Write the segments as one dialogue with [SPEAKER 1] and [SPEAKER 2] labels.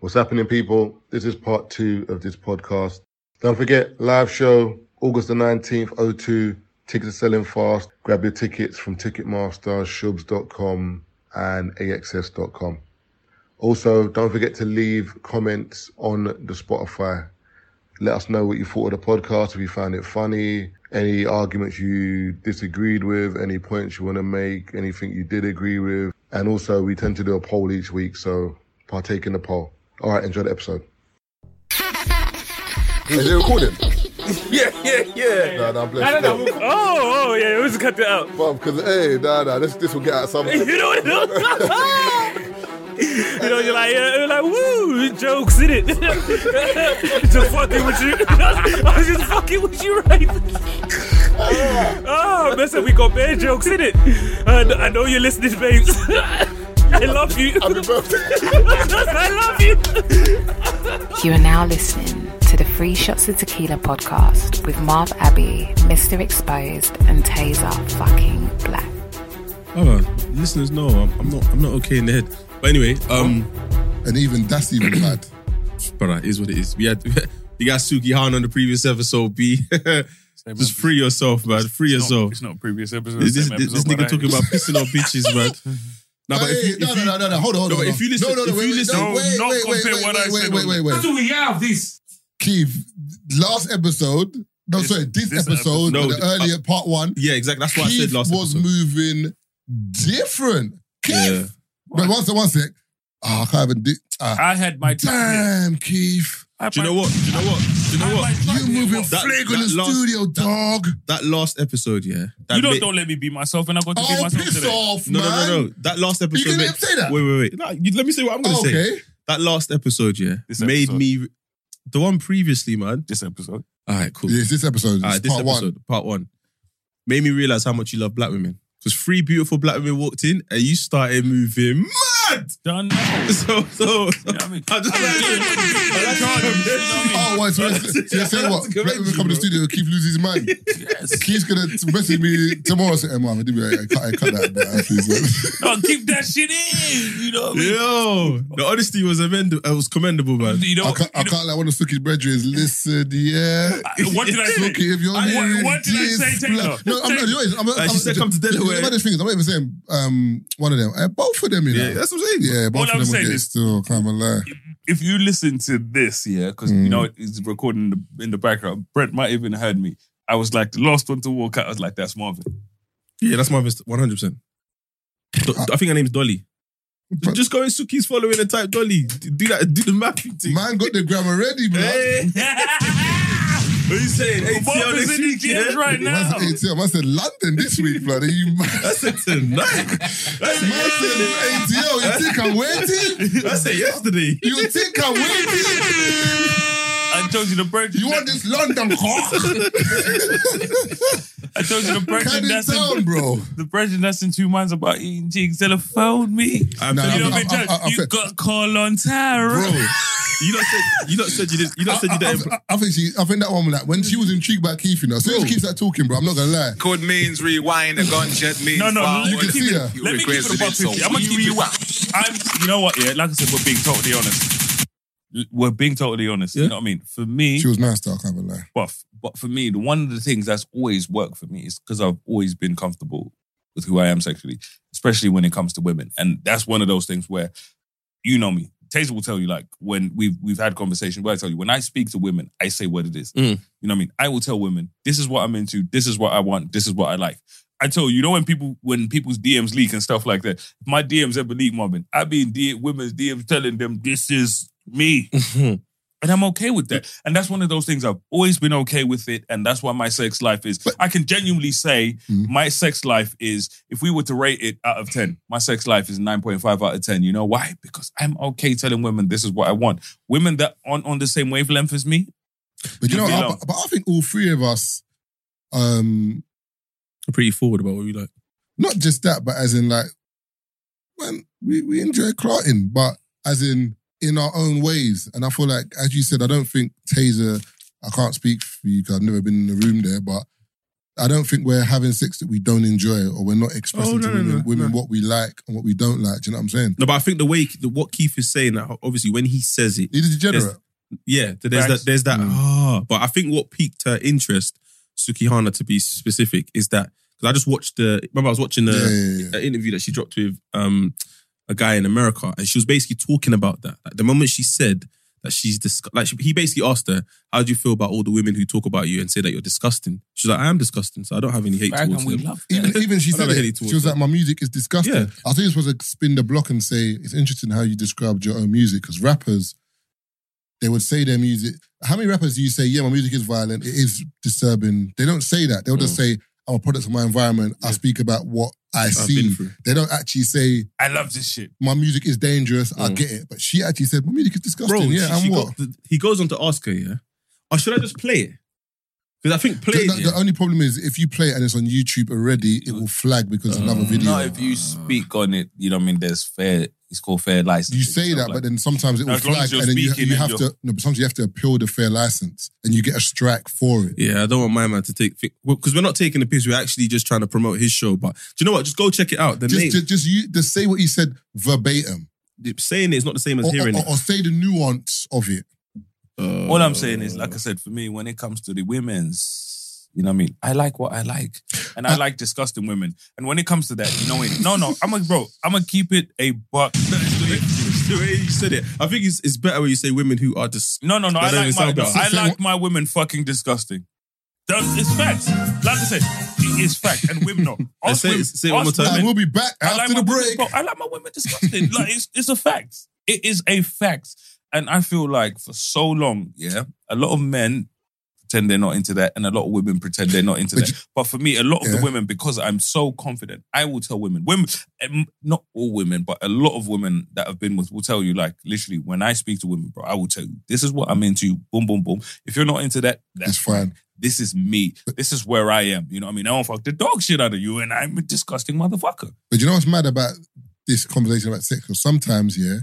[SPEAKER 1] What's happening, people? This is part two of this podcast. Don't forget, live show, August the 19th, 02. Tickets are selling fast. Grab your tickets from Ticketmaster, shubs.com, and axs.com. Also, don't forget to leave comments on the Spotify. Let us know what you thought of the podcast, if you found it funny, any arguments you disagreed with, any points you want to make, anything you did agree with. And also, we tend to do a poll each week, so partake in the poll. All right, enjoy the episode. Is it recording?
[SPEAKER 2] Yeah, yeah, yeah.
[SPEAKER 1] Nah, nah,
[SPEAKER 2] I
[SPEAKER 1] bless
[SPEAKER 2] don't know.
[SPEAKER 1] you.
[SPEAKER 2] Oh, oh, yeah. We just cut that out.
[SPEAKER 1] Because, hey, nah, nah, this, this will get out something.
[SPEAKER 2] You know what? you know, you're like, yeah, you're like, woo, jokes in it. just fucking with you. I was just fucking with you, right? oh, listen, we got bad jokes in it. And I know you're listening, babes. I love you.
[SPEAKER 1] Happy birthday.
[SPEAKER 2] I love you.
[SPEAKER 3] You are now listening to the Free Shots of Tequila podcast with Marv Abbey, Mr. Exposed, and Taser fucking Black.
[SPEAKER 4] Hold on, Oh, listeners know I'm, I'm not. I'm not okay in the head. But anyway, um,
[SPEAKER 5] Oh.
[SPEAKER 6] And even that's even bad.
[SPEAKER 4] but it is what it is. We had you got Suki Han on the previous episode. B, just free yourself, man. Free
[SPEAKER 5] It's not-
[SPEAKER 4] yourself.
[SPEAKER 5] It's not previous episode.
[SPEAKER 4] This, this,
[SPEAKER 5] same
[SPEAKER 4] this
[SPEAKER 5] episode,
[SPEAKER 4] nigga
[SPEAKER 5] but
[SPEAKER 4] talking
[SPEAKER 5] I-
[SPEAKER 4] about pissing on bitches, man. Nah, but if
[SPEAKER 6] Hey,
[SPEAKER 4] you,
[SPEAKER 6] no,
[SPEAKER 4] if
[SPEAKER 6] no,
[SPEAKER 4] you,
[SPEAKER 6] no, no, no, hold on, hold on.
[SPEAKER 4] No, but
[SPEAKER 6] hold
[SPEAKER 4] if
[SPEAKER 6] on.
[SPEAKER 4] you listen-
[SPEAKER 6] no, no, no,
[SPEAKER 4] if
[SPEAKER 6] wait,
[SPEAKER 4] you
[SPEAKER 6] wait,
[SPEAKER 4] listen-
[SPEAKER 6] no,
[SPEAKER 4] Don't-
[SPEAKER 6] wait,
[SPEAKER 5] don't
[SPEAKER 6] wait, wait,
[SPEAKER 5] compare
[SPEAKER 6] wait,
[SPEAKER 5] what I
[SPEAKER 6] wait,
[SPEAKER 5] said
[SPEAKER 6] wait,
[SPEAKER 5] on-
[SPEAKER 6] wait, wait,
[SPEAKER 7] do we have this?
[SPEAKER 6] Keith, last episode, no,
[SPEAKER 5] This-
[SPEAKER 6] sorry, this,
[SPEAKER 5] this
[SPEAKER 6] episode,
[SPEAKER 4] episode. No,
[SPEAKER 6] the
[SPEAKER 4] the-
[SPEAKER 6] earlier part one,
[SPEAKER 4] yeah, exactly. That's what I
[SPEAKER 6] Keith
[SPEAKER 4] said last
[SPEAKER 6] was
[SPEAKER 4] episode.
[SPEAKER 6] moving different. Keith,
[SPEAKER 4] Yeah.
[SPEAKER 6] but one sec, one sec. Ah, I can't even do. ah.
[SPEAKER 5] I had my time.
[SPEAKER 6] damn, Keith,
[SPEAKER 4] Do you know what? Do you know what? Do you know what?
[SPEAKER 6] you moving
[SPEAKER 4] That-
[SPEAKER 6] flag in
[SPEAKER 4] that
[SPEAKER 6] the
[SPEAKER 4] last-
[SPEAKER 6] studio, dog.
[SPEAKER 4] That last episode, yeah. That
[SPEAKER 5] You don't,
[SPEAKER 4] made-
[SPEAKER 5] don't let me be myself, and I got to be
[SPEAKER 6] Oh,
[SPEAKER 5] myself
[SPEAKER 6] piss
[SPEAKER 5] today.
[SPEAKER 6] off,
[SPEAKER 4] No,
[SPEAKER 6] man.
[SPEAKER 4] no, no, no. That last episode.
[SPEAKER 6] didn't
[SPEAKER 4] made-
[SPEAKER 6] even say that. Oh,
[SPEAKER 4] Wait, wait, wait. Nah, you, let me say what I'm gonna say.
[SPEAKER 6] Okay,
[SPEAKER 4] That last episode, yeah,
[SPEAKER 5] This
[SPEAKER 4] made
[SPEAKER 5] episode.
[SPEAKER 4] me. The one previously, man.
[SPEAKER 5] This episode.
[SPEAKER 4] All right, cool.
[SPEAKER 6] yes, this episode,
[SPEAKER 4] All
[SPEAKER 6] this
[SPEAKER 4] right, this
[SPEAKER 6] part one.
[SPEAKER 4] episode, part one, made me realize how much you love black women. Because three beautiful black women walked in and you started moving mad.
[SPEAKER 5] Done. now. You
[SPEAKER 4] So, so,
[SPEAKER 5] know what I mean?
[SPEAKER 4] I just
[SPEAKER 6] Oh, wait, so you're, so you're saying what? Black women come to the studio, Keith loses his mind.
[SPEAKER 5] Yes.
[SPEAKER 6] Keith's gonna message me tomorrow. Say, hey, Mom, I did be like, I cut, I cut that bit out, please. man."
[SPEAKER 5] No, keep that shit in. You know what I mean?
[SPEAKER 4] Yo, the honesty was amend- uh, was commendable, man.
[SPEAKER 5] You know,
[SPEAKER 6] I cut, I
[SPEAKER 5] you know
[SPEAKER 6] cut like one of Suki's brethren. Listen, yeah.
[SPEAKER 5] I- what did I say?
[SPEAKER 6] Suki, if you're
[SPEAKER 5] I- what-
[SPEAKER 6] hearing
[SPEAKER 5] what did I
[SPEAKER 6] this,
[SPEAKER 5] say, Taylor?
[SPEAKER 6] like- No, I'm not. You know, I'm, I'm,
[SPEAKER 4] Uh, she said come to
[SPEAKER 6] you know,
[SPEAKER 4] Delaware.
[SPEAKER 6] the funny thing is, I'm not even saying um, one of them. Uh, both of them, you know.
[SPEAKER 4] Yeah, that's what I'm saying.
[SPEAKER 6] yeah, both
[SPEAKER 5] All
[SPEAKER 6] of
[SPEAKER 5] I'm
[SPEAKER 6] them will
[SPEAKER 5] saying
[SPEAKER 6] get
[SPEAKER 5] is-
[SPEAKER 6] still. Can't even lie.
[SPEAKER 5] if you listen to this, yeah, because
[SPEAKER 4] Mm.
[SPEAKER 5] you know it's recording in the, in the background. Brett might even heard me. I was like the last one to walk out. I was like, "That's Marvin."
[SPEAKER 4] Yeah, that's my best, 100%. Do- I think her name's Dolly.
[SPEAKER 6] But-
[SPEAKER 4] Just go in Suki's following and type Dolly. Do that, do the mapping thing.
[SPEAKER 6] Man got the grammar ready, bro.
[SPEAKER 4] Hey, what are you saying? Hey, see you
[SPEAKER 5] Marvin's
[SPEAKER 4] next
[SPEAKER 5] in his
[SPEAKER 4] week, yeah?
[SPEAKER 5] DMs right now.
[SPEAKER 6] Man said, ATL. Man said London this week, blood. You man
[SPEAKER 4] I said tonight.
[SPEAKER 6] man
[SPEAKER 4] I
[SPEAKER 6] said ATL. You think I'm waiting?
[SPEAKER 4] said, I said yesterday.
[SPEAKER 6] You think I'm waiting?
[SPEAKER 5] I told you the Brett.
[SPEAKER 6] You want this London cock?
[SPEAKER 5] I told you the Brett.
[SPEAKER 6] Cut it
[SPEAKER 5] That's in-
[SPEAKER 6] down, bro.
[SPEAKER 5] The president that's in two minds about eating chicks telephoned me.
[SPEAKER 4] I'm
[SPEAKER 6] Nah,
[SPEAKER 5] you
[SPEAKER 4] telling
[SPEAKER 5] know
[SPEAKER 4] you,
[SPEAKER 6] I'm-
[SPEAKER 5] what I mean,
[SPEAKER 6] I'm-
[SPEAKER 5] Judge?
[SPEAKER 6] I'm- I'm-
[SPEAKER 5] You got call on
[SPEAKER 4] bro.
[SPEAKER 5] Tara.
[SPEAKER 4] You not said you not said you did. You not said you
[SPEAKER 6] I,
[SPEAKER 4] didn't.
[SPEAKER 6] I, I, I think she, I think that woman, like, when she was intrigued by Keith, you know, as soon as Keith started talking, bro, I'm not gonna lie.
[SPEAKER 8] Code means rewind, a gunshot means
[SPEAKER 5] No, no,
[SPEAKER 8] forward.
[SPEAKER 5] you
[SPEAKER 6] can see her.
[SPEAKER 5] Let me keep it about 50. I'm gonna keep it. I'm, you know what? Yeah, like I said, we're being totally honest. L- We're being totally honest.
[SPEAKER 4] Yeah.
[SPEAKER 5] You know what I mean? For me,
[SPEAKER 6] She was nice, though, I can't even lie.
[SPEAKER 5] buff, but for me, the one of the things that's always worked for me is because I've always been comfortable with who I am sexually, especially when it comes to women. And that's one of those things where you know me. Taser will tell you, like when we've we've had conversations, where I tell you, when I speak to women, I say what it is.
[SPEAKER 4] Mm.
[SPEAKER 5] You know what I mean? I will tell women, this is what I'm into, this is what I want, this is what I like. I tell you, you know when people when people's DMs leak and stuff like that. If my DMs ever leak, Marvin, I be in D- women's DMs telling them this is me, and I'm okay with that. And that's one of those things I've always been okay with it, and that's why my sex life is. I can genuinely say
[SPEAKER 6] Mm.
[SPEAKER 5] my sex life is. If we were to rate it out of ten, my sex life is nine point five out of ten. You know why? Because I'm okay telling women this is what I want. Women that aren't on the same wavelength as me,
[SPEAKER 6] But you know,
[SPEAKER 5] Leave me
[SPEAKER 6] I,
[SPEAKER 5] alone.
[SPEAKER 6] but, but I think all three of us, um,
[SPEAKER 4] I'm pretty forward about what we like.
[SPEAKER 6] not just that, but as in like, man, we, we enjoy clarting, but as in in our own ways. And I feel like, as you said, I don't think Taser, I can't speak for you because I've never been in the room there, but I don't think we're having sex that we don't enjoy or we're not expressing
[SPEAKER 4] Oh, no,
[SPEAKER 6] to
[SPEAKER 4] no,
[SPEAKER 6] women,
[SPEAKER 4] no,
[SPEAKER 6] women
[SPEAKER 4] no.
[SPEAKER 6] what we like and what we don't like. Do you know what I'm saying?
[SPEAKER 4] No, but I think the way the, what Keith is saying, that obviously when he says it,
[SPEAKER 6] He's a degenerate.
[SPEAKER 4] There's- yeah, th- there's
[SPEAKER 5] Thanks.
[SPEAKER 4] that, there's that.
[SPEAKER 6] Mm.
[SPEAKER 4] Ah, but I think what piqued her interest, Sukihana, to be specific, is that because I just watched the. Remember, I was watching the
[SPEAKER 6] yeah, yeah, yeah.
[SPEAKER 4] an interview that she dropped with um, a guy in America, and she was basically talking about that. Like the moment she said that she's dis- like she, he basically asked her, "How do you feel about all the women who talk about you and say that you're disgusting?" She's like, "I am disgusting, so I don't have any hate towards them."
[SPEAKER 5] love
[SPEAKER 6] Even, even she
[SPEAKER 4] I
[SPEAKER 6] said
[SPEAKER 4] never heard
[SPEAKER 6] it.
[SPEAKER 4] it towards
[SPEAKER 6] She was
[SPEAKER 4] her.
[SPEAKER 6] like, "My music is disgusting."
[SPEAKER 4] Yeah.
[SPEAKER 6] I think you're supposed to spin the block and say it's interesting how you described your own music because rappers, they would say their music. How many rappers do you say, "Yeah, my music is violent. It is disturbing." They don't say that. They'll just say, "I'm a product of my environment. I speak about what I
[SPEAKER 4] Mm. I've
[SPEAKER 6] see."
[SPEAKER 4] been through.
[SPEAKER 6] They don't actually say
[SPEAKER 5] I love this shit.
[SPEAKER 6] my music is dangerous. I
[SPEAKER 4] Mm.
[SPEAKER 6] get it, but she actually said my music is disgusting.
[SPEAKER 4] Bro,
[SPEAKER 6] yeah,
[SPEAKER 4] she-
[SPEAKER 6] and
[SPEAKER 4] she
[SPEAKER 6] what?
[SPEAKER 4] got the- he goes on to ask her, yeah, or should I just play it? Because I think play
[SPEAKER 6] The,
[SPEAKER 4] it.
[SPEAKER 6] the- the only problem is if you play it and it's on YouTube already, it will flag because it's
[SPEAKER 4] Mm.
[SPEAKER 6] another video.
[SPEAKER 5] No, if you speak on it, you know what I mean. There's fair. It's called fair license.
[SPEAKER 6] You say that, but then sometimes it will
[SPEAKER 5] As long
[SPEAKER 6] flag,
[SPEAKER 5] as you're
[SPEAKER 6] and then you,
[SPEAKER 5] speaking
[SPEAKER 6] you
[SPEAKER 5] and
[SPEAKER 6] have
[SPEAKER 5] you're-
[SPEAKER 6] to. No, but sometimes you have to appeal the fair license, and you get a strike for it.
[SPEAKER 4] Yeah, I don't want my man to take because we're not taking the piss. We're actually just trying to promote his show. But do you know what? Just go check it out. The name
[SPEAKER 6] Just, just, just you, just say what he said verbatim,
[SPEAKER 4] saying it is not the same as
[SPEAKER 6] or, or,
[SPEAKER 4] hearing
[SPEAKER 6] or- or say the nuance of it.
[SPEAKER 4] it.
[SPEAKER 5] all I'm saying is, like I said, for me, when it comes to the women's, you know what I mean. I like what I like, and
[SPEAKER 4] Uh,
[SPEAKER 5] I like disgusting women. And when it comes to that, you know, it, no, no, I'm a bro. I'm gonna keep it a buck.
[SPEAKER 4] the way you said it, I think it's, it's better when you say women who are just.
[SPEAKER 5] No, no, no. I
[SPEAKER 4] That
[SPEAKER 5] like
[SPEAKER 4] doesn't
[SPEAKER 5] my
[SPEAKER 4] sound
[SPEAKER 5] no,
[SPEAKER 4] bad.
[SPEAKER 5] I like my women fucking disgusting. That's, it's facts. Like I said, it is fact. And women not. Us
[SPEAKER 4] say it-
[SPEAKER 5] women,
[SPEAKER 4] say it one
[SPEAKER 5] us
[SPEAKER 4] more time.
[SPEAKER 6] And
[SPEAKER 5] women-
[SPEAKER 6] we'll be back
[SPEAKER 5] I
[SPEAKER 6] after
[SPEAKER 5] like
[SPEAKER 6] the
[SPEAKER 5] my
[SPEAKER 6] break.
[SPEAKER 5] Women, bro, I like my women disgusting. like it's, it's a fact. It is a fact. And I feel like for so long, yeah, a lot of men pretend they're not into that, and a lot of women pretend they're not into
[SPEAKER 6] But
[SPEAKER 5] that. but for me, a lot of
[SPEAKER 6] Yeah.
[SPEAKER 5] the women, because I'm so confident, I will tell women, women, um, not all women, but a lot of women that I've been with will tell you, like, literally, when I speak to women, bro, I will tell you, this is what I'm into. Boom, boom, boom. If you're not into that, that's
[SPEAKER 6] It's fine.
[SPEAKER 5] this is me. This is where I am. You know what I mean? I don't fuck the dog shit out of you, and I'm a disgusting motherfucker.
[SPEAKER 6] But you know what's mad about this conversation about sex? Because sometimes, yeah,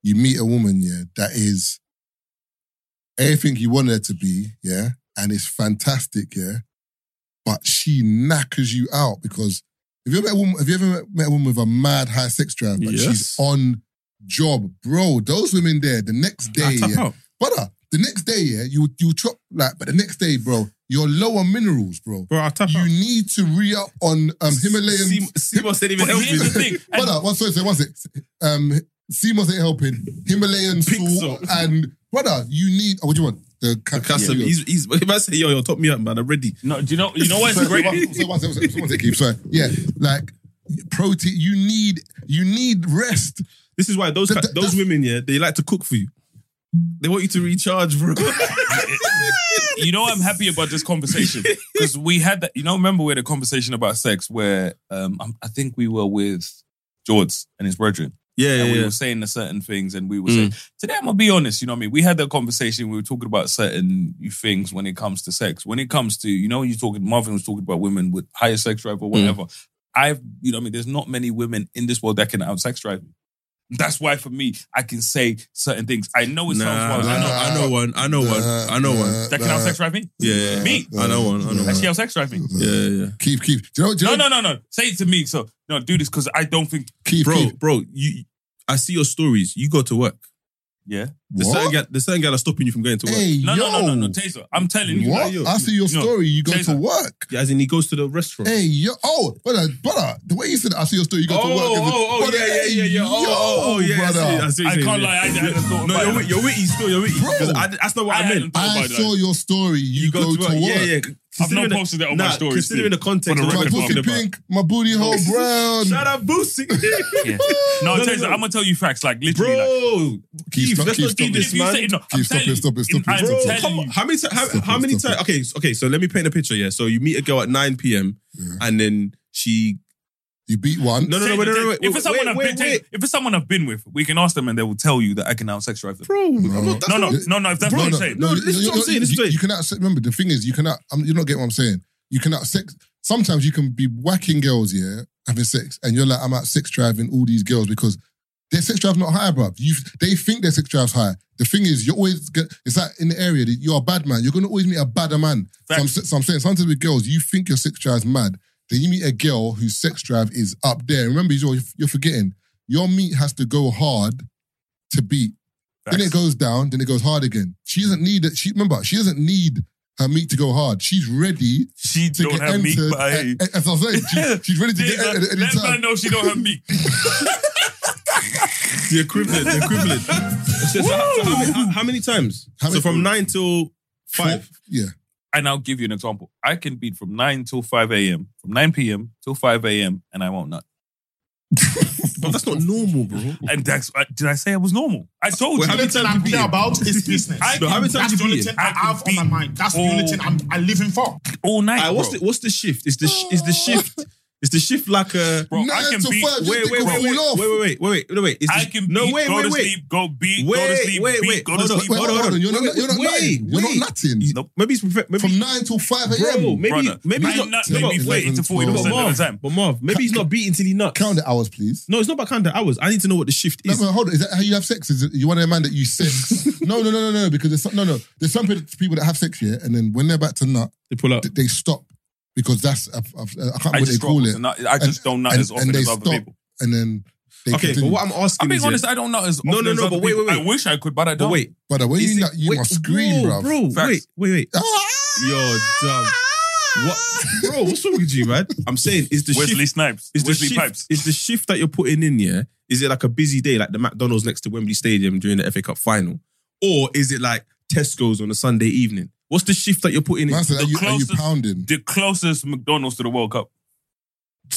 [SPEAKER 6] you meet a woman, yeah, that is everything you want her to be, yeah, and it's fantastic, yeah, but she knackers you out because have you ever met a woman, have you ever met a woman with a mad high sex drive, but
[SPEAKER 4] Yes.
[SPEAKER 6] she's on job, bro? Those women there, the next
[SPEAKER 4] Mm, I
[SPEAKER 6] day,
[SPEAKER 4] tap
[SPEAKER 6] yeah,
[SPEAKER 4] out.
[SPEAKER 6] brother, the next day, yeah, you you chop like, but the next day, bro, you're low on minerals, bro.
[SPEAKER 4] Bro, I tap
[SPEAKER 6] You
[SPEAKER 4] out.
[SPEAKER 6] need to re up on um, Himalayan
[SPEAKER 4] Seymour- Seymour said even
[SPEAKER 5] But
[SPEAKER 4] help
[SPEAKER 5] here's
[SPEAKER 4] me.
[SPEAKER 5] the thing. And-
[SPEAKER 6] Brother, one second, one second. Um, Seymour's ain't helping. Himalayan
[SPEAKER 4] Pink
[SPEAKER 6] salt
[SPEAKER 4] salt.
[SPEAKER 6] and brother, you need. Oh, what do you want? The ca-
[SPEAKER 4] Custom. He's, he's, if I say, yo, yo, top me up, man, I'm ready.
[SPEAKER 5] No, do you know? You know what's
[SPEAKER 6] Sorry,
[SPEAKER 5] great?
[SPEAKER 6] one- sorry, one second, one second, one second, Keith, sorry. Yeah, like protein. You need. You need rest.
[SPEAKER 4] This is why those
[SPEAKER 6] Th-
[SPEAKER 4] ki-
[SPEAKER 6] th-
[SPEAKER 4] those women, yeah, they like to cook for you. They want you to recharge, bro.
[SPEAKER 5] You know, I'm happy about this conversation because we had that. You know, remember we had a conversation about sex where um, I'm- I think we were with George and his brethren,
[SPEAKER 4] yeah, yeah,
[SPEAKER 5] and we
[SPEAKER 4] yeah.
[SPEAKER 5] were saying the certain things, and we were
[SPEAKER 4] Mm.
[SPEAKER 5] saying today I'm gonna be honest. You know what I mean? We had that conversation. We were talking about certain things when it comes to sex. When it comes to you know, you're talking. Marvin was talking about women with higher sex drive
[SPEAKER 4] Mm.
[SPEAKER 5] or whatever. I've you know, what I mean, there's not many women in this world that can out sex drive. me. That's why for me, I can say certain things. I know it
[SPEAKER 4] Nah,
[SPEAKER 5] sounds wild. I know.
[SPEAKER 4] I know one. I know one. I know one.
[SPEAKER 5] That can out sex drive me?
[SPEAKER 4] Yeah, yeah, yeah.
[SPEAKER 5] Me?
[SPEAKER 4] I know one. I know
[SPEAKER 5] That
[SPEAKER 4] one.
[SPEAKER 5] she out sex drive me?
[SPEAKER 4] Yeah, yeah.
[SPEAKER 6] Keith, Keith. Do you know? Do you
[SPEAKER 5] No,
[SPEAKER 6] know
[SPEAKER 5] no, no, no. Say it to me. So no, do this because I don't think.
[SPEAKER 6] Keith,
[SPEAKER 4] Bro,
[SPEAKER 6] Keith.
[SPEAKER 4] bro, you. I see your stories. You go to work.
[SPEAKER 5] Yeah.
[SPEAKER 4] The certain
[SPEAKER 6] What?
[SPEAKER 4] guy, the certain guy that's stopping you from going to work.
[SPEAKER 6] Hey,
[SPEAKER 5] No,
[SPEAKER 6] yo.
[SPEAKER 5] no, no, no, no. Taser, I'm telling you.
[SPEAKER 6] What?
[SPEAKER 5] like, yo,
[SPEAKER 6] I see your
[SPEAKER 5] no.
[SPEAKER 6] story. You go to
[SPEAKER 5] Taser.
[SPEAKER 6] work.
[SPEAKER 4] Yeah, as in he goes to the restaurant.
[SPEAKER 6] Hey, yo. Oh, brother, brother. The way you said, I see your story. You go to
[SPEAKER 5] Oh,
[SPEAKER 6] work. is it-
[SPEAKER 4] Oh,
[SPEAKER 6] brother, hey, yo, brother.
[SPEAKER 4] see what
[SPEAKER 5] I
[SPEAKER 4] you're
[SPEAKER 5] can't
[SPEAKER 4] saying,
[SPEAKER 5] lie. I I hadn't thought
[SPEAKER 4] No,
[SPEAKER 5] about
[SPEAKER 4] you're,
[SPEAKER 5] it.
[SPEAKER 4] wit- you're witty still. You're witty.
[SPEAKER 6] Bro.
[SPEAKER 4] 'Cause I, that's not what I,
[SPEAKER 5] I
[SPEAKER 4] meant.
[SPEAKER 5] hadn't thought
[SPEAKER 6] I
[SPEAKER 5] about that.
[SPEAKER 6] saw your story. You, go, to work.
[SPEAKER 4] Yeah, yeah. Considering the-
[SPEAKER 5] posted that on my
[SPEAKER 4] nah,
[SPEAKER 5] stories,
[SPEAKER 4] Considering the
[SPEAKER 5] dude.
[SPEAKER 4] context,
[SPEAKER 5] For
[SPEAKER 4] of
[SPEAKER 5] the
[SPEAKER 6] My
[SPEAKER 4] what
[SPEAKER 5] record,
[SPEAKER 4] we're
[SPEAKER 6] pussy
[SPEAKER 4] talking about.
[SPEAKER 6] pink, my booty hole brown.
[SPEAKER 4] Shout out Boosie.
[SPEAKER 5] Yeah. No,
[SPEAKER 4] No, no,
[SPEAKER 5] Taser,
[SPEAKER 4] no.
[SPEAKER 5] I'm gonna tell you facts. Like literally, like,
[SPEAKER 4] Bro,
[SPEAKER 6] Keith,
[SPEAKER 4] Keith,
[SPEAKER 6] stop-
[SPEAKER 4] let's
[SPEAKER 6] Keith,
[SPEAKER 4] not do
[SPEAKER 6] stop
[SPEAKER 4] this,
[SPEAKER 5] if you say
[SPEAKER 4] man.
[SPEAKER 5] no, I'm
[SPEAKER 6] Keith, stop
[SPEAKER 5] telling
[SPEAKER 6] it, stop it,
[SPEAKER 5] you,
[SPEAKER 6] stop it,
[SPEAKER 5] I'm
[SPEAKER 6] stop it.
[SPEAKER 5] telling
[SPEAKER 4] Come
[SPEAKER 5] you.
[SPEAKER 4] on. How many times? How,
[SPEAKER 6] Stop it,
[SPEAKER 4] how many
[SPEAKER 6] stop
[SPEAKER 4] times? Okay, so- okay. So let me paint a picture. Yeah. So you meet a girl at nine p.m. and then she.
[SPEAKER 6] You beat one.
[SPEAKER 4] No, no, no, wait, no, no, wait.
[SPEAKER 5] If it's someone
[SPEAKER 4] wait,
[SPEAKER 5] I've
[SPEAKER 4] wait,
[SPEAKER 5] been,
[SPEAKER 4] wait.
[SPEAKER 5] if it's someone I've been with, we can ask them and they will tell you that I can out sex drive them.
[SPEAKER 4] Bro, I'm
[SPEAKER 6] No.
[SPEAKER 4] not- that's
[SPEAKER 5] No,
[SPEAKER 4] not-
[SPEAKER 5] no, no, no. If that's what I'm saying,
[SPEAKER 4] no,
[SPEAKER 6] you-
[SPEAKER 4] this is what I'm
[SPEAKER 6] you-
[SPEAKER 4] saying, this is
[SPEAKER 6] you-
[SPEAKER 4] what I'm
[SPEAKER 6] You cannot remember the thing is you cannot. I'm, you're not getting what I'm saying. You cannot sex. Sometimes you can be whacking girls, yeah, having sex, and you're like, I'm out sex driving all these girls because their sex drive's not high, bruv. You they think their sex drive's high. The thing is, you're always get, it's like in the area that you're a bad man. You're gonna always meet a badder man. So I'm, s- so I'm saying sometimes with girls, you think your sex drive's mad, then you meet a girl whose sex drive is up there. Remember, you're you're forgetting your meat has to go hard to beat. Then it
[SPEAKER 5] Facts.
[SPEAKER 6] goes down. Then it goes hard again. She doesn't need it. She remember she doesn't need her meat to go hard. She's ready
[SPEAKER 5] She
[SPEAKER 6] to
[SPEAKER 5] don't
[SPEAKER 6] get
[SPEAKER 5] have meat,
[SPEAKER 6] entered. Eh,
[SPEAKER 5] but hey.
[SPEAKER 6] a- a- As I'm saying, she- she's ready to get
[SPEAKER 5] Jesus,
[SPEAKER 6] entered at any
[SPEAKER 5] Let
[SPEAKER 6] time.
[SPEAKER 5] man know she don't have meat.
[SPEAKER 4] The equivalent, the equivalent. So- so how, how many- how- how many times?
[SPEAKER 6] How many-
[SPEAKER 4] so from nine till five.
[SPEAKER 6] Yeah.
[SPEAKER 5] And I'll give you an example. I can beat from 9 till 5 a.m., from 9 p.m. till 5 a.m., and I won't nut.
[SPEAKER 4] But that's not normal, bro.
[SPEAKER 5] And that's, uh, did I say I was normal? I told
[SPEAKER 4] Wait,
[SPEAKER 5] you.
[SPEAKER 4] how many
[SPEAKER 7] thing
[SPEAKER 4] times
[SPEAKER 7] I
[SPEAKER 4] you beat
[SPEAKER 7] care
[SPEAKER 4] him?
[SPEAKER 7] about is business.
[SPEAKER 5] I-
[SPEAKER 4] No, how many
[SPEAKER 7] That's
[SPEAKER 4] times you
[SPEAKER 7] the only
[SPEAKER 4] beat
[SPEAKER 7] thing
[SPEAKER 4] him?
[SPEAKER 7] I
[SPEAKER 5] I can
[SPEAKER 7] have on my
[SPEAKER 5] beat
[SPEAKER 7] mind. That's the only
[SPEAKER 5] all-
[SPEAKER 7] thing I'm I living for.
[SPEAKER 5] All night.
[SPEAKER 4] Aye, what's
[SPEAKER 5] bro.
[SPEAKER 4] the what's the shift? It's the sh- it's the shift. It's the shift like a.
[SPEAKER 5] Bro,
[SPEAKER 6] Nine
[SPEAKER 5] I can
[SPEAKER 6] to
[SPEAKER 5] beat.
[SPEAKER 6] five, just
[SPEAKER 4] Wait,
[SPEAKER 6] think
[SPEAKER 4] wait, wait,
[SPEAKER 6] of
[SPEAKER 4] wait,
[SPEAKER 6] fall off.
[SPEAKER 4] wait, wait, wait, wait, wait. It's
[SPEAKER 5] I
[SPEAKER 4] the-
[SPEAKER 5] can beat.
[SPEAKER 4] no, wait,
[SPEAKER 5] go
[SPEAKER 4] wait,
[SPEAKER 5] to
[SPEAKER 4] wait.
[SPEAKER 5] sleep. Go beat.
[SPEAKER 4] Wait,
[SPEAKER 5] go to sleep.
[SPEAKER 4] wait,
[SPEAKER 5] beat,
[SPEAKER 4] wait.
[SPEAKER 5] Go to
[SPEAKER 4] Hold on.
[SPEAKER 5] sleep.
[SPEAKER 6] Wait,
[SPEAKER 4] Hold on, hold on.
[SPEAKER 6] You're not,
[SPEAKER 4] Wait,
[SPEAKER 6] you're not
[SPEAKER 4] wait,
[SPEAKER 6] nutting. You're
[SPEAKER 4] wait.
[SPEAKER 6] not nutting.
[SPEAKER 5] Nope.
[SPEAKER 4] Maybe it's prefer- maybe
[SPEAKER 6] From 9 till 5 a.m.
[SPEAKER 4] Bro, maybe
[SPEAKER 5] Brother,
[SPEAKER 4] maybe
[SPEAKER 5] I
[SPEAKER 4] he's not.
[SPEAKER 5] nut
[SPEAKER 4] no,
[SPEAKER 5] maybe 30
[SPEAKER 4] but
[SPEAKER 5] to
[SPEAKER 4] wait,
[SPEAKER 5] 40%
[SPEAKER 4] but
[SPEAKER 5] of the
[SPEAKER 4] Marv,
[SPEAKER 5] time.
[SPEAKER 4] But Marv, maybe he's not beating till he nuts.
[SPEAKER 6] Count the hours, please.
[SPEAKER 4] No, it's not about counting hours. I need to know what the shift
[SPEAKER 6] No,
[SPEAKER 4] is.
[SPEAKER 6] but hold on. Is that how you have sex? Is it, you want a man that you sex? no, no, no, no, no. Because there's some, no, no. There's some pe- people that have sex here, and then when they're about to nut,
[SPEAKER 4] They pull up.
[SPEAKER 6] th- they stop because that's I I, I can't remember
[SPEAKER 5] I
[SPEAKER 6] what they
[SPEAKER 5] just
[SPEAKER 6] call
[SPEAKER 5] struggle
[SPEAKER 6] it.
[SPEAKER 5] to nut. I just don't nut
[SPEAKER 6] and-
[SPEAKER 5] as often
[SPEAKER 6] and they
[SPEAKER 5] as other
[SPEAKER 6] stop.
[SPEAKER 5] people.
[SPEAKER 6] And then they
[SPEAKER 4] Okay, but
[SPEAKER 6] continue.
[SPEAKER 4] what I'm
[SPEAKER 5] I'm
[SPEAKER 4] asking
[SPEAKER 5] being
[SPEAKER 4] is,
[SPEAKER 5] honest,
[SPEAKER 4] yeah,
[SPEAKER 5] I don't nut as
[SPEAKER 4] No,
[SPEAKER 5] often
[SPEAKER 4] no,
[SPEAKER 5] as
[SPEAKER 4] no,
[SPEAKER 5] other
[SPEAKER 4] but wait,
[SPEAKER 5] people.
[SPEAKER 4] wait, wait.
[SPEAKER 5] I wish I could, but I
[SPEAKER 4] but
[SPEAKER 5] don't.
[SPEAKER 4] wait,
[SPEAKER 6] Brother, when
[SPEAKER 4] is
[SPEAKER 6] you
[SPEAKER 4] it-
[SPEAKER 6] nut, you
[SPEAKER 4] wait,
[SPEAKER 6] must scream,
[SPEAKER 4] bro,
[SPEAKER 6] bro.
[SPEAKER 4] bro.
[SPEAKER 5] Facts.
[SPEAKER 4] Wait, wait, wait. You're dumb. What, bro? What's wrong with you, man? I'm saying, is the
[SPEAKER 5] Wesley
[SPEAKER 4] shift?
[SPEAKER 5] Snipes.
[SPEAKER 4] Is the
[SPEAKER 5] Wesley
[SPEAKER 4] shift?
[SPEAKER 5] Pipes.
[SPEAKER 4] Is the shift that you're putting in? Yeah. Is it like a busy day, like the McDonald's next to Wembley Stadium during the FA Cup final, or is it like Tesco's on a Sunday evening? What's the shift that you're putting in?
[SPEAKER 6] Man said,
[SPEAKER 5] The
[SPEAKER 6] are you, are you
[SPEAKER 5] closest-
[SPEAKER 6] pounding?
[SPEAKER 5] The closest McDonald's to the World Cup.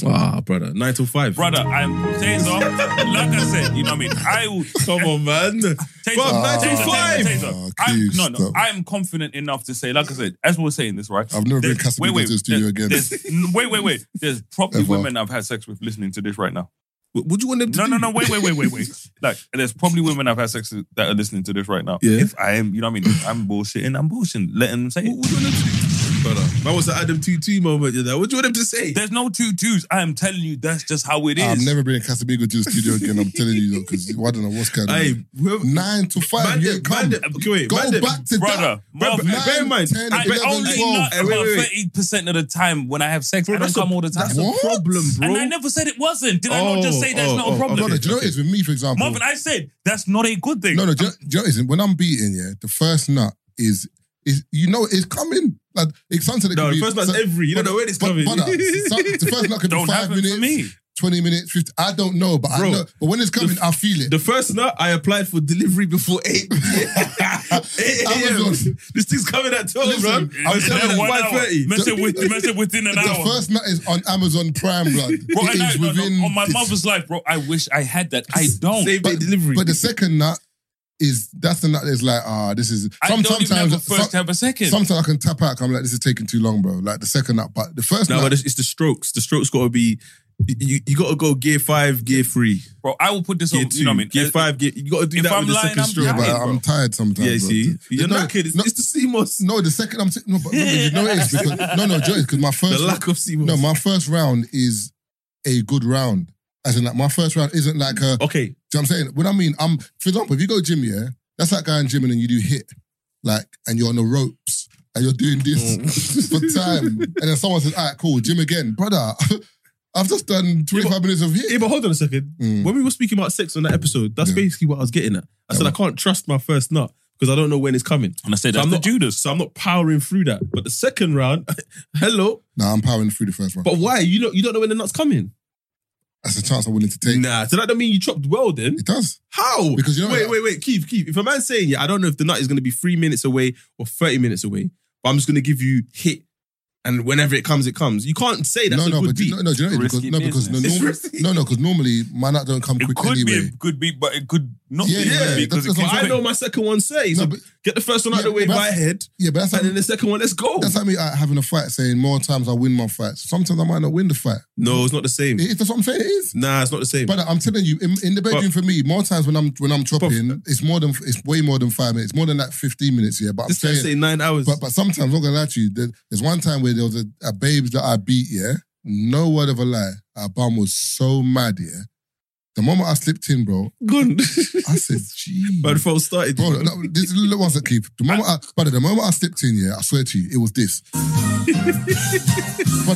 [SPEAKER 4] Ah, brother, nine till five,
[SPEAKER 5] Brother, I'm Taser. like I said, you know what I mean? I will.
[SPEAKER 4] Come on, man.
[SPEAKER 5] Taser,
[SPEAKER 4] Bro,
[SPEAKER 5] Taser, Taser,
[SPEAKER 4] 95.
[SPEAKER 5] Taser,
[SPEAKER 6] Oh,
[SPEAKER 5] I'm,
[SPEAKER 6] Keith,
[SPEAKER 5] no, no.
[SPEAKER 6] stop.
[SPEAKER 5] I'm confident enough to say, like I said, as we we're saying this, right?
[SPEAKER 6] I've never been
[SPEAKER 5] there's-
[SPEAKER 6] Casemiro
[SPEAKER 5] wait, wait,
[SPEAKER 6] to the studio
[SPEAKER 5] there's-
[SPEAKER 6] again.
[SPEAKER 5] there's- n- Wait, wait, wait. There's probably
[SPEAKER 6] Ever.
[SPEAKER 5] women I've had sex with listening to this right now.
[SPEAKER 4] What would you want them to
[SPEAKER 5] No,
[SPEAKER 4] do?
[SPEAKER 5] no, no. Wait, wait, wait, wait, wait. Like, there's probably women I've had sex with that are listening to this right now.
[SPEAKER 4] Yeah.
[SPEAKER 5] If I am, you know what I mean? If I'm bullshitting, I'm bullshitting. Let them say it.
[SPEAKER 4] What would you want them to do? Brother, that was the Adam 2 2 moment, you know. What do you want them to say?
[SPEAKER 5] There's no two twos. I am telling you, that's just how it is.
[SPEAKER 6] I'm never bringing Casamigo to the studio again. I'm telling you, though, because I don't know what's going on.
[SPEAKER 4] Hey, whoever.
[SPEAKER 6] Nine to five.
[SPEAKER 4] Man,
[SPEAKER 6] yeah,
[SPEAKER 4] them-
[SPEAKER 6] come.
[SPEAKER 4] man, them- okay, wait,
[SPEAKER 6] Go
[SPEAKER 4] man, them-
[SPEAKER 6] back to
[SPEAKER 5] Brother,
[SPEAKER 6] that.
[SPEAKER 5] Marvin,
[SPEAKER 6] Nine,
[SPEAKER 4] bear in mind,
[SPEAKER 6] 10,
[SPEAKER 5] I
[SPEAKER 6] 11,
[SPEAKER 5] only
[SPEAKER 6] 12.
[SPEAKER 5] nut
[SPEAKER 4] Hey, wait,
[SPEAKER 5] about
[SPEAKER 4] wait, wait.
[SPEAKER 5] thirty percent of the time when I have sex. I don't
[SPEAKER 4] that's a-
[SPEAKER 5] come all the time.
[SPEAKER 4] That's
[SPEAKER 6] What?
[SPEAKER 4] a problem, bro.
[SPEAKER 5] and I never said it wasn't. Did I
[SPEAKER 4] Oh,
[SPEAKER 5] not just say that's
[SPEAKER 4] oh,
[SPEAKER 5] not
[SPEAKER 4] oh,
[SPEAKER 5] a problem?
[SPEAKER 6] Brother, do you know what it is with me, for example?
[SPEAKER 5] Marvin, I said that's not a good thing.
[SPEAKER 6] No, no, do you, do you know what it is? When I'm beating, yeah, the first nut is, is you know, it's coming. Like, it's something that
[SPEAKER 4] No,
[SPEAKER 6] could
[SPEAKER 4] the
[SPEAKER 6] be.
[SPEAKER 4] first nut's
[SPEAKER 6] so-
[SPEAKER 4] every. You don't know when it's
[SPEAKER 6] but-
[SPEAKER 4] coming.
[SPEAKER 6] brother, some- the first nut could be
[SPEAKER 5] Don't
[SPEAKER 6] five
[SPEAKER 5] happen
[SPEAKER 6] minutes,
[SPEAKER 5] for me.
[SPEAKER 6] 20 minutes, 50. I don't know, but I
[SPEAKER 4] Bro,
[SPEAKER 6] know. But when it's coming, I feel it.
[SPEAKER 4] The first nut, I applied for delivery before 8 8
[SPEAKER 5] Oh
[SPEAKER 4] a.m.
[SPEAKER 6] Amazon.
[SPEAKER 4] This thing's coming at 12,
[SPEAKER 6] Listen,
[SPEAKER 4] bro. I was
[SPEAKER 6] it's
[SPEAKER 4] coming at
[SPEAKER 6] been
[SPEAKER 5] one hour.
[SPEAKER 4] 5.30.
[SPEAKER 5] Mess it with, mess it within an
[SPEAKER 6] The
[SPEAKER 5] hour.
[SPEAKER 6] first nut is on Amazon Prime, blood.
[SPEAKER 5] bro,
[SPEAKER 6] It
[SPEAKER 5] and I,
[SPEAKER 6] is
[SPEAKER 5] no, no,
[SPEAKER 6] within
[SPEAKER 5] on my
[SPEAKER 6] this-
[SPEAKER 5] mother's life, bro. I wish I had that. I don't.
[SPEAKER 4] Same day delivery.
[SPEAKER 6] But the second nut is that's the nut that's like, ah, this is.
[SPEAKER 5] I
[SPEAKER 6] some-
[SPEAKER 5] don't even have a first
[SPEAKER 6] some-
[SPEAKER 5] have a second.
[SPEAKER 6] sometimes I can tap out. I'm like, this is taking too long, bro. Like the second nut, but the first
[SPEAKER 4] no,
[SPEAKER 6] nut.
[SPEAKER 4] but it's, it's the strokes. The strokes got to be. You, you got to go gear five, gear three,
[SPEAKER 5] bro, I will put this
[SPEAKER 4] gear
[SPEAKER 5] on.
[SPEAKER 4] two,
[SPEAKER 5] You know what I mean? Uh,
[SPEAKER 4] gear five, gear. You got to do
[SPEAKER 5] If
[SPEAKER 4] that
[SPEAKER 5] I'm
[SPEAKER 4] with the
[SPEAKER 5] lying,
[SPEAKER 4] 2nd
[SPEAKER 5] I'm
[SPEAKER 4] stroke.
[SPEAKER 6] yeah, but
[SPEAKER 5] lying,
[SPEAKER 6] I'm
[SPEAKER 5] bro.
[SPEAKER 6] tired sometimes.
[SPEAKER 4] Yeah,
[SPEAKER 6] bro.
[SPEAKER 4] see, you're
[SPEAKER 6] No,
[SPEAKER 4] not kid. It's,
[SPEAKER 6] no,
[SPEAKER 4] it's the CMOS.
[SPEAKER 6] No, the second I'm t- no, but no, but you know it is because no, no, Joe, because my
[SPEAKER 4] The
[SPEAKER 6] first
[SPEAKER 4] lack of CMOS.
[SPEAKER 6] no, my first round is a good round. As in, like my first round isn't like a.
[SPEAKER 4] okay,
[SPEAKER 6] Do you know what I'm saying? What I mean, I'm for example, if you go gym, yeah, that's like going gym and then you do hit, like, and you're on the ropes and you're doing this
[SPEAKER 4] Mm.
[SPEAKER 6] for time, and then someone says, "All right, cool, gym again, brother." I've just done 25 minutes of
[SPEAKER 4] yeah,
[SPEAKER 6] hit.
[SPEAKER 4] but hold on a second.
[SPEAKER 6] Mm.
[SPEAKER 4] When we were speaking about sex on that episode, that's
[SPEAKER 6] Yeah.
[SPEAKER 4] basically what I was getting at. I said I can't trust my first nut because I don't know when it's coming.
[SPEAKER 5] and I said
[SPEAKER 4] So
[SPEAKER 5] that's
[SPEAKER 4] I'm
[SPEAKER 5] the
[SPEAKER 4] not
[SPEAKER 5] Judas.
[SPEAKER 4] So I'm not powering through that. But the second round, hello.
[SPEAKER 6] Nah, I'm powering through the first round.
[SPEAKER 4] But why? You don't you don't know when the nut's coming.
[SPEAKER 6] That's a chance I'm willing to take.
[SPEAKER 4] Nah, so that don't mean you chopped well then.
[SPEAKER 6] It does.
[SPEAKER 4] How?
[SPEAKER 6] Because you know-
[SPEAKER 4] wait, wait, wait, Keith, Keith. If a man's saying, yeah, I don't know if the nut is going to be three minutes away or thirty minutes away, but I'm just going to give you hit, and whenever it comes, it comes. You can't say that's
[SPEAKER 6] no,
[SPEAKER 4] a
[SPEAKER 6] no,
[SPEAKER 4] good
[SPEAKER 6] but
[SPEAKER 4] beat.
[SPEAKER 6] you know, no, do you know it because
[SPEAKER 5] Risky
[SPEAKER 6] no, because no,
[SPEAKER 4] business.
[SPEAKER 6] norm-
[SPEAKER 4] It's risky.
[SPEAKER 6] no, no, because normally my nut don't come
[SPEAKER 5] It
[SPEAKER 6] quick
[SPEAKER 5] could
[SPEAKER 6] anyway.
[SPEAKER 5] be a good beat, but it could not
[SPEAKER 6] Yeah,
[SPEAKER 5] be a
[SPEAKER 4] yeah,
[SPEAKER 5] good beat because
[SPEAKER 6] that's
[SPEAKER 5] it
[SPEAKER 4] But
[SPEAKER 6] what
[SPEAKER 5] could
[SPEAKER 6] I'm
[SPEAKER 4] I
[SPEAKER 6] saying.
[SPEAKER 4] know my second one say. So
[SPEAKER 6] No, but-
[SPEAKER 4] get the first one
[SPEAKER 6] Yeah,
[SPEAKER 4] out of the way
[SPEAKER 6] but
[SPEAKER 4] by
[SPEAKER 6] that's-
[SPEAKER 4] head,
[SPEAKER 6] yeah, but that's
[SPEAKER 4] and then
[SPEAKER 6] like,
[SPEAKER 4] the second one, let's go.
[SPEAKER 6] that's like me uh, having a fight, saying more times I win my fights. Sometimes I might not win the fight.
[SPEAKER 4] No, it's not the same.
[SPEAKER 6] It is, that's what I'm saying. It is.
[SPEAKER 4] Nah, it's not the same.
[SPEAKER 6] But I'm telling you, in, in the bedroom for me, more times when I'm when I'm chopping,
[SPEAKER 5] uh,
[SPEAKER 6] it's more than it's way more than five minutes, more than like fifteen minutes. Yeah, but I'm
[SPEAKER 4] this guy
[SPEAKER 6] saying,
[SPEAKER 4] say nine hours.
[SPEAKER 6] but but sometimes I'm not gonna lie to you. There, there's one time where there was a, a babes that I beat. Yeah, no word of a lie, our bum was so mad. Yeah, The moment I slipped in, bro,
[SPEAKER 4] Gone.
[SPEAKER 6] I said, "Gee,
[SPEAKER 4] But before I started,
[SPEAKER 6] bro." No, this little ones that keep. The moment I, brother, the moment I slipped in, yeah, I swear to you, it was this. but,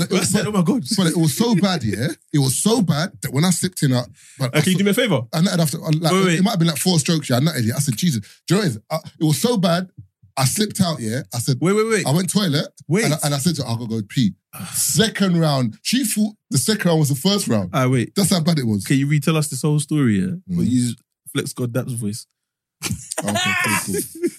[SPEAKER 6] it,
[SPEAKER 4] I said,
[SPEAKER 6] but,
[SPEAKER 4] "Oh my god!"
[SPEAKER 6] but it was so bad, yeah. It was so bad that when I slipped in, I, but
[SPEAKER 4] Uh, can
[SPEAKER 6] I,
[SPEAKER 4] you do me a favor?
[SPEAKER 6] I nutted after I- like,
[SPEAKER 4] Wait, wait.
[SPEAKER 6] it might have been like four strokes. Yeah, I nutted. Yeah, I said, Jesus, do you know what it is? I, it was so bad. I slipped out. Yeah, I said,
[SPEAKER 4] Wait, wait, wait.
[SPEAKER 6] I went toilet.
[SPEAKER 4] Wait.
[SPEAKER 6] and I, and I said to her, "I gotta go pee." second round, she thought the second round was the first round.
[SPEAKER 4] Ah, wait.
[SPEAKER 6] That's how bad it was.
[SPEAKER 4] Can you retell us this whole story? Yeah, but
[SPEAKER 6] Mm.
[SPEAKER 4] use Flex God Dap's voice.
[SPEAKER 6] Oh, okay, cool, cool.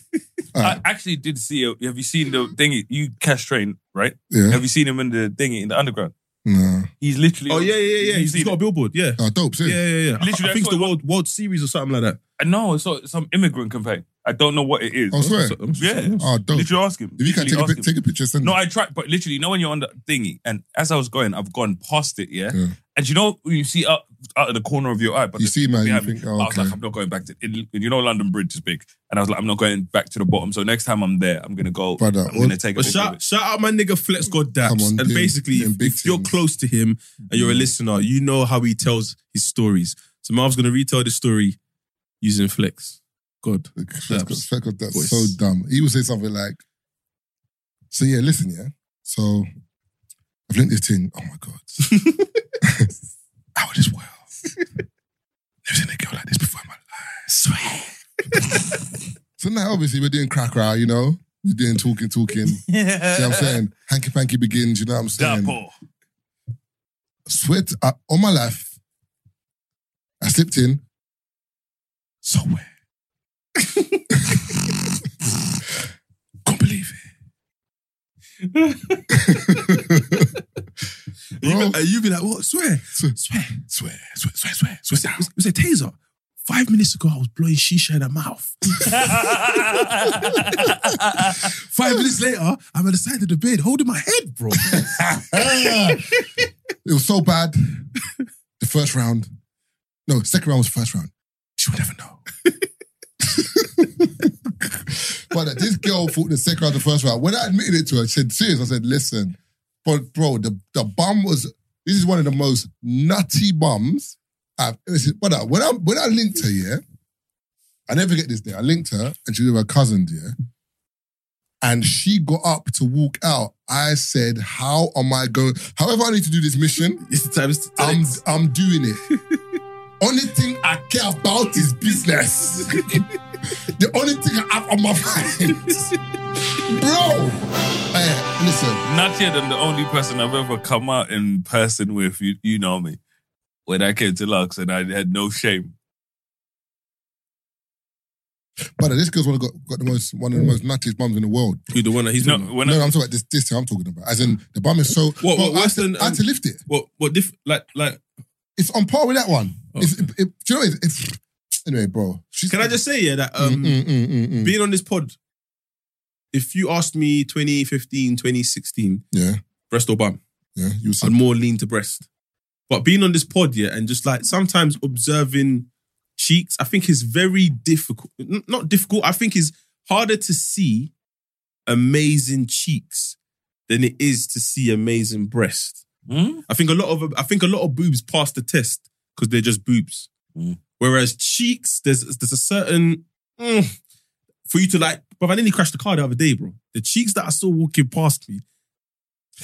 [SPEAKER 6] All
[SPEAKER 5] I
[SPEAKER 6] right,
[SPEAKER 5] actually did see. a- Have you seen the thingy? You cash train, right?
[SPEAKER 6] yeah.
[SPEAKER 5] Have you seen him in the thingy in the underground?
[SPEAKER 6] Nah.
[SPEAKER 5] He's literally.
[SPEAKER 4] Oh yeah, yeah, yeah.
[SPEAKER 5] You
[SPEAKER 4] He's
[SPEAKER 5] seen
[SPEAKER 4] got a
[SPEAKER 5] it?
[SPEAKER 4] billboard. Yeah,
[SPEAKER 6] Oh, dope.
[SPEAKER 4] yeah,
[SPEAKER 6] Sick.
[SPEAKER 4] yeah, yeah. I-
[SPEAKER 5] Literally,
[SPEAKER 4] I,
[SPEAKER 5] I
[SPEAKER 4] think it's
[SPEAKER 5] saw
[SPEAKER 4] the
[SPEAKER 5] it.
[SPEAKER 4] World World Series or something like that.
[SPEAKER 5] No, it's not- some immigrant campaign. I don't know what it is.
[SPEAKER 6] Oh, swear.
[SPEAKER 4] So-
[SPEAKER 5] Yeah.
[SPEAKER 6] Oh, dope.
[SPEAKER 5] Literally ask him.
[SPEAKER 6] If you can
[SPEAKER 5] Literally
[SPEAKER 6] take a,
[SPEAKER 5] ask
[SPEAKER 6] pic-
[SPEAKER 5] him.
[SPEAKER 6] take a picture, send
[SPEAKER 5] No,
[SPEAKER 6] it.
[SPEAKER 5] I tried, but literally, you know when you're on the thingy, and as I was going, I've gone past it, yeah.
[SPEAKER 6] Yeah.
[SPEAKER 5] And you know you see out out of the corner of your eye, but
[SPEAKER 6] You
[SPEAKER 5] the-
[SPEAKER 6] see, man, you
[SPEAKER 5] behind me,
[SPEAKER 6] think, oh,
[SPEAKER 5] I was
[SPEAKER 6] okay.
[SPEAKER 5] like, I'm not going back to. It, you know, London Bridge is big, and I was like, I'm not going back to the bottom. So next time I'm there, I'm gonna go.
[SPEAKER 6] Brother,
[SPEAKER 5] I'm gonna
[SPEAKER 6] all-
[SPEAKER 5] take a
[SPEAKER 4] But
[SPEAKER 5] picture of
[SPEAKER 4] shout,
[SPEAKER 5] it.
[SPEAKER 4] shout out my nigga Flex God
[SPEAKER 6] Come
[SPEAKER 4] Daps.
[SPEAKER 6] on,
[SPEAKER 4] and
[SPEAKER 6] dude.
[SPEAKER 4] basically,
[SPEAKER 6] Doing
[SPEAKER 4] if,
[SPEAKER 6] big
[SPEAKER 4] if you're
[SPEAKER 6] things. Mm.
[SPEAKER 4] close to him and you're a listener, you know how he tells his stories. So Marv's going to retell the story using Flex. God.
[SPEAKER 6] That's, that's
[SPEAKER 4] Voice.
[SPEAKER 6] so dumb. He would say something like, "So yeah, listen, yeah. So I've linked this thing. Oh my god, out of this world. Never seen a girl like this before in my life. Swear." so now, obviously, we're doing crack row, you know. We're doing talking, talking. you know what I'm saying? Hanky panky begins. You know what I'm saying?
[SPEAKER 5] Double.
[SPEAKER 6] swear to, uh, on my life, I slipped in somewhere. Can't believe it. Bro,
[SPEAKER 4] And you be like, what? Swear.
[SPEAKER 6] Swear.
[SPEAKER 4] Swear.
[SPEAKER 6] swear, swear, swear, swear, swear down.
[SPEAKER 4] It was a taser. Five minutes ago, I was blowing shisha in her mouth. Five minutes later, I'm at the side of the bed holding my head, bro.
[SPEAKER 6] it was so bad. The first round, no, second round was first round. She would never know. but this girl thought the second round, the first round. When I admitted it to her, she said, "Serious." I said, "Listen, but bro, the the bum was. This is one of the most nutty bums." I've, listen, but I- when I when I linked her, yeah, I never get this day. I linked her, and she was with her cousin, yeah and she got up to walk out. I said, "How am I going? However, I need to do this mission.
[SPEAKER 4] It's times
[SPEAKER 6] I'm I'm doing it. only thing I care about is business. the only thing I have on my mind, bro. Hey, listen,
[SPEAKER 5] Nuttier than the only person I've ever come out in person with. You, you know me. When I came to Lux, and I had no shame.
[SPEAKER 6] brother, this girl's one of got, got the most one of the most nuttiest bums in the world.
[SPEAKER 4] Who, the one that he's
[SPEAKER 5] No,
[SPEAKER 4] not.
[SPEAKER 5] when
[SPEAKER 6] no,
[SPEAKER 5] I,
[SPEAKER 6] no, I'm talking about this. This thing I'm talking about. As in, the bum is so.
[SPEAKER 4] What- what-
[SPEAKER 6] I, had
[SPEAKER 4] worse
[SPEAKER 6] to,
[SPEAKER 4] than,
[SPEAKER 6] I had to
[SPEAKER 4] um,
[SPEAKER 6] lift it.
[SPEAKER 4] What, what, diff- like, like,
[SPEAKER 6] It's on par with that one. It's,
[SPEAKER 4] Okay.
[SPEAKER 6] it, it, do you know? It, it's anyway, bro. She's,
[SPEAKER 4] can I just say, yeah, that, um,
[SPEAKER 6] Mm, mm, mm, mm, mm.
[SPEAKER 4] being on this pod, if you asked me 2015, 2016,
[SPEAKER 6] yeah,
[SPEAKER 4] breast or bum,
[SPEAKER 6] yeah. You said
[SPEAKER 4] I'd more lean to breast. But being on this pod, yeah, and just like sometimes observing cheeks, I think is very difficult. N- Not difficult, I think is harder to see amazing cheeks than it is to see amazing breast.
[SPEAKER 5] Hmm?
[SPEAKER 4] I think a lot of I think a lot of boobs pass the test because they're just boobs.
[SPEAKER 5] Mm.
[SPEAKER 4] Whereas cheeks, there's there's a certain mm, for you to like. But I nearly crashed the car the other day, bro. The cheeks that I saw walking past me.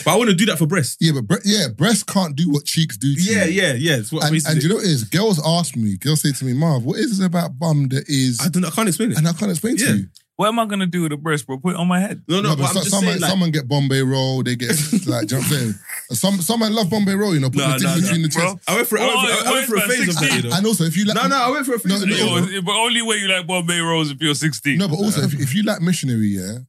[SPEAKER 4] But I want to do that for breast.
[SPEAKER 6] Yeah, but bre- yeah, breasts can't do what cheeks do. To
[SPEAKER 4] Yeah,
[SPEAKER 6] you.
[SPEAKER 4] yeah, yeah. It's what
[SPEAKER 6] And,
[SPEAKER 4] racism
[SPEAKER 6] and
[SPEAKER 4] is.
[SPEAKER 6] you know what it is? Girls ask me, girls say to me, Marv, what is it about bum that is?
[SPEAKER 4] I don't. I can't explain it.
[SPEAKER 6] and I can't explain
[SPEAKER 4] Yeah.
[SPEAKER 6] to you.
[SPEAKER 5] What am I gonna do with a breast, bro? Put it on my head.
[SPEAKER 4] No, no.
[SPEAKER 6] No,
[SPEAKER 4] but I'm
[SPEAKER 6] so-
[SPEAKER 4] just
[SPEAKER 6] some
[SPEAKER 4] saying,
[SPEAKER 6] man-
[SPEAKER 4] like,
[SPEAKER 6] some man get Bombay roll, they get like, do you know what I'm saying? Some some man love Bombay roll, you know, put
[SPEAKER 4] Nah,
[SPEAKER 6] the thing
[SPEAKER 4] nah,
[SPEAKER 6] between
[SPEAKER 4] nah,
[SPEAKER 6] the chest.
[SPEAKER 4] I went for I went
[SPEAKER 5] Oh,
[SPEAKER 4] for, I went
[SPEAKER 5] where's
[SPEAKER 4] for a
[SPEAKER 5] my
[SPEAKER 4] phase of that.
[SPEAKER 5] 16?
[SPEAKER 4] You know?
[SPEAKER 6] And also, if you like,
[SPEAKER 4] No, no. I went for a phase.
[SPEAKER 6] No,
[SPEAKER 4] of
[SPEAKER 6] no,
[SPEAKER 4] that, you know?
[SPEAKER 6] no.
[SPEAKER 5] Yo, but only way you like Bombay rolls if you're 16.
[SPEAKER 6] no, but also if, if you like missionary, yeah,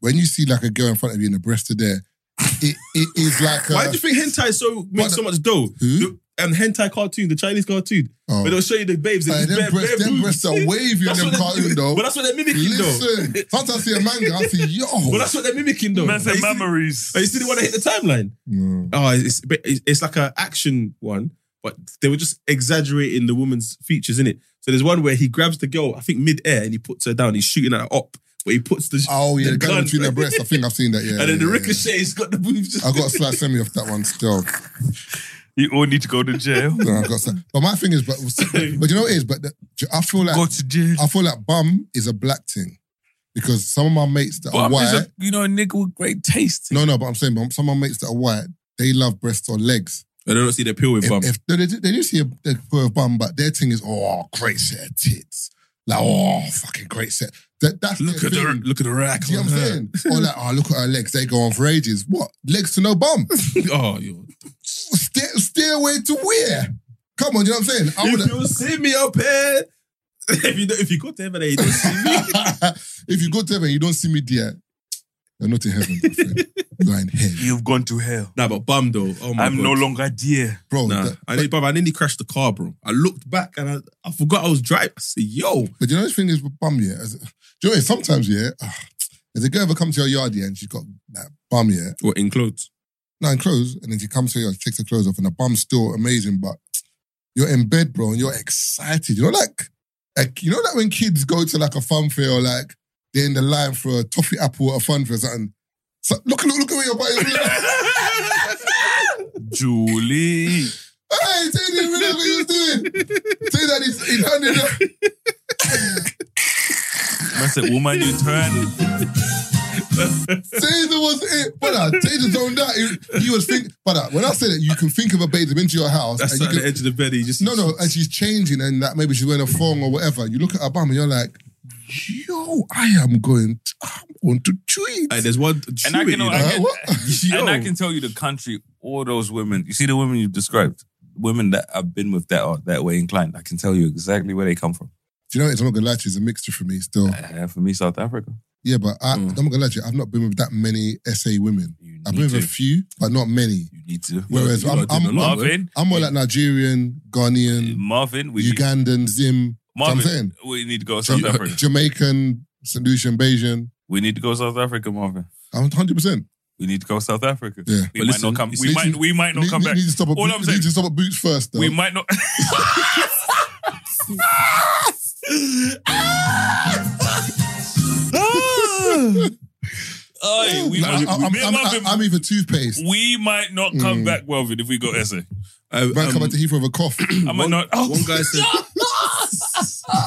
[SPEAKER 6] when you see like a girl in front of you and the breast are there, it, it is like a,
[SPEAKER 4] Why do you think hentai is so
[SPEAKER 6] What
[SPEAKER 4] makes so much dough?
[SPEAKER 6] Who?
[SPEAKER 4] The- um, hentai cartoon, the Chinese cartoon.
[SPEAKER 6] Oh.
[SPEAKER 4] But they'll show you the babes.
[SPEAKER 6] Hey,
[SPEAKER 4] and
[SPEAKER 6] them
[SPEAKER 4] bare,
[SPEAKER 6] breasts-
[SPEAKER 4] bare
[SPEAKER 6] them
[SPEAKER 4] boobs.
[SPEAKER 6] breasts are wavy in
[SPEAKER 4] That's
[SPEAKER 6] them
[SPEAKER 4] what they-
[SPEAKER 6] cartoon, though.
[SPEAKER 4] But that's what they're mimicking, though.
[SPEAKER 6] Listen, sometimes I see a manga, I see yo.
[SPEAKER 4] But that's what they're mimicking, though.
[SPEAKER 5] Man
[SPEAKER 4] Like,
[SPEAKER 5] said
[SPEAKER 4] you see-
[SPEAKER 5] memories.
[SPEAKER 4] like, Oh, you see the one that hit the timeline?
[SPEAKER 6] No.
[SPEAKER 4] Oh, it's, it's- it's, it's like an action one, but they were just exaggerating the woman's features in it. So there's one where he grabs the girl, I think mid-air, and he puts her down. He's shooting at her up, but he puts the...
[SPEAKER 6] Oh yeah, the, guy
[SPEAKER 4] gun-
[SPEAKER 6] between their breasts. I think I've seen that. Yeah,
[SPEAKER 4] and then
[SPEAKER 6] yeah,
[SPEAKER 4] the
[SPEAKER 6] yeah, yeah.
[SPEAKER 4] ricochet's got the boobs.
[SPEAKER 6] I got a slight semi off that one still.
[SPEAKER 5] You all need to go to jail.
[SPEAKER 6] No, I got some- But my thing is, but, but you know what it is? But the, I feel like
[SPEAKER 5] go to jail.
[SPEAKER 6] I feel like bum is a black thing because some of my mates that are
[SPEAKER 5] Bum
[SPEAKER 6] white.
[SPEAKER 5] is a- you know, a nigga with great taste.
[SPEAKER 6] no, no, but I'm saying, but some of my mates that are white, they love breasts or legs.
[SPEAKER 4] I don't see the appeal with
[SPEAKER 6] If,
[SPEAKER 4] bum.
[SPEAKER 6] if they, they, do- they do see a, a girl with bum, but their thing is, oh, great set of tits, like oh, fucking great set. That that's
[SPEAKER 4] look
[SPEAKER 6] their
[SPEAKER 4] at the
[SPEAKER 6] thing.
[SPEAKER 4] look at the rack.
[SPEAKER 6] Do you know
[SPEAKER 4] on
[SPEAKER 6] what I'm
[SPEAKER 4] her.
[SPEAKER 6] saying? Or like, oh, look at her legs. They go on for ages. What? Legs to no bum.
[SPEAKER 4] Oh, you.
[SPEAKER 6] Steer, stairway to where? Come on, you know what I'm saying? I
[SPEAKER 4] If
[SPEAKER 6] would.
[SPEAKER 4] you see me up here, if you don't, if you go to heaven and you don't see me,
[SPEAKER 6] if you go to heaven, you don't see me there. You're not in heaven, my friend. You're in hell,
[SPEAKER 5] You've gone to hell.
[SPEAKER 4] nah, but bum though. Oh my
[SPEAKER 5] I'm
[SPEAKER 4] God.
[SPEAKER 5] no longer dear.
[SPEAKER 6] bro.
[SPEAKER 4] Nah,
[SPEAKER 6] Oh, that-
[SPEAKER 4] I nearly, bro, I nearly crashed the car, bro. I looked back and I, I forgot I was driving. I said, "Yo,
[SPEAKER 6] But you know the thing is with bum, yeah. As, do you know what, sometimes, yeah, ah, if a girl ever comes to your yard, yeah, and she's got that bum, yeah,
[SPEAKER 4] what in clothes?
[SPEAKER 6] no, in clothes, and then she comes to your yard, takes her clothes off, and the bum's still amazing, but you're in bed, bro, and you're excited. You know, like, like you know that when kids go to like a fun fair or like they're in the line for a toffee apple or a fun fair or something. So, look, look, look at where your body
[SPEAKER 5] Julie.
[SPEAKER 6] Hey, tell him really what you're doing. Tell that he's, he's handed up.
[SPEAKER 5] I said, woman, you turn.
[SPEAKER 6] Taser was it. But uh, Taser zoned out. He, he was think. But uh, when I said it, you can think of a babe that's been to your house.
[SPEAKER 4] That's
[SPEAKER 6] and you
[SPEAKER 4] at the
[SPEAKER 6] can,
[SPEAKER 4] edge of the bed. He just
[SPEAKER 6] no, no, and she's changing and that maybe she's wearing a thong or whatever. You look at her bum and you're like, yo, I am going to, I'm going to tweet.
[SPEAKER 4] Hey, there's one.
[SPEAKER 5] And I can, I
[SPEAKER 6] Uh,
[SPEAKER 5] can,
[SPEAKER 6] what?
[SPEAKER 4] Yo.
[SPEAKER 5] and I can tell you the country, all those women. You see the women you described, women that I've been with that are that way inclined. I can tell you exactly where they come from.
[SPEAKER 6] Do you know what? it is? I'm not going to lie to you. It's a mixture for me still.
[SPEAKER 5] Uh, for me, South Africa.
[SPEAKER 6] Yeah, but I, I'm
[SPEAKER 4] Mm.
[SPEAKER 6] not going to lie to you. I've not been with that many SA women.
[SPEAKER 5] You
[SPEAKER 6] I've
[SPEAKER 5] need
[SPEAKER 6] been with
[SPEAKER 5] to.
[SPEAKER 6] a few, but not many.
[SPEAKER 5] you need to.
[SPEAKER 6] Whereas
[SPEAKER 4] You lot
[SPEAKER 6] I'm,
[SPEAKER 4] did a
[SPEAKER 6] I'm,
[SPEAKER 4] lot,
[SPEAKER 6] I'm,
[SPEAKER 5] Marvin,
[SPEAKER 6] I'm more like Nigerian, Ghanaian,
[SPEAKER 5] Marvin, we need,
[SPEAKER 6] Ugandan, Zim.
[SPEAKER 5] Marvin,
[SPEAKER 6] what I'm saying.
[SPEAKER 5] we need to go South
[SPEAKER 6] Ju-
[SPEAKER 5] Africa.
[SPEAKER 6] Jamaican, St. Lucian, Bayesian.
[SPEAKER 5] We need to go South Africa, Marvin.
[SPEAKER 6] I'm 100%.
[SPEAKER 5] We need to go South Africa.
[SPEAKER 6] Yeah.
[SPEAKER 5] We
[SPEAKER 4] But
[SPEAKER 5] might
[SPEAKER 4] listen,
[SPEAKER 5] not come. We
[SPEAKER 6] listen-
[SPEAKER 5] might. We might not
[SPEAKER 6] need,
[SPEAKER 5] come
[SPEAKER 6] need-
[SPEAKER 5] back.
[SPEAKER 6] Need to stop at
[SPEAKER 5] All
[SPEAKER 6] boot-
[SPEAKER 5] I'm saying-
[SPEAKER 6] need to stop at boots first, though.
[SPEAKER 5] We might not.
[SPEAKER 6] Ah!
[SPEAKER 5] Aye, we
[SPEAKER 6] Nah,
[SPEAKER 5] might-
[SPEAKER 6] I'm,
[SPEAKER 5] me and
[SPEAKER 6] I'm- I'm-
[SPEAKER 5] Marvin-
[SPEAKER 6] I'm even toothpaste.
[SPEAKER 5] we might not come
[SPEAKER 6] Mm.
[SPEAKER 5] back, Marvin, if we go SA.
[SPEAKER 4] I,
[SPEAKER 6] Man, come
[SPEAKER 4] um,
[SPEAKER 6] back to Heathrow with a cough.
[SPEAKER 5] I might not. Oh,
[SPEAKER 4] One guy said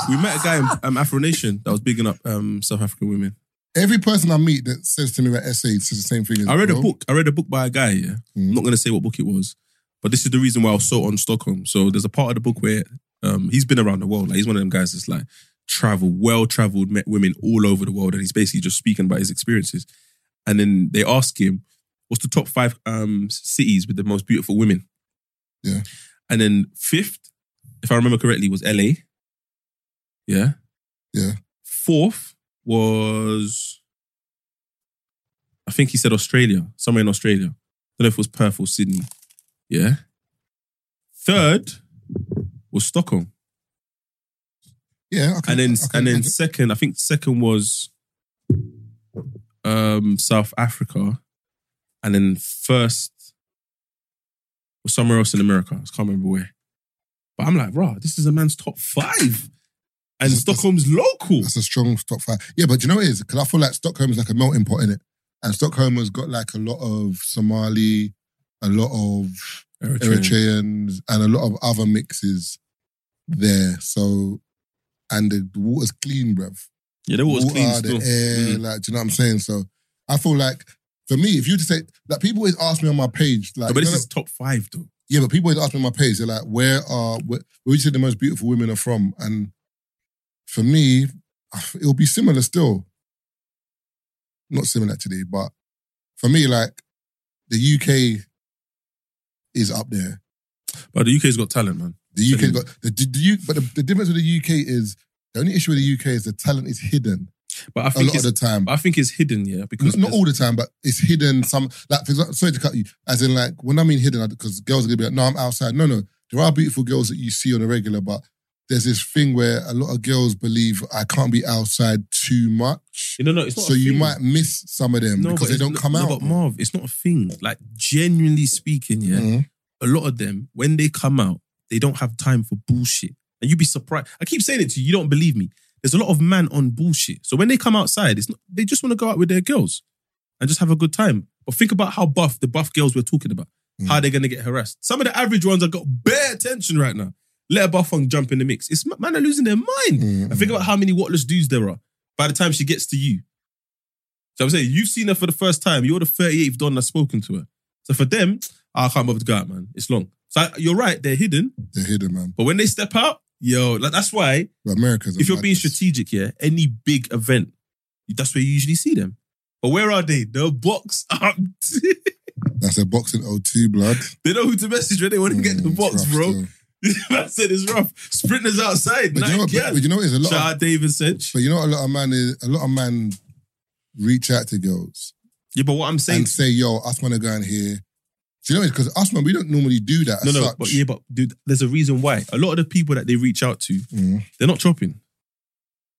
[SPEAKER 4] we met a guy in um, Afro Nation that was bigging up um, South African women.
[SPEAKER 6] Every person I meet that says to me about SA says the same thing. As
[SPEAKER 4] I read a
[SPEAKER 6] bro.
[SPEAKER 4] book. I read a book by a guy. Yeah,
[SPEAKER 6] Mm.
[SPEAKER 4] I'm not going to say what book it was, but this is the reason why I was so on Stockholm. So there's a part of the book where um, he's been around the world. Like he's one of them guys that's like traveled, well traveled, met women all over the world, and he's basically just speaking about his experiences. And then they ask him, "What's the top five um, cities with the most beautiful women?"
[SPEAKER 6] Yeah.
[SPEAKER 4] and then fifth, if I remember correctly, was LA. Yeah,
[SPEAKER 6] Yeah.
[SPEAKER 4] Fourth was. I think he said Australia, somewhere in Australia. don't know if it was Perth or Sydney. Yeah. Third was Stockholm.
[SPEAKER 6] Yeah, I can,
[SPEAKER 4] And then
[SPEAKER 6] I can-
[SPEAKER 4] and
[SPEAKER 6] I
[SPEAKER 4] then
[SPEAKER 6] can-
[SPEAKER 4] second, I think second was um South Africa. And then first was somewhere else in America. I can't remember where. But I'm like, rah, this is a man's top five. And
[SPEAKER 6] That's-
[SPEAKER 4] Stockholm's local.
[SPEAKER 6] that's a strong top five. Yeah, but you know what it is? Because I feel like Stockholm is like a melting pot in it, and Stockholm has got like a lot of Somali, a lot of Eritreans and a lot of other mixes there. So, and the water's clean, bruv.
[SPEAKER 4] Yeah, they was
[SPEAKER 6] Water,
[SPEAKER 4] clean
[SPEAKER 6] the
[SPEAKER 4] still.
[SPEAKER 6] air,
[SPEAKER 4] Mm.
[SPEAKER 6] like, do you know what I'm saying? So, I feel like for me, if you just say, like, people always ask me on my page, like,
[SPEAKER 4] No, but
[SPEAKER 6] you
[SPEAKER 4] this
[SPEAKER 6] know
[SPEAKER 4] is top five though.
[SPEAKER 6] yeah, but people always ask me on my page, they're like, where are, where, where would you say the most beautiful women are from? And for me, it'll be similar still. Not similar today, but for me, like, the UK is up there.
[SPEAKER 4] But the UK's got talent, man.
[SPEAKER 6] The UK
[SPEAKER 4] Brilliant.
[SPEAKER 6] got the, the, the U, but the, the difference with the UK is the only issue with the UK is the talent is hidden
[SPEAKER 4] But I
[SPEAKER 6] a
[SPEAKER 4] think
[SPEAKER 6] lot of
[SPEAKER 4] it's
[SPEAKER 6] the time.
[SPEAKER 4] But I think it's hidden, yeah, because
[SPEAKER 6] Not, not all the time, but it's hidden. Some like for example, sorry to cut you. As in, like when I mean hidden, because girls are gonna be like, "No, I'm outside." No, no, there are beautiful girls that you see on a regular, but there's this thing where a lot of girls believe I can't be outside too much,
[SPEAKER 4] you know, no, it's not
[SPEAKER 6] so
[SPEAKER 4] a
[SPEAKER 6] you
[SPEAKER 4] thing.
[SPEAKER 6] might miss some of them
[SPEAKER 4] but
[SPEAKER 6] because they
[SPEAKER 4] it's
[SPEAKER 6] don't
[SPEAKER 4] not-
[SPEAKER 6] come
[SPEAKER 4] no,
[SPEAKER 6] out.
[SPEAKER 4] But Marv, it's not a thing. Like genuinely speaking, yeah,
[SPEAKER 6] Mhm.
[SPEAKER 4] a lot of them when they come out, they don't have time for bullshit, and you'd be surprised. I keep saying it to you, you don't believe me. There's a lot of man on bullshit. So when they come outside, it's not, they just want to go out with their girls and just have a good time. But think about how buff the buff girls we're talking about. How they're gonna get harassed? Some of the average ones have got bare attention right now. Let a Buffon jump in the mix. It's man are losing their mind.
[SPEAKER 6] Mm,
[SPEAKER 4] And think about how many whatless dudes there are by the time she gets to you. So I'm saying you've seen her for the first time. You're the 38th Don that's spoken to her. So for them, I can't bother to go out, man. It's long. So I- you're right, they're hidden.
[SPEAKER 6] They're hidden, man.
[SPEAKER 4] But when they step out, yo, like that's why
[SPEAKER 6] But America's. a
[SPEAKER 4] if you're being
[SPEAKER 6] madness.
[SPEAKER 4] strategic, yeah, any big event, that's where you usually see them. But where are they? The box up.
[SPEAKER 6] That's a boxing O2 blood.
[SPEAKER 4] they know who to message when they want to get the
[SPEAKER 6] Mm,
[SPEAKER 4] box,
[SPEAKER 6] rough
[SPEAKER 4] bro.
[SPEAKER 6] still.
[SPEAKER 4] I said it's rough. Sprinters outside.
[SPEAKER 6] But you, know
[SPEAKER 4] Nike
[SPEAKER 6] what, but, but you know what? Is a
[SPEAKER 4] out.
[SPEAKER 6] lot.
[SPEAKER 4] Shout
[SPEAKER 6] Of,
[SPEAKER 4] out David Sedge.
[SPEAKER 6] but you know what a lot of man is. A lot of man reach out to girls
[SPEAKER 4] Yeah, but what I'm saying,
[SPEAKER 6] and say, "Yo, us man are going here." Do you know Because us man, we don't normally do that.
[SPEAKER 4] no,
[SPEAKER 6] as
[SPEAKER 4] no,
[SPEAKER 6] such.
[SPEAKER 4] but yeah, but dude, there's a reason why. A lot of the people that they reach out to,
[SPEAKER 6] Mm,
[SPEAKER 4] they're not chopping.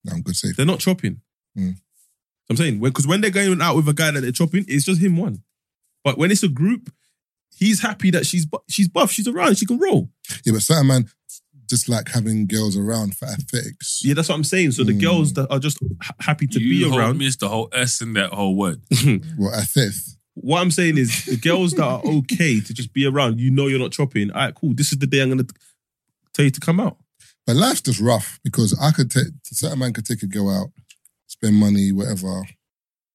[SPEAKER 6] no, I'm good. Safe.
[SPEAKER 4] They're not chopping.
[SPEAKER 6] Mm.
[SPEAKER 4] I'm saying when because when they're going out with a guy that they're chopping, it's just him one. But when it's a group, he's happy that she's bu- she's buff, she's around, she can roll.
[SPEAKER 6] Yeah, but certain man just like having girls around for aesthetics.
[SPEAKER 4] Yeah, that's what I'm saying. So the
[SPEAKER 6] Mm.
[SPEAKER 4] girls that are just ha- happy to
[SPEAKER 5] you
[SPEAKER 4] be
[SPEAKER 5] whole-
[SPEAKER 4] around.
[SPEAKER 5] missed the whole S in that whole word.
[SPEAKER 6] Well, aesthetics.
[SPEAKER 4] What I'm saying is the girls that are okay to just be around. You know, you're not chopping. All right, cool. This is the day I'm gonna t- tell you to come out.
[SPEAKER 6] But life's just rough because I could take certain man could take a girl out, spend money, whatever.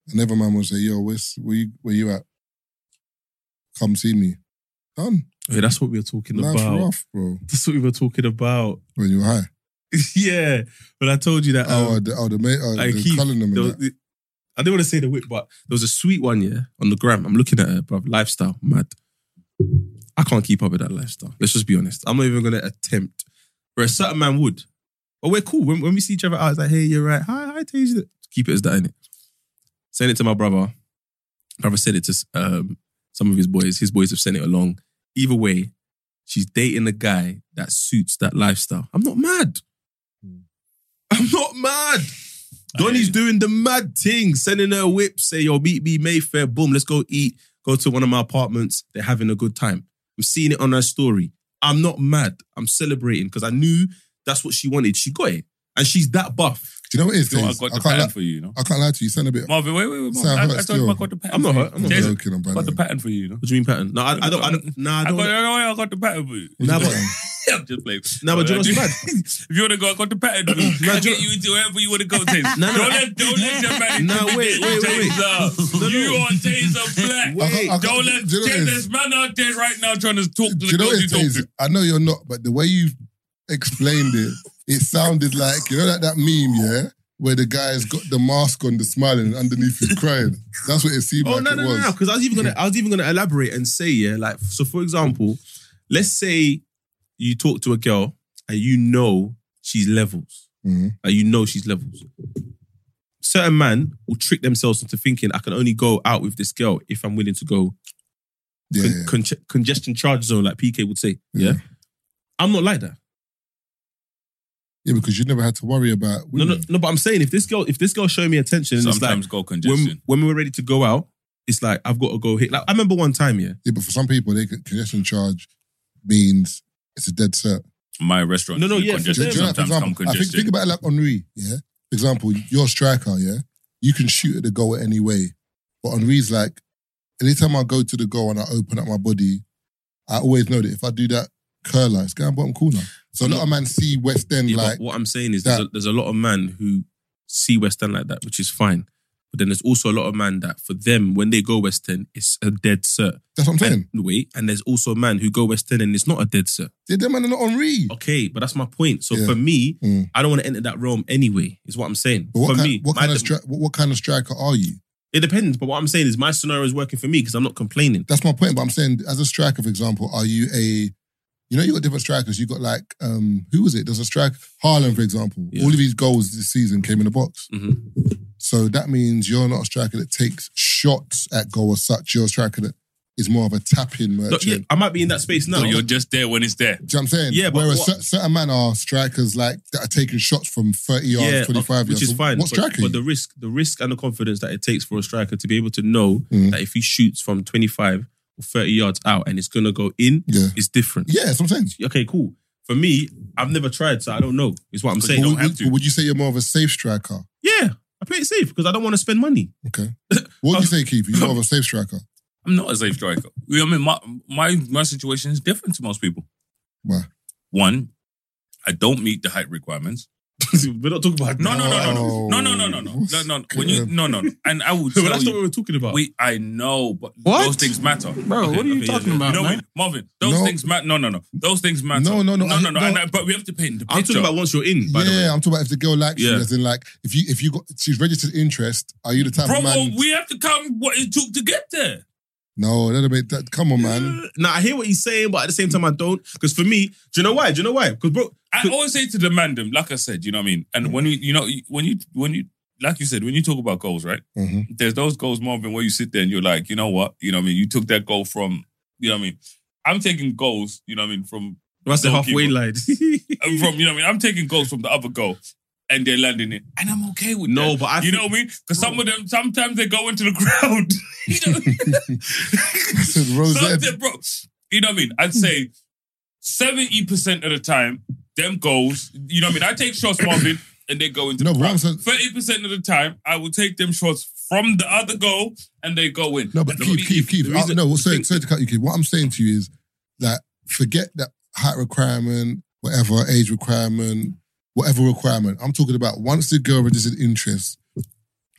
[SPEAKER 6] And every man would say, "Yo, where's where you where you at? Come see me." Done.
[SPEAKER 4] Yeah, that's what we were talking
[SPEAKER 6] Life's
[SPEAKER 4] about.
[SPEAKER 6] rough, bro.
[SPEAKER 4] That's what we were talking about.
[SPEAKER 6] When you're high.
[SPEAKER 4] yeah, but I told you that. um,
[SPEAKER 6] oh, the, oh, the mate, oh,
[SPEAKER 4] like
[SPEAKER 6] the
[SPEAKER 4] Keith,
[SPEAKER 6] Cullen them and
[SPEAKER 4] there was-
[SPEAKER 6] that.
[SPEAKER 4] I didn't want to say the whip, but there was a sweet one, yeah, on the gram. I'm looking at her, bro. Lifestyle, mad. I can't keep up with that lifestyle. Let's just be honest. I'm not even gonna attempt. Where a certain man would. But we're cool. When, when we see each other out, it's like, hey, you're right. Hi, hi, Tasia. Keep it as that, innit? Send it to my brother. Brother said it to um, some of his boys. His boys have sent it along. Either way, she's dating a guy that suits that lifestyle. I'm not mad.
[SPEAKER 6] Hmm.
[SPEAKER 4] I'm not mad. Donny's doing the mad thing, sending her a whip, say, yo, meet me, Mayfair, boom, let's go eat, go to one of my apartments. They're having a good time. I'm seeing it on her story. I'm not mad. I'm celebrating because I knew that's what she wanted. She got it. And she's that buff.
[SPEAKER 6] Do you know what it is?
[SPEAKER 5] So I
[SPEAKER 6] Taze?
[SPEAKER 5] got
[SPEAKER 6] I
[SPEAKER 5] the
[SPEAKER 6] can't
[SPEAKER 5] pattern
[SPEAKER 6] lie,
[SPEAKER 5] for you, you know.
[SPEAKER 6] I can't lie to you. You sound a bit.
[SPEAKER 5] Marvin, wait, wait, wait. Marvin.
[SPEAKER 6] Sound
[SPEAKER 5] I, I
[SPEAKER 6] hurt
[SPEAKER 5] told you
[SPEAKER 6] still.
[SPEAKER 5] I got the pattern.
[SPEAKER 4] I'm not
[SPEAKER 5] for you.
[SPEAKER 4] hurt. I'm not
[SPEAKER 6] I'm
[SPEAKER 5] Jason,
[SPEAKER 4] hurt.
[SPEAKER 6] joking, I'm
[SPEAKER 5] I got the
[SPEAKER 6] bad.
[SPEAKER 5] pattern for you, you know.
[SPEAKER 4] What do you mean pattern? No, I, I don't. I don't. Nah, I
[SPEAKER 5] I
[SPEAKER 4] don't.
[SPEAKER 5] got, no, no, I got the pattern for you.
[SPEAKER 4] Nah, but,
[SPEAKER 5] I'm just playing.
[SPEAKER 4] nah, but do you know what's mad?
[SPEAKER 5] If you want to go, I got the pattern. for you. I'll get you into wherever you want to go, Taser.
[SPEAKER 4] No, no.
[SPEAKER 5] Don't let, don't let your man
[SPEAKER 4] No,
[SPEAKER 5] intimidate
[SPEAKER 4] wait,
[SPEAKER 5] you,
[SPEAKER 4] wait, wait, wait.
[SPEAKER 5] Taser.
[SPEAKER 4] No, no.
[SPEAKER 5] You are Taser Black.
[SPEAKER 6] I got- I got-
[SPEAKER 5] Don't let
[SPEAKER 6] do you know what it is?
[SPEAKER 5] Taser, there's man out there right now trying to talk to
[SPEAKER 6] Do you
[SPEAKER 5] the
[SPEAKER 6] know
[SPEAKER 5] girls
[SPEAKER 6] what
[SPEAKER 5] you
[SPEAKER 6] it
[SPEAKER 5] talk
[SPEAKER 6] is?
[SPEAKER 5] to.
[SPEAKER 6] I know you're not, but the way you explained it, it sounded like you know that that meme, yeah, where the guy's got the mask on, the smiling, and underneath he's crying. That's what it seemed
[SPEAKER 4] Oh
[SPEAKER 6] like
[SPEAKER 4] no,
[SPEAKER 6] it
[SPEAKER 4] no, no,
[SPEAKER 6] was.
[SPEAKER 4] no, because I was even gonna, I was even gonna elaborate and say, yeah, like so. For example, let's say you talk to a girl and you know she's levels,
[SPEAKER 6] Mhm.
[SPEAKER 4] like you know she's levels. Certain man will trick themselves into thinking I can only go out with this girl if I'm willing to go
[SPEAKER 6] Yeah,
[SPEAKER 4] con-
[SPEAKER 6] yeah.
[SPEAKER 4] conge- congestion charge zone, like PK would say. Yeah, I'm not like that.
[SPEAKER 6] yeah, because you never had to worry about.
[SPEAKER 4] No, no,
[SPEAKER 6] women.
[SPEAKER 4] no. But I'm saying if this girl, if this girl showing me attention, and it's like
[SPEAKER 5] Sometimes go
[SPEAKER 4] when,
[SPEAKER 5] congestion.
[SPEAKER 4] when we were ready to go out, it's like I've got to go hit. Like I remember one time, yeah.
[SPEAKER 6] Yeah, but for some people, they congestion charge means it's a dead set.
[SPEAKER 5] My restaurant.
[SPEAKER 4] No, no, yeah, for
[SPEAKER 6] Do you
[SPEAKER 4] them.
[SPEAKER 6] do you know, for example, I think, think about it like Henri, yeah? For example, you're a striker, yeah? You can shoot at the goal any way. But Henri's like, anytime I go to the goal and I open up my body, I always know that if I do that curler, it's going bottom corner. So a lot of men see West End
[SPEAKER 4] Yeah,
[SPEAKER 6] like,
[SPEAKER 4] but what I'm saying is there's a,
[SPEAKER 6] that-
[SPEAKER 4] there's a lot of men who see West End like that, which is fine. But then there's also a lot of men that for them, when they go West End, it's a dead cert.
[SPEAKER 6] that's what I'm saying.
[SPEAKER 4] And wait, and there's also men who go West End and it's not a dead cert.
[SPEAKER 6] Yeah, them men are not Henri.
[SPEAKER 4] Okay, but that's my point. So
[SPEAKER 6] Yeah.
[SPEAKER 4] for me,
[SPEAKER 6] Mm.
[SPEAKER 4] I don't want to enter that realm anyway, is what I'm saying.
[SPEAKER 6] But what,
[SPEAKER 4] for
[SPEAKER 6] kind,
[SPEAKER 4] me,
[SPEAKER 6] what,
[SPEAKER 4] my
[SPEAKER 6] kind of
[SPEAKER 4] de-
[SPEAKER 6] stri- what, what kind of striker are you?
[SPEAKER 4] it depends. But what I'm saying is my scenario is working for me because I'm not complaining.
[SPEAKER 6] That's my point. But I'm saying, as a striker, for example, are you a, you know, you got different strikers. You got like, um, who was it? There's a striker, Haaland, for example.
[SPEAKER 4] Yeah.
[SPEAKER 6] All of his goals this season came in the box.
[SPEAKER 4] Mhm.
[SPEAKER 6] So that means you're not a striker that takes shots at goal as such. You're a striker that is more of a tapping
[SPEAKER 4] No,
[SPEAKER 6] merchant.
[SPEAKER 4] yeah, I might be in that space now.
[SPEAKER 5] So you're just there when it's there.
[SPEAKER 6] Do you know what I'm saying?
[SPEAKER 4] Yeah, but
[SPEAKER 6] Whereas
[SPEAKER 4] what-
[SPEAKER 6] cer- certain man are strikers like that are taking shots from 30 yards,
[SPEAKER 4] yeah, uh,
[SPEAKER 6] 25
[SPEAKER 4] which
[SPEAKER 6] yards.
[SPEAKER 4] is
[SPEAKER 6] So
[SPEAKER 4] fine.
[SPEAKER 6] What
[SPEAKER 4] but,
[SPEAKER 6] striker?
[SPEAKER 4] but
[SPEAKER 6] you?
[SPEAKER 4] the risk, the risk and the confidence that it takes for a striker to be able to know
[SPEAKER 6] Mm.
[SPEAKER 4] that if he shoots from 25 or 30 yards out and it's gonna go in,
[SPEAKER 6] yeah.
[SPEAKER 4] is different.
[SPEAKER 6] Yeah, that's what I'm saying.
[SPEAKER 4] Okay, cool. For me, I've never tried, so I don't know. Is what I'm
[SPEAKER 5] Because you
[SPEAKER 4] saying.
[SPEAKER 6] But
[SPEAKER 5] don't
[SPEAKER 6] would,
[SPEAKER 5] have
[SPEAKER 6] would-
[SPEAKER 5] to.
[SPEAKER 6] but would you say you're more of a safe striker?
[SPEAKER 4] Yeah, I play it safe because I don't want to spend money.
[SPEAKER 6] Okay. What would you say, Keith? You're more of a safe striker.
[SPEAKER 5] I'm not a safe striker. You know what I mean? My, my, my situation is different to most people.
[SPEAKER 6] Why?
[SPEAKER 5] One, I don't meet the height requirements.
[SPEAKER 4] we're not talking about
[SPEAKER 5] No,
[SPEAKER 4] that.
[SPEAKER 5] no, no, no, no, no, no, no, no, no, no. no. When you, no, no, no. And I will
[SPEAKER 4] But
[SPEAKER 5] tell
[SPEAKER 4] that's not what
[SPEAKER 5] you,
[SPEAKER 4] we're talking about.
[SPEAKER 5] we, I know, but
[SPEAKER 7] What?
[SPEAKER 5] those things matter.
[SPEAKER 7] Bro, what are you
[SPEAKER 4] okay, yeah,
[SPEAKER 7] talking
[SPEAKER 4] yeah.
[SPEAKER 7] about,
[SPEAKER 5] You know,
[SPEAKER 7] man?
[SPEAKER 5] what, Marvin, those
[SPEAKER 6] No.
[SPEAKER 5] things matter. No, no, no. Those things matter.
[SPEAKER 6] No, no, no.
[SPEAKER 5] No,
[SPEAKER 6] I-
[SPEAKER 5] no, no.
[SPEAKER 6] no.
[SPEAKER 5] And I, but we have to paint the picture.
[SPEAKER 4] I'm talking about once you're in, by the way.
[SPEAKER 6] yeah, I'm talking about if the girl likes you,
[SPEAKER 5] Yeah.
[SPEAKER 6] as in like if you if you got she's registered interest, are you the type
[SPEAKER 5] Bro,
[SPEAKER 6] of man?
[SPEAKER 5] we have to count what it took to get there.
[SPEAKER 6] no, that'll be that. Come on, man.
[SPEAKER 4] Now Uh, I hear what he's saying, but at the same time I don't. Because for me, do you know why? Do you know why? Because bro,
[SPEAKER 5] I always say to the man, them, like I said, you know what I mean? And when you, you know, when you, when you, like you said, when you talk about goals, right?
[SPEAKER 6] hmm
[SPEAKER 5] there's those goals, Marvin, where you sit there and you're like, you know what? You know what I mean? You took that goal from, you know what I mean? I'm taking goals, you know what I mean, from
[SPEAKER 4] that's the
[SPEAKER 5] Goalkeeper.
[SPEAKER 4] halfway line.
[SPEAKER 5] uh, from, you know what I mean? I'm taking goals from the other goal and they're landing it. And I'm okay with
[SPEAKER 4] no,
[SPEAKER 5] that.
[SPEAKER 4] but I
[SPEAKER 5] you know what I mean? Because some of them, sometimes they go into the ground. you know what
[SPEAKER 6] Said Rose
[SPEAKER 5] I mean?
[SPEAKER 6] Ed.
[SPEAKER 5] Something, bro. You know what I mean? I'd say 70% of the time, them goals, you know what I mean? I take shots, Marvin, and they go into
[SPEAKER 6] No,
[SPEAKER 5] the
[SPEAKER 6] but
[SPEAKER 5] ground.
[SPEAKER 6] I'm saying-
[SPEAKER 5] 30% of the time, I will take them shots from the other goal and they go in.
[SPEAKER 6] No, but
[SPEAKER 5] And the
[SPEAKER 6] keep,
[SPEAKER 5] re-
[SPEAKER 6] keep, keep.
[SPEAKER 5] the
[SPEAKER 6] Uh,
[SPEAKER 5] reason-
[SPEAKER 6] no, well, sorry,
[SPEAKER 5] think-
[SPEAKER 6] sorry to cut you, keep. What I'm saying to you is that forget that height requirement, whatever age requirement, whatever requirement. I'm talking about once the girl registers interest.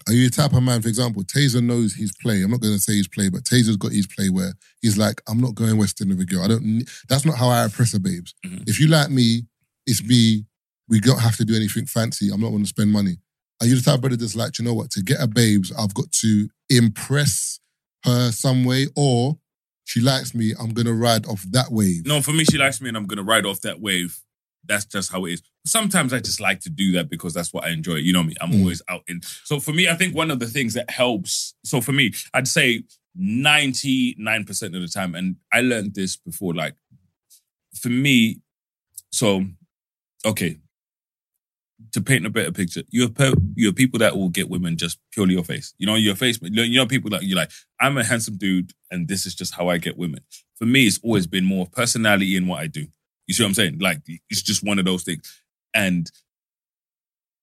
[SPEAKER 6] Are you the type of man, for example, Taser knows his play. I'm not going to say his play, but Taser's got his play where he's like, I'm not going West End with a girl. I don't. ne- That's not how I impress her, babes.
[SPEAKER 5] Mhm.
[SPEAKER 6] If you like me, it's me. We don't have to do anything fancy. I'm not going to spend money. Are you the type of brother that's like, "Do you know what? To get a babes, I've got to impress her some way, or she likes me. I'm gonna ride off that wave.
[SPEAKER 5] No, for me, she likes me and I'm going to ride off that wave. That's just how it is. Sometimes I just like to do that because that's what I enjoy. You know me, I'm
[SPEAKER 6] Mm.
[SPEAKER 5] always out in. So for me, I think one of the things that helps. So for me, I'd say 99% of the time, and I learned this before, like for me, so, okay. To paint a better picture, you're per, you're people that will get women just purely your face. You know your face, but you know people that you're like, I'm a handsome dude, and this is just how I get women for me, it's always been more personality in what I do. You see what I'm saying? Like, it's just one of those things. And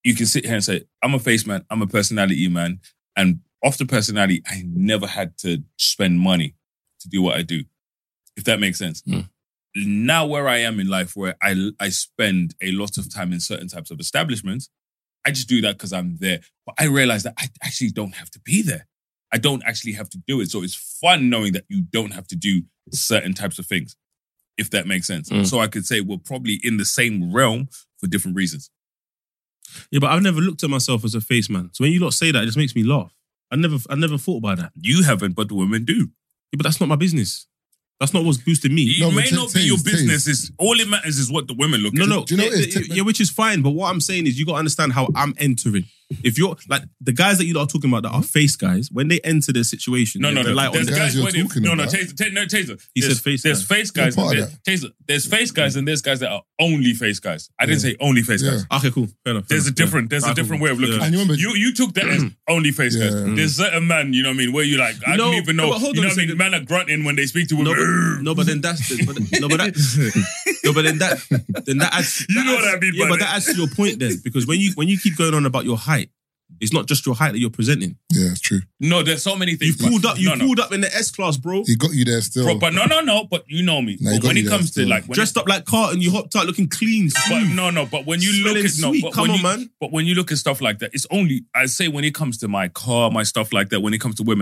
[SPEAKER 5] you can sit here and say, I'm a face man, I'm a personality man. And off the personality, I never had to spend money to do what I do, if that makes sense.
[SPEAKER 7] Mm.
[SPEAKER 5] Now, where I am in life, where I, I spend a lot of time in certain types of establishments, I just do that because I'm there. But I realize that I actually don't have to be there. I don't actually have to do it. So it's fun knowing that you don't have to do certain types of things, if that makes sense.
[SPEAKER 7] Mm.
[SPEAKER 5] So I could say we're probably in the same realm for different reasons.
[SPEAKER 4] yeah, but I've never looked at myself as a face man. So when you lot say that, it just makes me laugh. I never, I never thought about that.
[SPEAKER 5] You haven't, but the women do.
[SPEAKER 4] Yeah, but that's not my business. That's not what's boosting me.
[SPEAKER 5] It
[SPEAKER 6] No,
[SPEAKER 5] may
[SPEAKER 6] but
[SPEAKER 5] not
[SPEAKER 6] Taze,
[SPEAKER 5] be your
[SPEAKER 6] Taze.
[SPEAKER 5] business. It's, all it matters is what the women look
[SPEAKER 4] No,
[SPEAKER 5] at.
[SPEAKER 4] no,
[SPEAKER 6] do you know
[SPEAKER 4] yeah,
[SPEAKER 6] what it is?
[SPEAKER 4] yeah,
[SPEAKER 6] Take-
[SPEAKER 4] yeah, which is fine. But what I'm saying is, you got to understand how I'm entering. If you're like the guys that you lot are talking about that are face guys, when they enter their situation,
[SPEAKER 5] No,
[SPEAKER 4] they
[SPEAKER 5] no,
[SPEAKER 4] have
[SPEAKER 5] no.
[SPEAKER 4] the light on
[SPEAKER 5] There's
[SPEAKER 6] the
[SPEAKER 4] them.
[SPEAKER 6] guys
[SPEAKER 5] guys
[SPEAKER 6] you're
[SPEAKER 5] where they-
[SPEAKER 6] talking
[SPEAKER 5] no, no,
[SPEAKER 6] about.
[SPEAKER 5] Taser, ta- no, Taser.
[SPEAKER 4] He said
[SPEAKER 5] There's-
[SPEAKER 4] face
[SPEAKER 5] There's
[SPEAKER 4] guys.
[SPEAKER 5] face guys.
[SPEAKER 6] You're
[SPEAKER 5] And
[SPEAKER 6] part
[SPEAKER 5] there's,
[SPEAKER 6] of
[SPEAKER 5] Taser, there's face guys and there's guys that are only face guys. I didn't
[SPEAKER 6] Yeah.
[SPEAKER 5] say only face
[SPEAKER 6] Yeah.
[SPEAKER 5] guys.
[SPEAKER 4] Okay, cool. Fair enough. fair
[SPEAKER 5] There's a
[SPEAKER 4] enough, yeah.
[SPEAKER 5] different, there's a
[SPEAKER 4] Alright,
[SPEAKER 5] different
[SPEAKER 4] cool.
[SPEAKER 5] way of looking.
[SPEAKER 4] Yeah.
[SPEAKER 5] at
[SPEAKER 6] And you remember-
[SPEAKER 5] you you took that as only face guys.
[SPEAKER 6] Yeah.
[SPEAKER 5] There's certain man, you know what I mean, where you like, I
[SPEAKER 4] No,
[SPEAKER 5] don't even
[SPEAKER 4] no,
[SPEAKER 5] know.
[SPEAKER 4] but hold
[SPEAKER 5] you
[SPEAKER 4] on
[SPEAKER 5] know
[SPEAKER 4] a
[SPEAKER 5] what I mean? Men are grunting when they speak to
[SPEAKER 4] No,
[SPEAKER 5] women.
[SPEAKER 4] but, no, but then that's the, but, no, but that, no, but then that, then that adds.
[SPEAKER 5] You
[SPEAKER 4] that
[SPEAKER 5] know what
[SPEAKER 4] adds-
[SPEAKER 5] I mean
[SPEAKER 4] Yeah,
[SPEAKER 5] by
[SPEAKER 4] but
[SPEAKER 5] that.
[SPEAKER 4] that adds to your point then, because when you when you keep going on about your height, it's not just your height that you're presenting.
[SPEAKER 6] Yeah, it's true.
[SPEAKER 5] No, there's so many things.
[SPEAKER 4] You pulled up, you
[SPEAKER 5] no, no.
[SPEAKER 4] pulled up in the S class, bro.
[SPEAKER 6] He got you there still.
[SPEAKER 5] Bro, but no, no, no. But you know me.
[SPEAKER 6] No, you
[SPEAKER 5] but
[SPEAKER 6] got
[SPEAKER 5] when
[SPEAKER 6] me
[SPEAKER 5] it
[SPEAKER 6] there
[SPEAKER 5] comes to
[SPEAKER 6] still.
[SPEAKER 5] like, when
[SPEAKER 4] Dressed up like Carton, you hopped out looking clean.
[SPEAKER 5] it, but no, no. But when you look
[SPEAKER 4] Smelling
[SPEAKER 5] at no,
[SPEAKER 4] sweet.
[SPEAKER 5] but
[SPEAKER 4] Come
[SPEAKER 5] when
[SPEAKER 4] on,
[SPEAKER 5] you,
[SPEAKER 4] man.
[SPEAKER 5] But when you look at stuff like that, it's only I say when it comes to my car, my stuff like that. When it comes to women,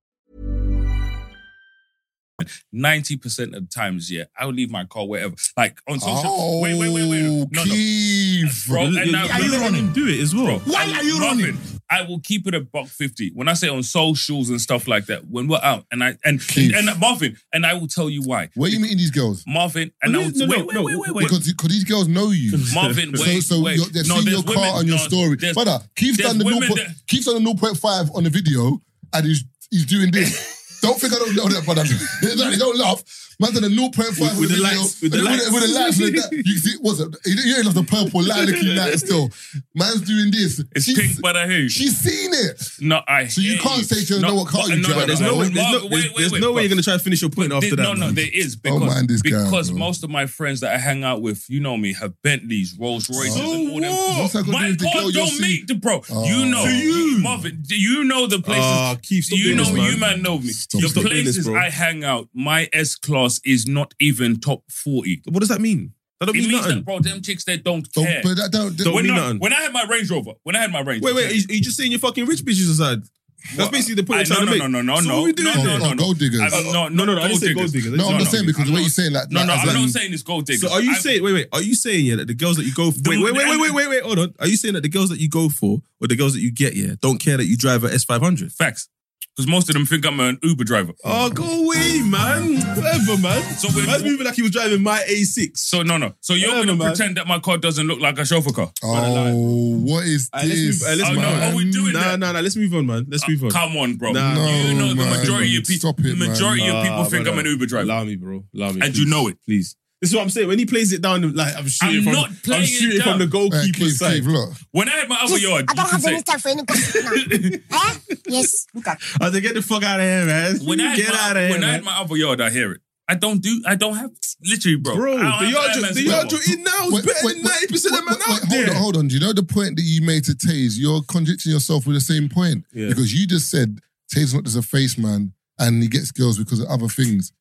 [SPEAKER 5] ninety percent of the times, yeah, I will leave my car wherever. Like on social. wait, wait, wait, wait.
[SPEAKER 6] Oh,
[SPEAKER 5] No, no.
[SPEAKER 6] Keith.
[SPEAKER 5] Bro, and now-
[SPEAKER 4] Are you letting him do it as well?
[SPEAKER 5] Why are you running? I will keep it a buck fifty. When I say on socials and stuff like that, when we're out, and I and
[SPEAKER 6] Keith.
[SPEAKER 5] and, and Marvin, and I will tell you why.
[SPEAKER 6] Where are you meeting these girls?
[SPEAKER 5] Marvin, and I
[SPEAKER 4] Well,
[SPEAKER 5] will
[SPEAKER 4] no, no,
[SPEAKER 5] wait, wait,
[SPEAKER 4] no,
[SPEAKER 5] wait, wait, wait.
[SPEAKER 6] Because because these girls know you.
[SPEAKER 5] Marvin,
[SPEAKER 6] So,
[SPEAKER 5] wait,
[SPEAKER 6] so
[SPEAKER 5] wait.
[SPEAKER 6] you're- they've
[SPEAKER 5] No,
[SPEAKER 6] seen
[SPEAKER 5] there's
[SPEAKER 6] your car
[SPEAKER 5] women-
[SPEAKER 6] and your
[SPEAKER 5] no,
[SPEAKER 6] story.
[SPEAKER 5] there's-
[SPEAKER 6] Brother, Keith's
[SPEAKER 5] there's
[SPEAKER 6] done the
[SPEAKER 5] women
[SPEAKER 6] 0.
[SPEAKER 5] that-
[SPEAKER 6] Keith's done the 0.5 on the video and he's he's doing this. Don't think I don't know that, but I don't laugh. Man done a 0.5
[SPEAKER 4] With- with the
[SPEAKER 6] video,
[SPEAKER 4] lights, with the
[SPEAKER 6] and then
[SPEAKER 4] lights.
[SPEAKER 6] With the lights like that. You see, what's it? You you ain't left the purple light looking like that still. Man's doing this.
[SPEAKER 5] It's
[SPEAKER 6] She's-
[SPEAKER 5] pink, but I hate.
[SPEAKER 6] She's seen it.
[SPEAKER 5] No, I.
[SPEAKER 6] So you
[SPEAKER 5] hate
[SPEAKER 6] can't say she doesn't know what car you
[SPEAKER 5] no,
[SPEAKER 6] drive.
[SPEAKER 5] But
[SPEAKER 4] There's
[SPEAKER 6] Right,
[SPEAKER 4] no,
[SPEAKER 6] right.
[SPEAKER 4] way- there's no,
[SPEAKER 5] Mark,
[SPEAKER 4] there's, there's no way you're gonna try to finish your point
[SPEAKER 5] There-
[SPEAKER 4] after that.
[SPEAKER 5] No, no,
[SPEAKER 4] man.
[SPEAKER 5] there is
[SPEAKER 6] Don't
[SPEAKER 5] because,
[SPEAKER 6] mind this guy,
[SPEAKER 5] because
[SPEAKER 6] bro.
[SPEAKER 5] most of my friends that I hang out with, you know me, have Bentleys, Rolls Royces,
[SPEAKER 6] So
[SPEAKER 5] and all them.
[SPEAKER 6] What's that got to do
[SPEAKER 5] My
[SPEAKER 6] with the girl
[SPEAKER 5] car
[SPEAKER 6] you're
[SPEAKER 5] don't
[SPEAKER 6] seeing?
[SPEAKER 5] make the bro.
[SPEAKER 6] Oh.
[SPEAKER 5] You know,
[SPEAKER 6] To
[SPEAKER 5] you. Marvin, do you know the places.
[SPEAKER 4] Ah, Keith, stop
[SPEAKER 5] you
[SPEAKER 4] doing
[SPEAKER 5] know,
[SPEAKER 4] this, man.
[SPEAKER 5] you man know me.
[SPEAKER 6] Stop
[SPEAKER 5] the
[SPEAKER 6] doing
[SPEAKER 4] this,
[SPEAKER 5] places
[SPEAKER 4] bro.
[SPEAKER 5] I hang out, my S class is not even top forty.
[SPEAKER 4] What does that mean? That don't
[SPEAKER 5] it
[SPEAKER 4] mean
[SPEAKER 5] means
[SPEAKER 4] nothing.
[SPEAKER 5] that, bro, them chicks they don't
[SPEAKER 6] Don't,
[SPEAKER 5] care.
[SPEAKER 6] but that don't.
[SPEAKER 4] Don't
[SPEAKER 5] when,
[SPEAKER 4] mean
[SPEAKER 5] I,
[SPEAKER 4] nothing.
[SPEAKER 5] when I had my Range Rover, when I had my Range
[SPEAKER 4] Wait,
[SPEAKER 5] Rover,
[SPEAKER 4] wait, are you, are you just saying you're fucking rich bitches aside? That's
[SPEAKER 5] What?
[SPEAKER 4] basically the point
[SPEAKER 5] I-
[SPEAKER 4] I'm trying
[SPEAKER 5] no,
[SPEAKER 4] to
[SPEAKER 5] no,
[SPEAKER 4] make.
[SPEAKER 5] no, no,
[SPEAKER 4] so
[SPEAKER 5] no,
[SPEAKER 4] what we doing
[SPEAKER 5] no,
[SPEAKER 4] here?
[SPEAKER 5] no, no,
[SPEAKER 6] gold diggers.
[SPEAKER 5] I'm- no,
[SPEAKER 4] no, no,
[SPEAKER 5] not
[SPEAKER 4] I didn't say gold
[SPEAKER 5] gold
[SPEAKER 4] diggers.
[SPEAKER 5] diggers.
[SPEAKER 6] no, I'm
[SPEAKER 5] No,
[SPEAKER 6] just saying because the way
[SPEAKER 5] I'm
[SPEAKER 6] you're
[SPEAKER 5] not-
[SPEAKER 6] saying that.
[SPEAKER 5] No,
[SPEAKER 6] like,
[SPEAKER 5] no,
[SPEAKER 6] as
[SPEAKER 5] I'm
[SPEAKER 6] in-
[SPEAKER 5] not saying it's gold diggers.
[SPEAKER 4] So are you
[SPEAKER 5] I'm-
[SPEAKER 4] saying? Wait, wait. Are you saying yeah that the girls that you go for?
[SPEAKER 5] The-
[SPEAKER 4] Wait, wait,
[SPEAKER 5] the-
[SPEAKER 4] wait, wait, wait, wait, wait. Hold on. Are you saying that the girls that you go for or the girls that you get yeah don't care that you drive a S five hundred?
[SPEAKER 5] Facts. Because most of them think I'm an Uber driver.
[SPEAKER 4] Oh, go away, man. Whatever, man. So
[SPEAKER 5] So we're-
[SPEAKER 4] man's moving like he was driving my A six.
[SPEAKER 5] So no, no. So you're
[SPEAKER 4] Whatever,
[SPEAKER 5] gonna
[SPEAKER 4] man.
[SPEAKER 5] pretend that my car doesn't look like a chauffeur car?
[SPEAKER 6] Oh, what is
[SPEAKER 4] Alright, let's
[SPEAKER 6] this?
[SPEAKER 4] move- alright, let's
[SPEAKER 5] Oh, no,
[SPEAKER 4] move on.
[SPEAKER 5] are we doing
[SPEAKER 4] nah,
[SPEAKER 5] that? Uh,
[SPEAKER 4] nah, nah. Let's move on, man. Let's move on.
[SPEAKER 5] Come on, bro.
[SPEAKER 4] Nah.
[SPEAKER 5] you
[SPEAKER 6] No,
[SPEAKER 5] know the majority
[SPEAKER 6] man.
[SPEAKER 5] of people.
[SPEAKER 6] Stop it, man.
[SPEAKER 5] majority of people
[SPEAKER 4] Ah,
[SPEAKER 5] think I'm
[SPEAKER 4] brother.
[SPEAKER 5] an Uber driver.
[SPEAKER 4] Allow me, bro. Allow me.
[SPEAKER 5] And you know it.
[SPEAKER 4] please. This is what I'm saying. When he plays it down, like I'm shooting
[SPEAKER 5] I'm
[SPEAKER 4] from,
[SPEAKER 5] not playing
[SPEAKER 4] I'm
[SPEAKER 5] it
[SPEAKER 4] shooting
[SPEAKER 5] down.
[SPEAKER 4] from the
[SPEAKER 6] Hey,
[SPEAKER 4] goalkeeper's
[SPEAKER 6] Keith,
[SPEAKER 4] side.
[SPEAKER 6] Keith, look.
[SPEAKER 5] When I had my other yard,
[SPEAKER 7] I
[SPEAKER 5] you
[SPEAKER 7] don't
[SPEAKER 5] can
[SPEAKER 7] have
[SPEAKER 5] say,
[SPEAKER 7] any time for any gossip now. huh? Yes, look at
[SPEAKER 4] I said, get the fuck out of here, man.
[SPEAKER 5] when I had
[SPEAKER 4] get
[SPEAKER 5] my-
[SPEAKER 4] out of here,
[SPEAKER 5] when I
[SPEAKER 4] man.
[SPEAKER 5] had my other yard, I hear it. I don't do. I don't have literally, bro.
[SPEAKER 4] Bro,
[SPEAKER 5] I don't
[SPEAKER 4] the
[SPEAKER 5] have
[SPEAKER 4] yard
[SPEAKER 5] airlines
[SPEAKER 4] you're- the
[SPEAKER 5] forever.
[SPEAKER 4] yard you're in now is
[SPEAKER 6] Wait,
[SPEAKER 4] better
[SPEAKER 6] wait,
[SPEAKER 4] than
[SPEAKER 6] wait,
[SPEAKER 4] 90% of
[SPEAKER 6] wait,
[SPEAKER 4] men
[SPEAKER 6] wait,
[SPEAKER 4] out
[SPEAKER 6] wait,
[SPEAKER 4] there.
[SPEAKER 6] Hold on, hold on. Do you know the point that you made to Taze? You're contradicting yourself with the same point.
[SPEAKER 4] Yeah.
[SPEAKER 6] Because you just said Taze not just a face man and he gets girls because of other things.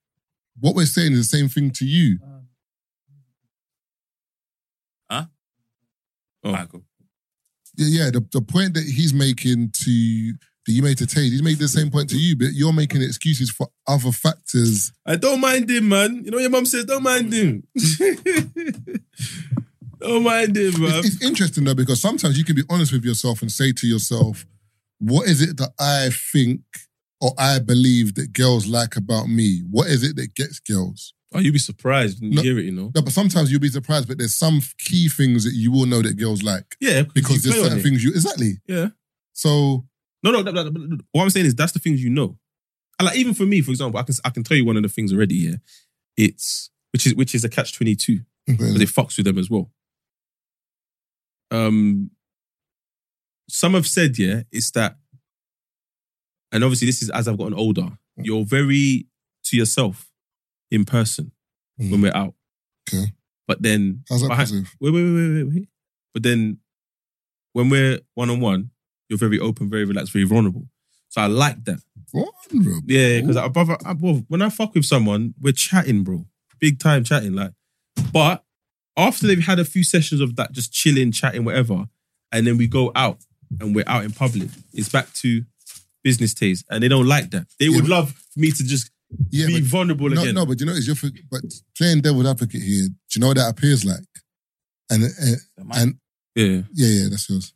[SPEAKER 6] What we're saying is the same thing to you.
[SPEAKER 4] Oh.
[SPEAKER 5] Alright, cool.
[SPEAKER 6] Yeah, yeah the, the point that he's making to that you made to Taze, he's made the same point to you, but you're making excuses for other factors.
[SPEAKER 4] I don't mind him, man. You know your mum says, don't mind him. don't mind him, man.
[SPEAKER 6] It's, it's interesting though, because sometimes you can be honest with yourself and say to yourself, what is it that I think or I believe that girls like about me? What is it that gets girls?
[SPEAKER 4] Oh, you'd be surprised when you
[SPEAKER 6] No.
[SPEAKER 4] hear it, you know?
[SPEAKER 6] No, but sometimes you'll be surprised, but there's some key things that you will know that girls like
[SPEAKER 4] Yeah,
[SPEAKER 6] because
[SPEAKER 4] you
[SPEAKER 6] there's
[SPEAKER 4] play on
[SPEAKER 6] certain
[SPEAKER 4] it.
[SPEAKER 6] things you exactly.
[SPEAKER 4] Yeah.
[SPEAKER 6] So
[SPEAKER 4] No, no, that, that- that- what I'm saying is that's the things you know. And like even for me, for example, I can I can tell you one of the things already, yeah. It's which is which is a catch twenty two. But it fucks with them as well. Um some have said, yeah, it's that and obviously this is as I've gotten older, you're very to yourself in person
[SPEAKER 6] Mm.
[SPEAKER 4] when we're out.
[SPEAKER 6] Okay.
[SPEAKER 4] But then
[SPEAKER 6] how's that
[SPEAKER 4] behind-
[SPEAKER 6] positive?
[SPEAKER 4] wait, wait, wait, wait, wait, wait. But then when we're one on one, you're very open, very relaxed, very vulnerable. So I like that.
[SPEAKER 6] Vulnerable.
[SPEAKER 4] Yeah, because above, above, when I fuck with someone, we're chatting, bro, big time chatting. Like, but after they've had a few sessions of that, just chilling, chatting, whatever, and then we go out and we're out in public, it's back to business taste, and they don't like that. They would
[SPEAKER 6] Yeah.
[SPEAKER 4] love for me to just
[SPEAKER 6] Yeah,
[SPEAKER 4] be
[SPEAKER 6] but
[SPEAKER 4] vulnerable
[SPEAKER 6] no,
[SPEAKER 4] again.
[SPEAKER 6] no, but you know, it's your but playing devil's advocate here. Do you know what that appears like? And uh, and
[SPEAKER 4] Yeah,
[SPEAKER 6] Yeah, yeah, that's yours.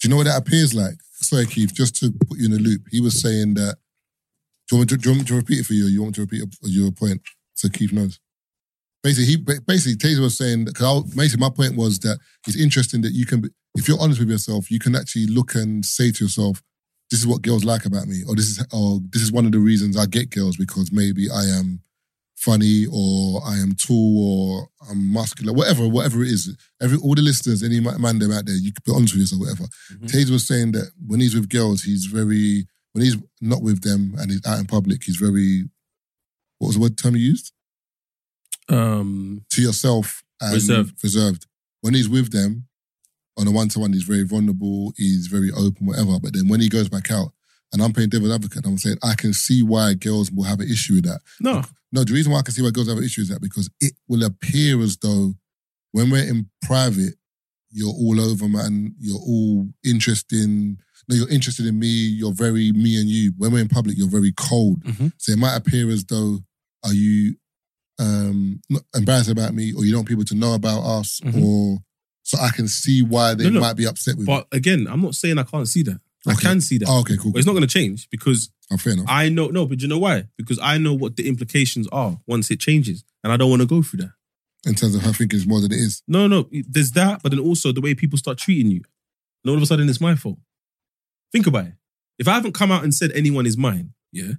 [SPEAKER 6] Do you know what that appears like? Sorry, Keith, just to put you in a loop, he was saying that. Do you want me to, do you want me to repeat it for you? Or you want me to repeat your point so Keith knows? Basically, he ba- basically Taser was saying that. Cause I, basically, my point was that it's interesting that you can, be- if you're honest with yourself, you can actually look and say to yourself, "This is what girls like about me," or "This is or this is one of the reasons I get girls because maybe I am funny or I am tall or I'm muscular, whatever, whatever it is. Every all the listeners, any ma- man them out there, you can be honest with yourself, whatever. Tage was saying that when he's with girls, he's very when he's not with them and he's out in public, he's very what was the word term you used?
[SPEAKER 4] um,
[SPEAKER 6] To yourself and
[SPEAKER 4] Reserved.
[SPEAKER 6] reserved. When he's with them on a one to one, he's very vulnerable, he's very open, whatever. But then when he goes back out, and I'm playing devil's advocate, I'm saying I can see why girls will have an issue with that.
[SPEAKER 4] no,
[SPEAKER 6] No, the reason why I can see why girls have an issue is that because it will appear as though when we're in private, you're all over, man. You're all interesting. No, you're interested in me. You're very me and you. When we're in public, you're very cold.
[SPEAKER 4] Mhm.
[SPEAKER 6] So it might appear as though are you um, not embarrassed about me, or you don't want people to know about us,
[SPEAKER 4] Mhm.
[SPEAKER 6] or so I can see why they
[SPEAKER 4] No, no.
[SPEAKER 6] might be upset with. me.
[SPEAKER 4] but again, I'm not saying I can't see that. I
[SPEAKER 6] Okay.
[SPEAKER 4] can see that.
[SPEAKER 6] Oh, okay, cool.
[SPEAKER 4] But it's not going to change because
[SPEAKER 6] oh, fair enough.
[SPEAKER 4] I know, no, but you know why? Because I know what the implications are once it changes, and I don't want to go through that.
[SPEAKER 6] in terms of her thinking, it's more than it is.
[SPEAKER 4] No, no, there's that, but then also the way people start treating you, and all of a sudden it's my fault. Think about it. If I haven't come out and said anyone is mine, Yeah,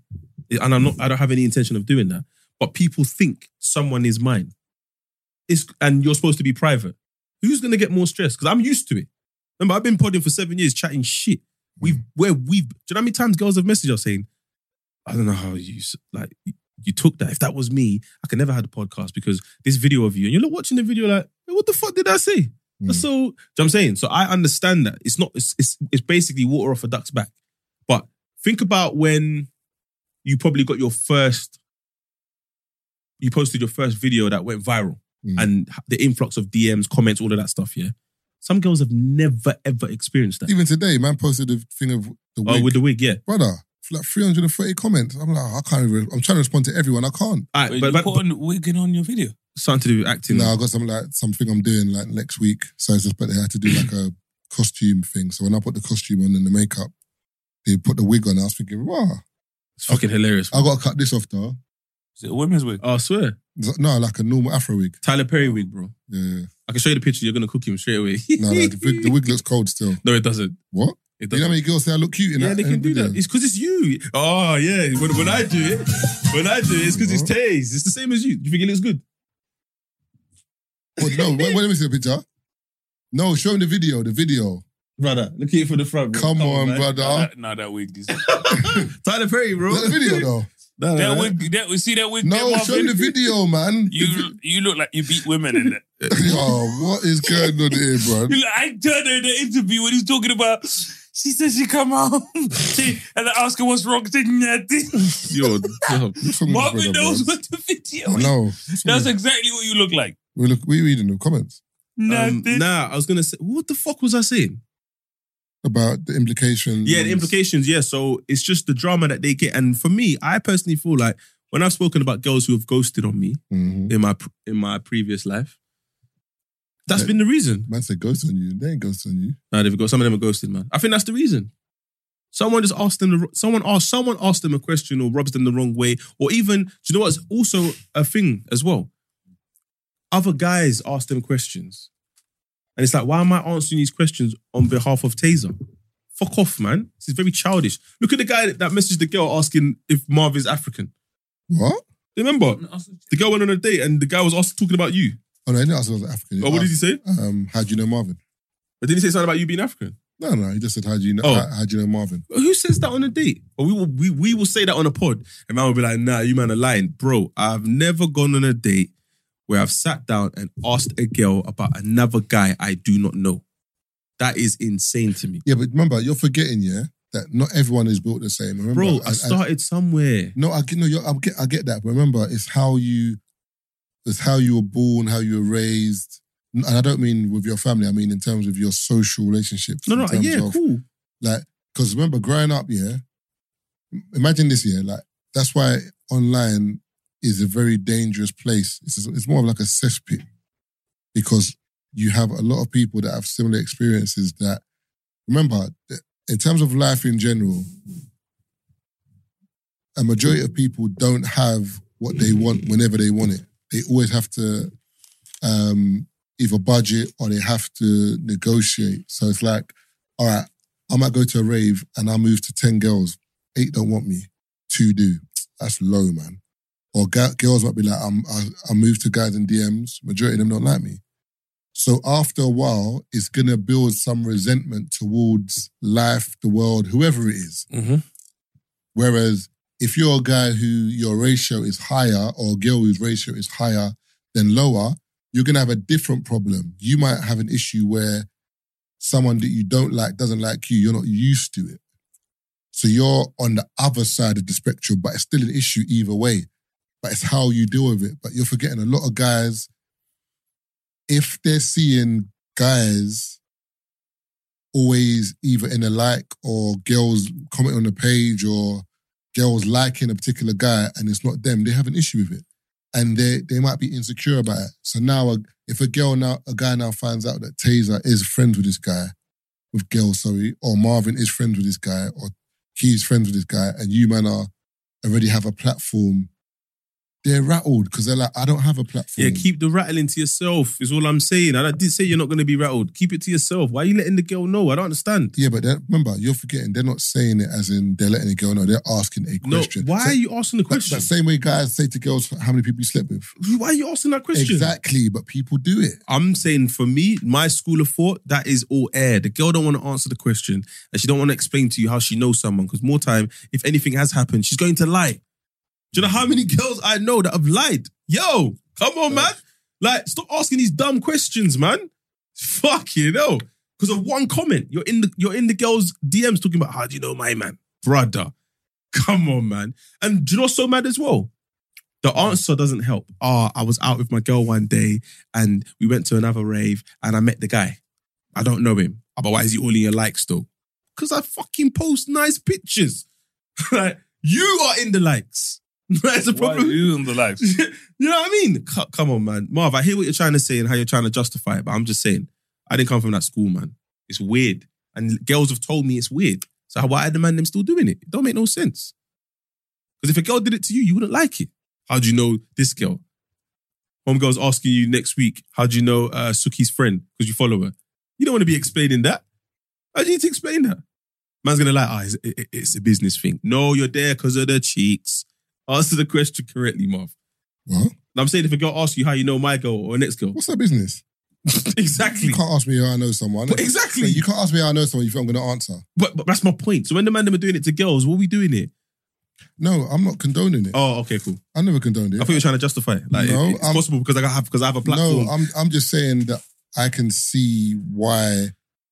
[SPEAKER 4] and I'm not. I don't have any intention of doing that. But people think someone is mine. It's and you're supposed to be private. Who's gonna get more stress? Because I'm used to it. Remember, I've been podding for seven years, chatting shit. We've where we've. Do you know how many times girls have messaged us saying, "I don't know how you s- like you took that. If that was me, I could never have the podcast because this video of you and you're not watching the video like, "Hey, what the fuck did I say? So, do you know what I'm saying? So I understand that it's not. It's, it's it's basically water off a duck's back. But think about when you probably got your first. You posted your first video that went viral, and the influx of DMs, comments, all of that stuff. Yeah, some girls have never ever experienced that.
[SPEAKER 6] Even today, man posted a thing of the
[SPEAKER 4] oh,
[SPEAKER 6] wig.
[SPEAKER 4] with the wig, yeah.
[SPEAKER 6] Brother, it's like 330 comments. I'm like, I can't even, I'm trying to respond to everyone. I can't.
[SPEAKER 4] All right,
[SPEAKER 5] Wait,
[SPEAKER 4] but,
[SPEAKER 5] you
[SPEAKER 4] but,
[SPEAKER 5] put on wigging on your video.
[SPEAKER 4] something to do with acting.
[SPEAKER 6] No, I got some like something I'm doing like next week. So I suspect they had to do like a costume thing. So when I put the costume on and the makeup, they put the wig on. I was thinking, wow,
[SPEAKER 4] It's fucking hilarious.
[SPEAKER 6] I gotta cut this off though.
[SPEAKER 5] Is it a women's wig?
[SPEAKER 4] I swear,
[SPEAKER 6] It's like, No, like a normal Afro wig.
[SPEAKER 4] Tyler Perry wig, bro.
[SPEAKER 6] Yeah.
[SPEAKER 4] I can show you the picture. You're gonna cook him straight away.
[SPEAKER 6] No, no, the wig, the wig looks cold still.
[SPEAKER 4] no, it doesn't.
[SPEAKER 6] What?
[SPEAKER 4] It
[SPEAKER 6] You know
[SPEAKER 4] doesn't.
[SPEAKER 6] how many girls say I look cute in
[SPEAKER 4] Yeah,
[SPEAKER 6] that?
[SPEAKER 4] they can
[SPEAKER 6] in the
[SPEAKER 4] do that.
[SPEAKER 6] video?
[SPEAKER 4] It's because it's you. Oh yeah. When, when I do it, when I do it, it's because it's taste. It's the same as you. You think it looks good?
[SPEAKER 6] Well, no, wait, wait, let me see the picture. No, show me the video. The video.
[SPEAKER 4] Brother, look at it from the front. Bro.
[SPEAKER 6] Come, on,
[SPEAKER 4] man.
[SPEAKER 6] brother.
[SPEAKER 5] Nah, that- nah, that wig. Is, that
[SPEAKER 4] Tyler Perry, bro.
[SPEAKER 6] Look at the video though.
[SPEAKER 4] No, no, no.
[SPEAKER 5] wig. That see that wig.
[SPEAKER 6] No,
[SPEAKER 5] that
[SPEAKER 6] show me the video, man. The
[SPEAKER 5] You you look like you beat women in that.
[SPEAKER 6] vi- oh, what is going on here, bro?
[SPEAKER 5] You look- I heard her in the interview when he's talking about. She said she come home. She, and I ask her what's wrong. She said nothing.
[SPEAKER 4] Yo, yo.
[SPEAKER 6] What's wrong with this
[SPEAKER 5] Marvin
[SPEAKER 6] brother, bro?
[SPEAKER 5] knows what the video.
[SPEAKER 6] I
[SPEAKER 5] is.
[SPEAKER 6] know.
[SPEAKER 5] That's exactly what you look like.
[SPEAKER 6] we look. We reading the comments
[SPEAKER 4] Um,
[SPEAKER 5] Nothing.
[SPEAKER 4] nah, I was gonna say, what the fuck was I saying?
[SPEAKER 6] about the implications.
[SPEAKER 4] Yeah, the implications. Yeah, so it's just the drama that they get, and for me, I personally feel like when I've spoken about girls who have ghosted on me
[SPEAKER 6] Mhm.
[SPEAKER 4] in my in my previous life, that's been the reason.
[SPEAKER 6] Man said ghost on you. They ain't ghost on you.
[SPEAKER 4] No, they've got some of them are ghosted, man. I think that's the reason. Someone just asked them. The, someone asked. Someone asked them a question or rubs them the wrong way, or even do you know what's also a thing as well? Other guys ask them questions, and it's like, why am I answering these questions on behalf of Taser? Fuck off, man. This is very childish. Look at the guy that messaged the girl asking if Marv is African.
[SPEAKER 6] What?
[SPEAKER 4] Remember, the girl went on a date and the guy was asked talking about you.
[SPEAKER 6] Oh no, he didn't ask if I was African.
[SPEAKER 4] Oh, what did he say?
[SPEAKER 6] asked, Um, how do you know Marvin?
[SPEAKER 4] But did he say something about you being African?
[SPEAKER 6] No, no, he just said how do you know?
[SPEAKER 4] Oh.
[SPEAKER 6] How, how do you know Marvin?
[SPEAKER 4] Who says that on a date? Or we will we, we will say that on a pod, and man will be like, "Nah, you man are lying, bro." I've never gone on a date where I've sat down and asked a girl about another guy I do not know. That is insane to me,
[SPEAKER 6] Yeah, but remember, you're forgetting, yeah, that not everyone is built the same. Remember,
[SPEAKER 4] bro. I
[SPEAKER 6] and- and-
[SPEAKER 4] started somewhere.
[SPEAKER 6] No, I get no. You're, I get, I get that. But remember, it's how you, it's how you were born, how you were raised, and I don't mean with your family. I mean in terms of your social relationships.
[SPEAKER 4] No,
[SPEAKER 6] in
[SPEAKER 4] no,
[SPEAKER 6] terms
[SPEAKER 4] yeah,
[SPEAKER 6] of,
[SPEAKER 4] cool.
[SPEAKER 6] Like, because remember, growing up, yeah. Imagine this, yeah. Like that's why online is a very dangerous place. It's it's more of like a cesspit because you have a lot of people that have similar experiences. That remember, th- in terms of life in general, a majority of people don't have what they want whenever they want it. They always have to um, either budget or they have to negotiate. So it's like, all right, I might go to a rave and I move to 10 girls. Eight don't want me, two do. That's low, man. Or ga- girls might be like, I'm, I, I moved to guys in DMs, majority of them don't like me. So after a while, it's going to build some resentment towards life, the world, whoever it is.
[SPEAKER 4] Mhm.
[SPEAKER 6] Whereas if you're a guy who your ratio is higher or a girl whose ratio is higher than lower, you're going to have a different problem. You might have an issue where someone that you don't like doesn't like you. You're not used to it. So you're on the other side of the spectrum, but it's still an issue either way. But it's how you deal with it. But you're forgetting a lot of guys, if they're seeing guys always either in the like or girls comment on the page or girls liking a particular guy and it's not them, they have an issue with it. And they they might be insecure about it. So now a, if a girl now a guy now finds out that Taser is friends with this guy, with Gil, sorry, or Marvin is friends with this guy, or he's friends with this guy, and you man are already have a platform they're rattled because they're like, I don't have a platform.
[SPEAKER 4] Yeah, keep the rattling to yourself. Is all I'm saying. And I did say you're not going to be rattled. Keep it to yourself. Why are you letting the girl know? I don't understand.
[SPEAKER 6] Yeah, but that, remember, you're forgetting they're not saying it as in they're letting it go. No, they're asking a
[SPEAKER 4] No,
[SPEAKER 6] question.
[SPEAKER 4] why
[SPEAKER 6] So
[SPEAKER 4] are you asking the
[SPEAKER 6] that,
[SPEAKER 4] question?
[SPEAKER 6] that same way guys say to girls how many people you slept with.
[SPEAKER 4] why are you asking that question?
[SPEAKER 6] Exactly, but people do it.
[SPEAKER 4] I'm saying for me, my school of thought, that is all air. The girl don't want to answer the question, and she don't want to explain to you how she knows someone. Because more time, if anything has happened, she's going to lie. Do you know how many girls I know that have lied? Yo, come on, man! Like, stop asking these dumb questions, man. Fuck you know, because of one comment, you're in the you're in the girls' DMs talking about how do you know my man, brother? Come on, man! And do you know what's so mad as well? the answer doesn't help. Ah, I was out with my girl one day and we went to another rave and I met the guy. I don't know him. Ah, But why is he all in your likes though? Because I fucking post nice pictures. like, you are in the likes. That's the
[SPEAKER 5] Why are
[SPEAKER 4] problem.
[SPEAKER 5] you in the life?
[SPEAKER 4] you know what I mean? C- Come on, man. Marv, I hear what you're trying to say and how you're trying to justify it, but I'm just saying, I didn't come from that school, man. It's weird. And girls have told me it's weird. So why are the man them still doing it? It don't make no sense. Because if a girl did it to you, you wouldn't like it. How do you know this girl? One girl's asking you next week, how do you know uh, Suki's friend? Because you follow her. You don't want to be explaining that. How do you need to explain that? Man's going to lie, ah, it's, it- it's a business thing. No, you're there because of the cheeks. Answer the question correctly, Marv.
[SPEAKER 6] What?
[SPEAKER 4] And I'm saying if a girl asks you how you know my girl or next girl,
[SPEAKER 6] What's that business?
[SPEAKER 4] exactly.
[SPEAKER 6] You can't ask me how I know someone.
[SPEAKER 4] But exactly.
[SPEAKER 6] You can't ask me how I know someone you think I'm going to answer.
[SPEAKER 4] But, but that's my point. So when the man them are doing it to girls, what are we doing here?
[SPEAKER 6] No, I'm not condoning it.
[SPEAKER 4] Oh, okay, cool.
[SPEAKER 6] I never condoned
[SPEAKER 4] I
[SPEAKER 6] it.
[SPEAKER 4] thought you were trying to justify it. Like
[SPEAKER 6] No,
[SPEAKER 4] it- it's
[SPEAKER 6] I'm-
[SPEAKER 4] possible because I have because I have a platform.
[SPEAKER 6] No, I'm I'm just saying that I can see why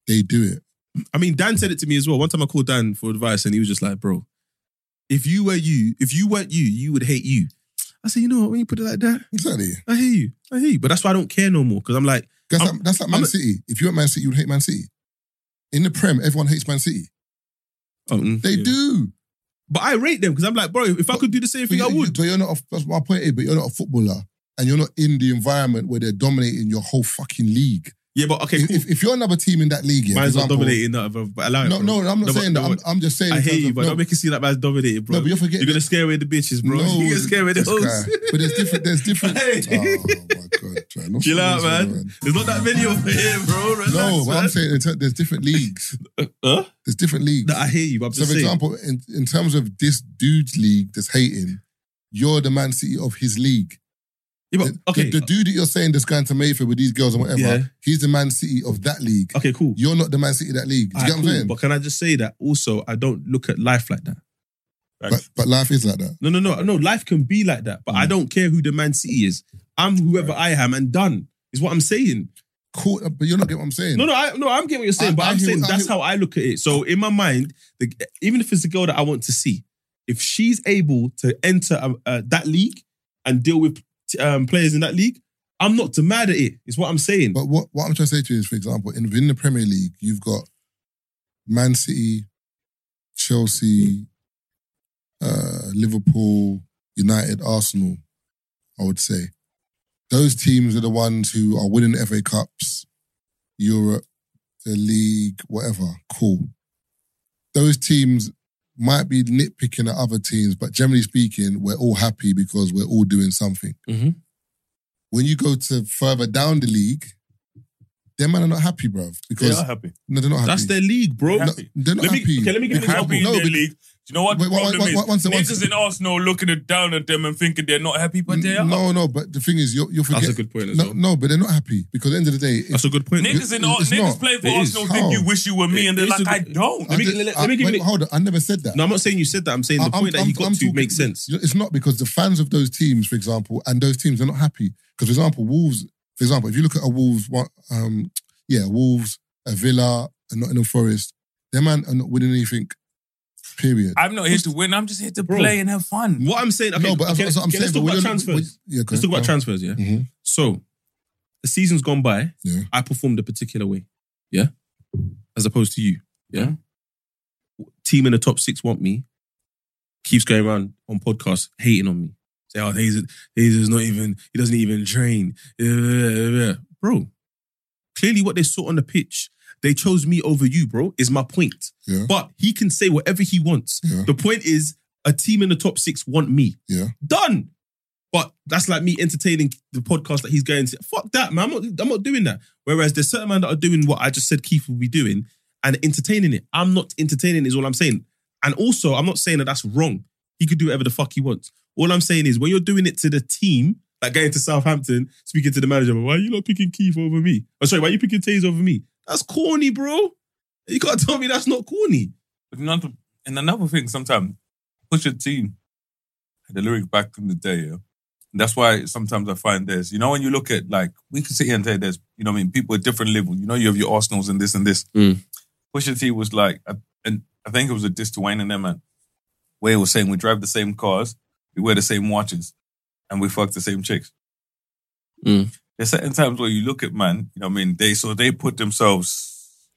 [SPEAKER 6] they do it.
[SPEAKER 4] I mean, Dan said it to me as well. One time I called Dan for advice and he was just like, bro, if you were you, if you weren't you, you would hate you. I said, you know what, when you put it like that,
[SPEAKER 6] Exactly.
[SPEAKER 4] I hear you. I hear you. But that's why I don't care no more. Cause I'm like,
[SPEAKER 6] That's
[SPEAKER 4] I'm-
[SPEAKER 6] like, that's like Man
[SPEAKER 4] I'm a-
[SPEAKER 6] City. If you were at Man City, you would hate Man City. In the Prem, everyone hates Man City.
[SPEAKER 4] oh, mm,
[SPEAKER 6] They
[SPEAKER 4] yeah.
[SPEAKER 6] do.
[SPEAKER 4] But I rate them because I'm like, bro, if I could do the same thing, I
[SPEAKER 6] you-
[SPEAKER 4] would.
[SPEAKER 6] But you're not. A, that's my point. Is, but you're not a footballer, and you're not in the environment where they're dominating your whole fucking league.
[SPEAKER 4] Yeah, but okay,
[SPEAKER 6] If,
[SPEAKER 4] cool.
[SPEAKER 6] if, if you're another team in that league, yeah, for
[SPEAKER 4] Mine's not
[SPEAKER 6] example-
[SPEAKER 4] dominating that, bro. But allow it,
[SPEAKER 6] No,
[SPEAKER 4] bro.
[SPEAKER 6] no, I'm not
[SPEAKER 4] but-
[SPEAKER 6] saying that.
[SPEAKER 4] no,
[SPEAKER 6] I'm, I'm just saying.
[SPEAKER 4] I
[SPEAKER 6] in
[SPEAKER 4] hear
[SPEAKER 6] terms
[SPEAKER 4] you,
[SPEAKER 6] of-
[SPEAKER 4] but
[SPEAKER 6] no,
[SPEAKER 4] don't make it seem like man's dominated, bro.
[SPEAKER 6] No, but you're forgetting-
[SPEAKER 4] You're gonna scare away the bitches, bro.
[SPEAKER 6] No,
[SPEAKER 4] you're gonna scare away the
[SPEAKER 6] this guy.
[SPEAKER 4] hoes.
[SPEAKER 6] But there's different. There's different.
[SPEAKER 4] Hey.
[SPEAKER 6] Oh my god, man. What's
[SPEAKER 4] Chill
[SPEAKER 6] wrong
[SPEAKER 4] out,
[SPEAKER 6] with
[SPEAKER 4] man.
[SPEAKER 6] you,
[SPEAKER 4] There's not that many over here, bro. Relax,
[SPEAKER 6] No, but
[SPEAKER 4] man.
[SPEAKER 6] I'm saying in ter- there's different leagues.
[SPEAKER 4] Huh?
[SPEAKER 6] There's different leagues.
[SPEAKER 4] No, I hear you. But I'm
[SPEAKER 6] so,
[SPEAKER 4] just
[SPEAKER 6] for
[SPEAKER 4] saying.
[SPEAKER 6] example, in, in terms of this dude's league that's hating, you're the Man City of his league.
[SPEAKER 4] Yeah,
[SPEAKER 6] The-
[SPEAKER 4] but, okay,
[SPEAKER 6] the, the dude that you're saying that's going to Mayfield with these girls and whatever,
[SPEAKER 4] Yeah.
[SPEAKER 6] he's the Man City of that league.
[SPEAKER 4] uh, okay, cool.
[SPEAKER 6] You're not the Man City of that league. Do you
[SPEAKER 4] Alright,
[SPEAKER 6] get what
[SPEAKER 4] cool.
[SPEAKER 6] I'm saying?
[SPEAKER 4] But can I just say that also? I don't look at life like that.
[SPEAKER 6] But, but life is like that.
[SPEAKER 4] No, no, no, no. Life can be like that, but I
[SPEAKER 6] Mm.
[SPEAKER 4] don't care who the Man City is. I'm whoever I am, and done is what I'm saying.
[SPEAKER 6] Cool, but you're not getting what I'm saying.
[SPEAKER 4] No, no, I, no. I'm getting what you're saying,
[SPEAKER 6] I-
[SPEAKER 4] but
[SPEAKER 6] I
[SPEAKER 4] I'm
[SPEAKER 6] hear
[SPEAKER 4] saying
[SPEAKER 6] what- I
[SPEAKER 4] that's
[SPEAKER 6] hear-
[SPEAKER 4] how I look at it. So in my mind, the, even if it's the girl that I want to see, if she's able to enter um, uh, that league and deal with um, players in that league, I'm not too mad at it. Is what I'm saying.
[SPEAKER 6] But what, what I'm trying to say to you is, for example, in, within the Premier League, you've got Man City, Chelsea, uh, Liverpool, United, Arsenal, I would say. Those teams are the ones who are winning FA Cups, Europe, the league, whatever. Cool. Those teams might be nitpicking at other teams, but generally speaking, we're all happy because we're all doing something.
[SPEAKER 4] Mhm.
[SPEAKER 6] When you go to further down the league, them man are not happy, bruv.
[SPEAKER 5] They
[SPEAKER 6] Because
[SPEAKER 5] are happy.
[SPEAKER 6] no, they're not happy.
[SPEAKER 4] that's their league, bro.
[SPEAKER 5] They're
[SPEAKER 6] No,
[SPEAKER 5] happy.
[SPEAKER 6] they're not
[SPEAKER 4] Let me-
[SPEAKER 6] happy.
[SPEAKER 4] okay, let me give you an
[SPEAKER 6] They're
[SPEAKER 5] happy
[SPEAKER 4] example.
[SPEAKER 5] in
[SPEAKER 6] No,
[SPEAKER 5] their
[SPEAKER 6] but-
[SPEAKER 5] league. Do you know what
[SPEAKER 6] Wait,
[SPEAKER 5] the
[SPEAKER 6] wait,
[SPEAKER 5] problem
[SPEAKER 6] wait, wait, one
[SPEAKER 5] is?
[SPEAKER 6] sec, one
[SPEAKER 5] Niggas
[SPEAKER 6] sec.
[SPEAKER 5] in Arsenal looking down at them and thinking they're not happy, but they are.
[SPEAKER 6] No, no, but the thing is, you're, you're
[SPEAKER 4] That's
[SPEAKER 6] forgetting.
[SPEAKER 4] a good point as
[SPEAKER 6] no,
[SPEAKER 4] well.
[SPEAKER 6] no, but they're not happy because at the end of the day,
[SPEAKER 4] That's a good point.
[SPEAKER 5] Niggas in Ar-
[SPEAKER 6] It's
[SPEAKER 5] niggas
[SPEAKER 6] not.
[SPEAKER 5] playing for
[SPEAKER 4] It is.
[SPEAKER 5] Arsenal think
[SPEAKER 6] How?
[SPEAKER 5] you wish you were me,
[SPEAKER 4] It-
[SPEAKER 5] and they're
[SPEAKER 4] it is
[SPEAKER 5] like,
[SPEAKER 4] a
[SPEAKER 5] I
[SPEAKER 4] good-
[SPEAKER 5] don't.
[SPEAKER 4] Let me-
[SPEAKER 6] I did-
[SPEAKER 4] let- let
[SPEAKER 6] I-
[SPEAKER 4] me give
[SPEAKER 6] wait,
[SPEAKER 4] you-
[SPEAKER 6] Hold on, I never said that.
[SPEAKER 4] No, I'm not saying you said that. I'm saying the
[SPEAKER 6] I'm-
[SPEAKER 4] point that
[SPEAKER 6] I'm-
[SPEAKER 4] you got
[SPEAKER 6] I'm
[SPEAKER 4] to
[SPEAKER 6] talking-
[SPEAKER 4] makes sense.
[SPEAKER 6] It's not because the fans of those teams, for example, and those teams are not happy. Because, for example, Wolves, for example, if you look at a Wolves, what, um, yeah, Wolves, a Villa, a Nottingham Forest, their man are not winning anything. Period.
[SPEAKER 5] I'm not here to win. I'm just here to
[SPEAKER 4] Bro.
[SPEAKER 5] play and have fun.
[SPEAKER 4] What I'm saying, okay,
[SPEAKER 6] no, but
[SPEAKER 4] okay,
[SPEAKER 6] that's what I'm
[SPEAKER 4] okay,
[SPEAKER 6] saying.
[SPEAKER 4] let's talk
[SPEAKER 6] but
[SPEAKER 4] about
[SPEAKER 6] we don't-
[SPEAKER 4] transfers.
[SPEAKER 6] we- yeah, okay,
[SPEAKER 4] let's talk about
[SPEAKER 6] go.
[SPEAKER 4] transfers, yeah?
[SPEAKER 6] Mhm.
[SPEAKER 4] So, the season's gone by.
[SPEAKER 6] Yeah.
[SPEAKER 4] I performed a particular way, yeah? As opposed to you, yeah? Team in the top six want me, keeps going around on podcasts hating on me. Say, oh, Hayes, Hayes is not even, he doesn't even train. Bro, clearly what they saw on the pitch, they chose me over you, bro, is my point.
[SPEAKER 6] Yeah.
[SPEAKER 4] But he can say whatever he wants.
[SPEAKER 6] Yeah.
[SPEAKER 4] The point is, a team in the top six want me.
[SPEAKER 6] Yeah.
[SPEAKER 4] Done. But that's like me entertaining the podcast that he's going to. Fuck that, man. I'm not, I'm not doing that. Whereas there's certain men that are doing what I just said Keith will be doing and entertaining it. I'm not entertaining is all I'm saying. And also, I'm not saying that that's wrong. He could do whatever the fuck he wants. All I'm saying is when you're doing it to the team, like going to Southampton, speaking to the manager, why are you not picking Keith over me? Oh, sorry, why are you picking Taze over me? That's corny, bro. You can't tell me that's not corny.
[SPEAKER 5] But another, and another thing, sometimes push your team. The lyric back in the day, yeah? And that's why sometimes I find there's, you know, when you look at like we can sit here and say there's, you know, what I mean, people at different level. You know, you have your Arsenals and this and this.
[SPEAKER 4] Mm.
[SPEAKER 5] Pusha T was like, I- and I think it was a diss to Wayne and them, man. Where he was saying we drive the same cars, we wear the same watches, and we fuck the same chicks.
[SPEAKER 4] Mm.
[SPEAKER 5] There's certain times where you look at man, you know, what I mean, they so they put themselves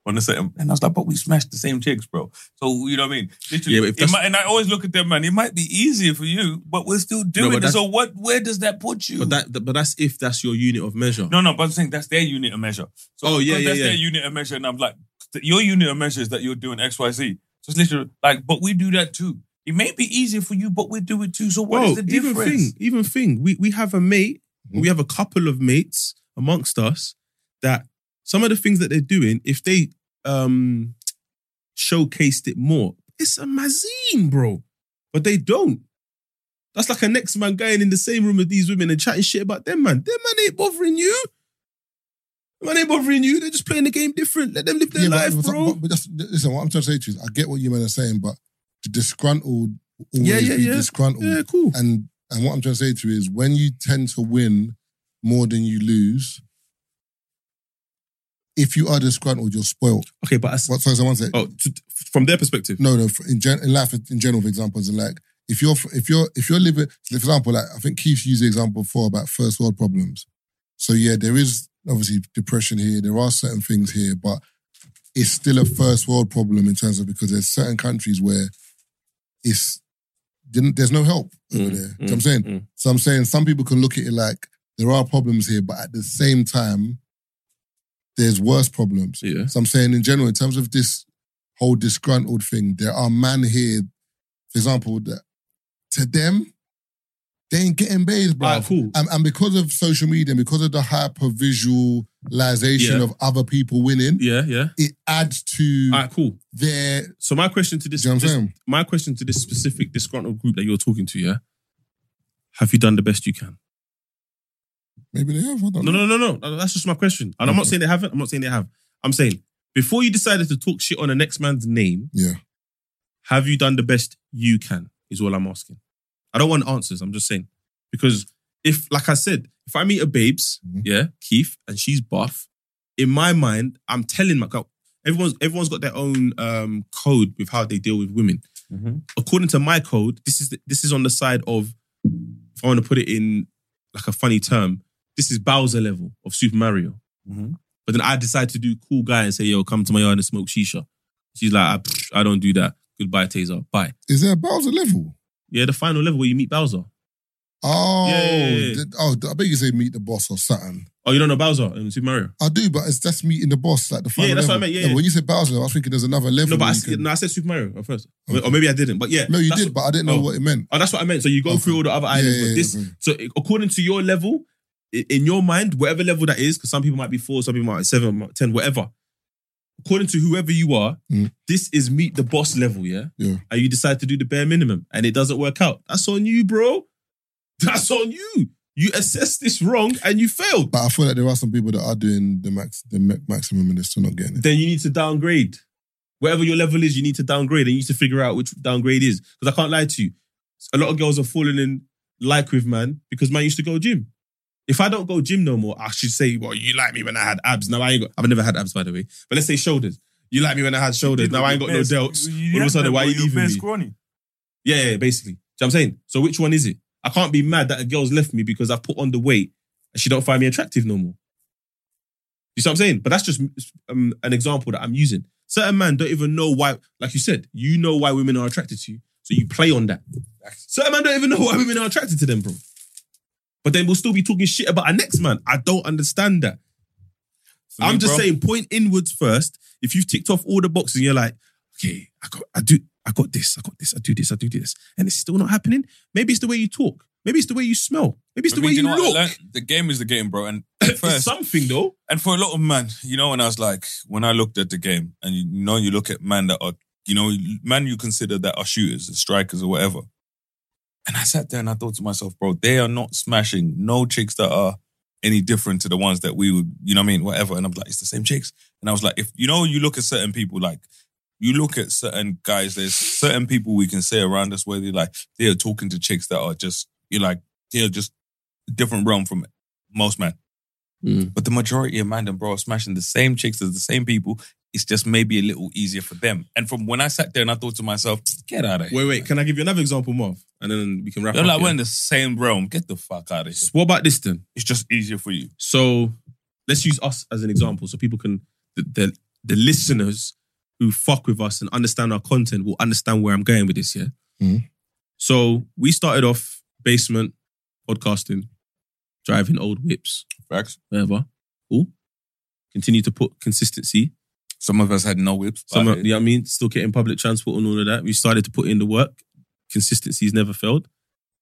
[SPEAKER 5] on a certain, and I was like, but we smashed the same chicks, bro. So you know what I mean? Literally,
[SPEAKER 4] Yeah, but if
[SPEAKER 5] it
[SPEAKER 4] that's-
[SPEAKER 5] might- and I always look at them, man. It might be easier for you, but we're still doing it.
[SPEAKER 4] that's-
[SPEAKER 5] So what? Where does that put you?
[SPEAKER 4] But that, but that's if that's your unit of measure.
[SPEAKER 5] No, no, but I'm saying that's their unit of measure. So
[SPEAKER 4] Oh, yeah,
[SPEAKER 5] because
[SPEAKER 4] yeah,
[SPEAKER 5] that's
[SPEAKER 4] yeah.
[SPEAKER 5] their unit of measure, and I'm like, th- your unit of measure is that you're doing X, Y, Z. So it's literally like, but we do that too. It may be easier for you, but we do it too. So what is
[SPEAKER 4] Well,
[SPEAKER 5] the
[SPEAKER 4] even
[SPEAKER 5] difference? Hmm.
[SPEAKER 4] thing, even thing. We we have a mate, we have a couple of mates amongst us that some of the things that they're doing, if they um showcased it more, it's a mazine, bro. But they don't. That's like a next man going in the same room with these women and chatting shit about them, man. Them man ain't bothering you. Them Man ain't bothering you. They're just playing the game different. Let them live their
[SPEAKER 6] Yeah,
[SPEAKER 4] life,
[SPEAKER 6] but,
[SPEAKER 4] bro.
[SPEAKER 6] But, but that's, listen, what I'm trying to say to you is, I get what you men are saying, but the disgruntled will always
[SPEAKER 4] Yeah, yeah,
[SPEAKER 6] be
[SPEAKER 4] yeah.
[SPEAKER 6] disgruntled.
[SPEAKER 4] yeah, cool.
[SPEAKER 6] And and what I'm trying to say to you is, when you tend to win more than you lose, if you are disgruntled, you're spoiled.
[SPEAKER 4] Okay, but I, s-
[SPEAKER 6] What? Sorry, someone said.
[SPEAKER 4] oh, to, from their perspective,
[SPEAKER 6] No, no. for- In, gen- in life, in general, for example, is like if you're if you're if you're living, for example, like I think Keith used the example before about first world problems. So yeah, there is obviously depression here. There are certain things here, but it's still a first world problem in terms of because there's certain countries where it's there's no help over there. Do you know what I'm saying? So I'm saying some people can look at it like there are problems here, but at the same time, there's worse problems.
[SPEAKER 4] Yeah.
[SPEAKER 6] So I'm saying in general, in terms of this whole disgruntled thing, there are man here, for example, that to them, they ain't getting bays, bro.
[SPEAKER 4] Alright, cool.
[SPEAKER 6] and, and because of social media, and because of the hyper visualization
[SPEAKER 4] Yeah.
[SPEAKER 6] of other people winning,
[SPEAKER 4] yeah, yeah.
[SPEAKER 6] it adds to
[SPEAKER 4] All right, cool.
[SPEAKER 6] their.
[SPEAKER 4] So my question to
[SPEAKER 6] Mm.
[SPEAKER 4] this,
[SPEAKER 6] Do you know what I'm
[SPEAKER 4] this-
[SPEAKER 6] saying?
[SPEAKER 4] my question to this specific disgruntled group that you're talking to, yeah, have you done the best you can?
[SPEAKER 6] Maybe they have. I don't
[SPEAKER 4] No,
[SPEAKER 6] know.
[SPEAKER 4] no, no, no. no, That's just my question, and I'm not saying they haven't. I'm not saying they have. I'm saying before you decided to talk shit on the next man's name,
[SPEAKER 6] Yeah.
[SPEAKER 4] have you done the best you can? Is all I'm asking. I don't want answers. I'm just saying because if, like I said, if I meet a babes,
[SPEAKER 6] Mhm.
[SPEAKER 4] yeah, Keith, and she's buff, in my mind, I'm telling my girl. Everyone's everyone's got their own um, code with how they deal with women. according to my code, this is this is on the side of if I want to put it in like a funny term, this is Bowser level of Super Mario.
[SPEAKER 6] Mm-hmm.
[SPEAKER 5] Mhm.
[SPEAKER 4] But then I decide to do cool guy and say, "Yo, come to my yard and smoke shisha." She's like, "I, psh, I don't do that. Goodbye, Taser. Bye."
[SPEAKER 6] Is there a Bowser level?
[SPEAKER 4] Yeah, the final level where you meet Bowser.
[SPEAKER 6] Oh,
[SPEAKER 4] Yeah, yeah, yeah.
[SPEAKER 6] th- oh! I bet you say meet the boss or something.
[SPEAKER 4] Oh, you don't know Bowser in Super Mario?
[SPEAKER 6] I do, but it's that's meeting the boss, like the final
[SPEAKER 4] Yeah, that's what I
[SPEAKER 6] level.
[SPEAKER 4] meant, yeah,
[SPEAKER 6] No,
[SPEAKER 4] yeah.
[SPEAKER 6] When you said Bowser, I was thinking there's another level.
[SPEAKER 4] No, but
[SPEAKER 6] where
[SPEAKER 4] I,
[SPEAKER 6] you
[SPEAKER 4] said-
[SPEAKER 6] can-
[SPEAKER 4] no, I said Super Mario at first,
[SPEAKER 6] Okay.
[SPEAKER 4] or maybe I didn't. But yeah,
[SPEAKER 6] no, you
[SPEAKER 4] that's
[SPEAKER 6] did, but I didn't know
[SPEAKER 4] oh.
[SPEAKER 6] what it meant.
[SPEAKER 4] Oh, that's what I meant. So you go
[SPEAKER 6] Okay.
[SPEAKER 4] through all the other
[SPEAKER 6] Yeah,
[SPEAKER 4] islands,
[SPEAKER 6] yeah,
[SPEAKER 4] but
[SPEAKER 6] yeah,
[SPEAKER 4] this.
[SPEAKER 6] okay.
[SPEAKER 4] So according to your level, i- in your mind, whatever level that is, because some people might be four, some people might be seven, might be ten, whatever. According to whoever you are,
[SPEAKER 6] Mm.
[SPEAKER 4] this is meet the boss level, yeah.
[SPEAKER 6] Yeah.
[SPEAKER 4] And you decide to do the bare minimum, and it doesn't work out. That's on you, bro. That's on you. You assessed this wrong, and you failed.
[SPEAKER 6] But I feel like there are some people that are doing the max, the ma- maximum, and they're still not getting it.
[SPEAKER 4] then you need to downgrade. Whatever your level is, you need to downgrade and you need to figure out which downgrade is. Because I can't lie to you. A lot of girls are falling in like with man because man used to go gym. If I don't go gym no more, I should say, well, you like me when I had abs. Now I ain't got, I've never had abs, by the way. But let's say shoulders. You like me when I had shoulders. Now I ain't got no delts. All of a sudden, why are you leaving me?
[SPEAKER 5] Scrawny.
[SPEAKER 4] Yeah, yeah, yeah, basically. Do you know what I'm saying? So which one is it? I can't be mad that a girl's left me because I've put on the weight and she don't find me attractive no more. You see what I'm saying? But that's just um, an example that I'm using. Certain men don't even know why, like you said, you know why women are attracted to you. So you play on that. Certain men don't even know why women are attracted to them, bro. But then we'll still be talking shit about our next man. I don't understand that.
[SPEAKER 5] For
[SPEAKER 4] I'm
[SPEAKER 5] me,
[SPEAKER 4] just
[SPEAKER 5] bro,
[SPEAKER 4] saying, point inwards first. If you've ticked off all the boxes, and you're like, okay, I got, I do, I got this, I got this, I do this, I do this, and it's still not happening. Maybe it's the way you talk. Maybe it's the way you smell. Maybe it's
[SPEAKER 5] But
[SPEAKER 4] the way
[SPEAKER 5] do
[SPEAKER 4] you
[SPEAKER 5] know what I
[SPEAKER 4] look.
[SPEAKER 5] learned? The game is the game, bro. And
[SPEAKER 4] It's
[SPEAKER 5] first,
[SPEAKER 4] something though.
[SPEAKER 5] and for a lot of man, you know, when I was like, when I looked at the game, and you know, you look at man that are, you know, man you consider that are shooters, and strikers, or whatever. And I sat there and I thought to myself, bro, they are not smashing no chicks that are any different to the ones that we would, you know, what I mean, whatever. And I'm like, it's the same chicks. And I was like, if you know, you look at certain people, like you look at certain guys. There's certain people we can say around us where they like they are talking to chicks that are just you're like they're just a different realm from most men.
[SPEAKER 4] Mm.
[SPEAKER 5] But the majority of man and bro are smashing the same chicks as the same people. It's just maybe a little easier for them. And from when I sat there and I thought to myself, get out of here.
[SPEAKER 4] Wait, wait. Can I give you another example, Marv? And then we can wrap
[SPEAKER 5] They're
[SPEAKER 4] up.
[SPEAKER 5] like,
[SPEAKER 4] yeah?
[SPEAKER 5] we're in the same realm. Get the fuck out of here.
[SPEAKER 4] So What about this then?
[SPEAKER 5] It's just easier for you.
[SPEAKER 4] So let's use us as an example, so people can the the, the listeners who fuck with us and understand our content will understand where I'm going with this. Yeah.
[SPEAKER 6] Mhm.
[SPEAKER 4] So we started off basement podcasting, driving old whips,
[SPEAKER 5] Facts.
[SPEAKER 4] whatever. Cool. Continue to put consistency.
[SPEAKER 5] Some of us had no whips.
[SPEAKER 4] Some,
[SPEAKER 5] but-
[SPEAKER 4] you know what I mean? Still getting public transport and all of that. We started to put in the work. Consistency's never failed.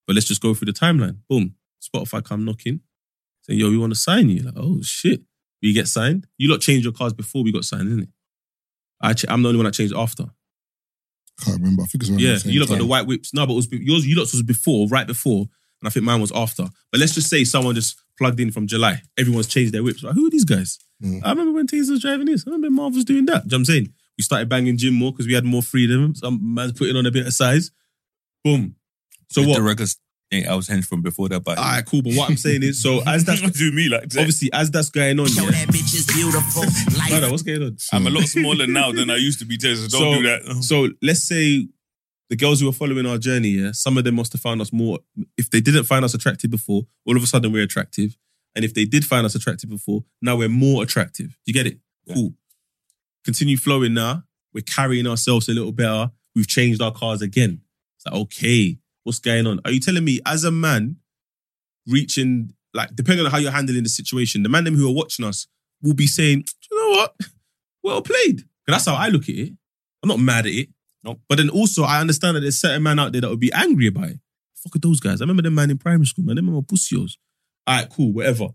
[SPEAKER 4] But let's just go through the timeline. Boom. Spotify come knocking, saying, yo, we want to sign you. Like, oh shit. We get signed. You lot changed your cars before we got signed, didn't it? I ch- I'm the only one that changed after.
[SPEAKER 6] Can't remember. I think it's around
[SPEAKER 4] Yeah,
[SPEAKER 6] the same
[SPEAKER 4] you lot got
[SPEAKER 6] time.
[SPEAKER 4] the white whips. No, but it was be- yours. You lot was before, right before, and I think mine was after. But let's just say someone just plugged in from July. Everyone's changed their whips. Like, who are these guys?
[SPEAKER 6] Mm.
[SPEAKER 4] I remember when Taser was driving this. I remember Marv was doing that. Do you know what I'm saying we started banging gym more because we had more freedom. Some man's putting on a bit of size. Boom. So
[SPEAKER 5] With
[SPEAKER 4] what?
[SPEAKER 5] The records, yeah, I was hinged from before that, but
[SPEAKER 4] All right, cool. But what I'm saying is, so as that's
[SPEAKER 5] do me like that.
[SPEAKER 4] obviously as that's going on, yeah.
[SPEAKER 7] bitch is beautiful.
[SPEAKER 4] No, no, what's going on?
[SPEAKER 5] I'm a lot smaller now than I used to be. Taser, don't
[SPEAKER 4] So-
[SPEAKER 5] do that.
[SPEAKER 4] So let's say the girls who are following our journey, yeah, some of them must have found us more. If they didn't find us attractive before, all of a sudden we're attractive. And if they did find us attractive before, now we're more attractive. You get it?
[SPEAKER 5] Yeah.
[SPEAKER 4] Cool. Continue flowing now. We're carrying ourselves a little better. We've changed our cars again. It's like, okay, what's going on? Are you telling me as a man reaching, like, depending on how you're handling the situation, the man them who are watching us will be saying, "Do you know what? Well played. 'Cause That's how I look at it. I'm not mad at it.
[SPEAKER 5] Nope.
[SPEAKER 4] But then also, I understand that there's certain man out there that would be angry about it. Fuck are those guys. I remember them man in primary school, man. Them man were pussios. All right, cool, whatever.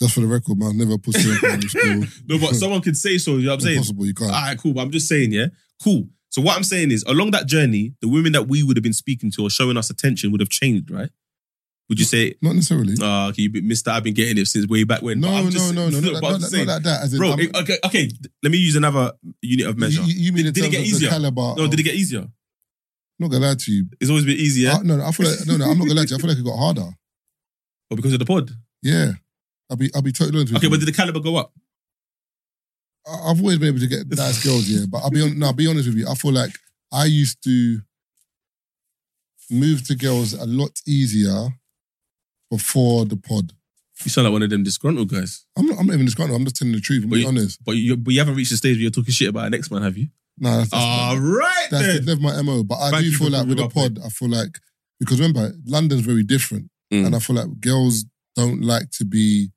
[SPEAKER 6] Just for the record, man, I've never pussy in primary school.
[SPEAKER 4] No, but someone could say so. You know what I'm saying?
[SPEAKER 6] Impossible, you can't.
[SPEAKER 4] All right, cool. But I'm just saying, yeah, cool. So what I'm saying is, along that journey, the women that we would have been speaking to or showing us attention would have changed, right? Would you say,
[SPEAKER 6] Not necessarily.
[SPEAKER 4] "Ah, okay, you bit- Mister, I've been getting it since way back when"? But
[SPEAKER 6] No,
[SPEAKER 4] I'm
[SPEAKER 6] no,
[SPEAKER 4] just-
[SPEAKER 6] no, no,
[SPEAKER 4] but
[SPEAKER 6] not,
[SPEAKER 4] I'm
[SPEAKER 6] that-
[SPEAKER 4] just
[SPEAKER 6] not,
[SPEAKER 4] saying-
[SPEAKER 6] like that. As in,
[SPEAKER 4] bro.
[SPEAKER 6] I'm-
[SPEAKER 4] it- okay, okay. Let me use another unit of measure.
[SPEAKER 6] you, you mean in
[SPEAKER 4] Did- did it
[SPEAKER 6] terms
[SPEAKER 4] get
[SPEAKER 6] of
[SPEAKER 4] easier?
[SPEAKER 6] the caliber?
[SPEAKER 4] no,
[SPEAKER 6] of-
[SPEAKER 4] did it get easier?
[SPEAKER 6] Not gonna lie to you.
[SPEAKER 4] It's always been easier,
[SPEAKER 6] I, no, no, I feel like, no, no, I'm not gonna lie to you. I feel like it got harder.
[SPEAKER 4] but because of the pod.
[SPEAKER 6] Yeah, I'll be, I'll be totally honest with
[SPEAKER 4] Okay,
[SPEAKER 6] you.
[SPEAKER 4] but did the caliber go up?
[SPEAKER 6] I- I've always been able to get nice girls, yeah. But I'll be on, no, I'll be honest with you. I feel like I used to move to girls a lot easier before the pod.
[SPEAKER 4] You sound like one of them disgruntled guys.
[SPEAKER 6] I'm not, I'm not even disgruntled. I'm just telling the truth. I'm
[SPEAKER 4] But
[SPEAKER 6] being
[SPEAKER 4] you-
[SPEAKER 6] honest.
[SPEAKER 4] But you, but you haven't reached the stage where you're talking shit about an ex man, have you?
[SPEAKER 6] No, that's, that's,
[SPEAKER 4] All right,
[SPEAKER 6] that's
[SPEAKER 4] then.
[SPEAKER 6] never my mo. But I
[SPEAKER 4] Thank
[SPEAKER 6] do
[SPEAKER 4] you for
[SPEAKER 6] feel like with the
[SPEAKER 4] bringing it
[SPEAKER 6] pod, I feel like because remember London's very different,
[SPEAKER 4] Mm.
[SPEAKER 6] and I feel like girls don't like to be.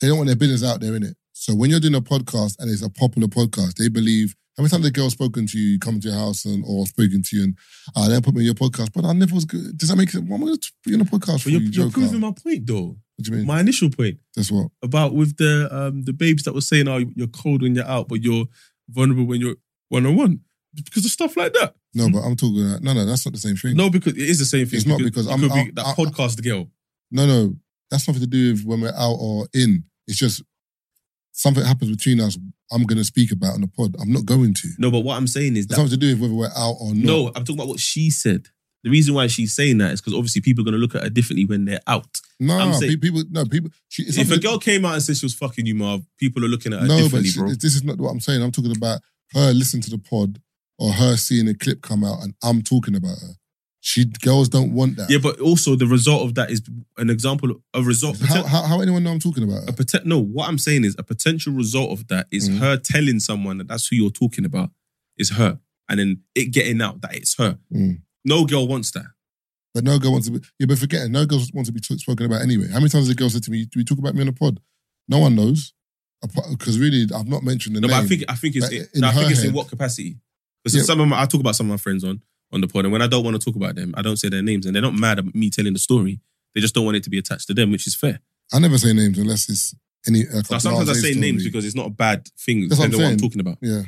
[SPEAKER 6] They don't want their business out there in it. So when you're doing a podcast and it's a popular podcast, they believe every time the girl's spoken to you, come to your house and or spoken to you and uh, they put me in your podcast. But I never was good. Does that make sense? Why am I going to put you on a podcast for
[SPEAKER 4] But you're,
[SPEAKER 6] you,
[SPEAKER 4] you're
[SPEAKER 6] joker?
[SPEAKER 4] proving my point, though.
[SPEAKER 6] What do you mean?
[SPEAKER 4] My initial point
[SPEAKER 6] That's what.
[SPEAKER 4] about with the um the babes that were saying, "Oh, you're cold when you're out, but you're vulnerable when you're one on one," because of stuff like that.
[SPEAKER 6] No, but I'm talking. Like, no, no, that's not the same thing.
[SPEAKER 4] No, because it is the same thing.
[SPEAKER 6] It's not because
[SPEAKER 4] you
[SPEAKER 6] I'm-
[SPEAKER 4] could be
[SPEAKER 6] I'm-
[SPEAKER 4] that
[SPEAKER 6] I-
[SPEAKER 4] podcast girl.
[SPEAKER 6] No, no, that's nothing to do with when we're out or in. It's just something happens between us. I'm going to speak about on the pod. I'm not going to.
[SPEAKER 4] No, but what I'm saying
[SPEAKER 6] It's
[SPEAKER 4] is that
[SPEAKER 6] something to do with whether we're out or not.
[SPEAKER 4] No, I'm talking about what she said. The reason why she's saying that is because obviously people are going to look at her differently when they're out.
[SPEAKER 6] no,
[SPEAKER 4] I'm
[SPEAKER 6] no,
[SPEAKER 4] saying-
[SPEAKER 6] pe- people. No, people. She, it's
[SPEAKER 4] if a
[SPEAKER 6] something-
[SPEAKER 4] girl came out and said she was fucking you, Marv, people are looking at her
[SPEAKER 6] no, but
[SPEAKER 4] differently,
[SPEAKER 6] she-
[SPEAKER 4] bro.
[SPEAKER 6] this is not what I'm saying. I'm talking about her listening to the pod or her seeing a clip come out, and I'm talking about her. She girls don't want that.
[SPEAKER 4] Yeah, but also the result of that is an example, a result.
[SPEAKER 6] How, how, how anyone know I'm talking about
[SPEAKER 4] a
[SPEAKER 6] her?
[SPEAKER 4] poten- no, what I'm saying is a potential result of that is
[SPEAKER 6] Mhm.
[SPEAKER 4] her telling someone that that's who you're talking about is her, and then it getting out that it's her.
[SPEAKER 6] Mm.
[SPEAKER 4] No girl wants that.
[SPEAKER 6] But no girl wants to be. Yeah, but forget it. No girl wants to be t- spoken about anyway. How many times has a girl said to me, "Do we talk about me on the pod?" No one knows. Because really, I've not mentioned the
[SPEAKER 4] No,
[SPEAKER 6] name.
[SPEAKER 4] but I think I think it's
[SPEAKER 6] But
[SPEAKER 4] it,
[SPEAKER 6] in
[SPEAKER 4] no, I
[SPEAKER 6] her
[SPEAKER 4] think it's in
[SPEAKER 6] head-
[SPEAKER 4] what capacity? Because
[SPEAKER 6] Yeah.
[SPEAKER 4] some of my, I talk about some of my friends on on the pod. And when I don't want to talk about them, I don't say their names. And they're not mad at me telling the story. They just don't want it to be attached to them, which is fair.
[SPEAKER 6] I never say names unless it's any. uh, Like
[SPEAKER 4] Now, sometimes I say names because it's not a bad thing.
[SPEAKER 6] That's what
[SPEAKER 4] depending on what I'm
[SPEAKER 6] saying.
[SPEAKER 4] talking about.
[SPEAKER 6] Yeah.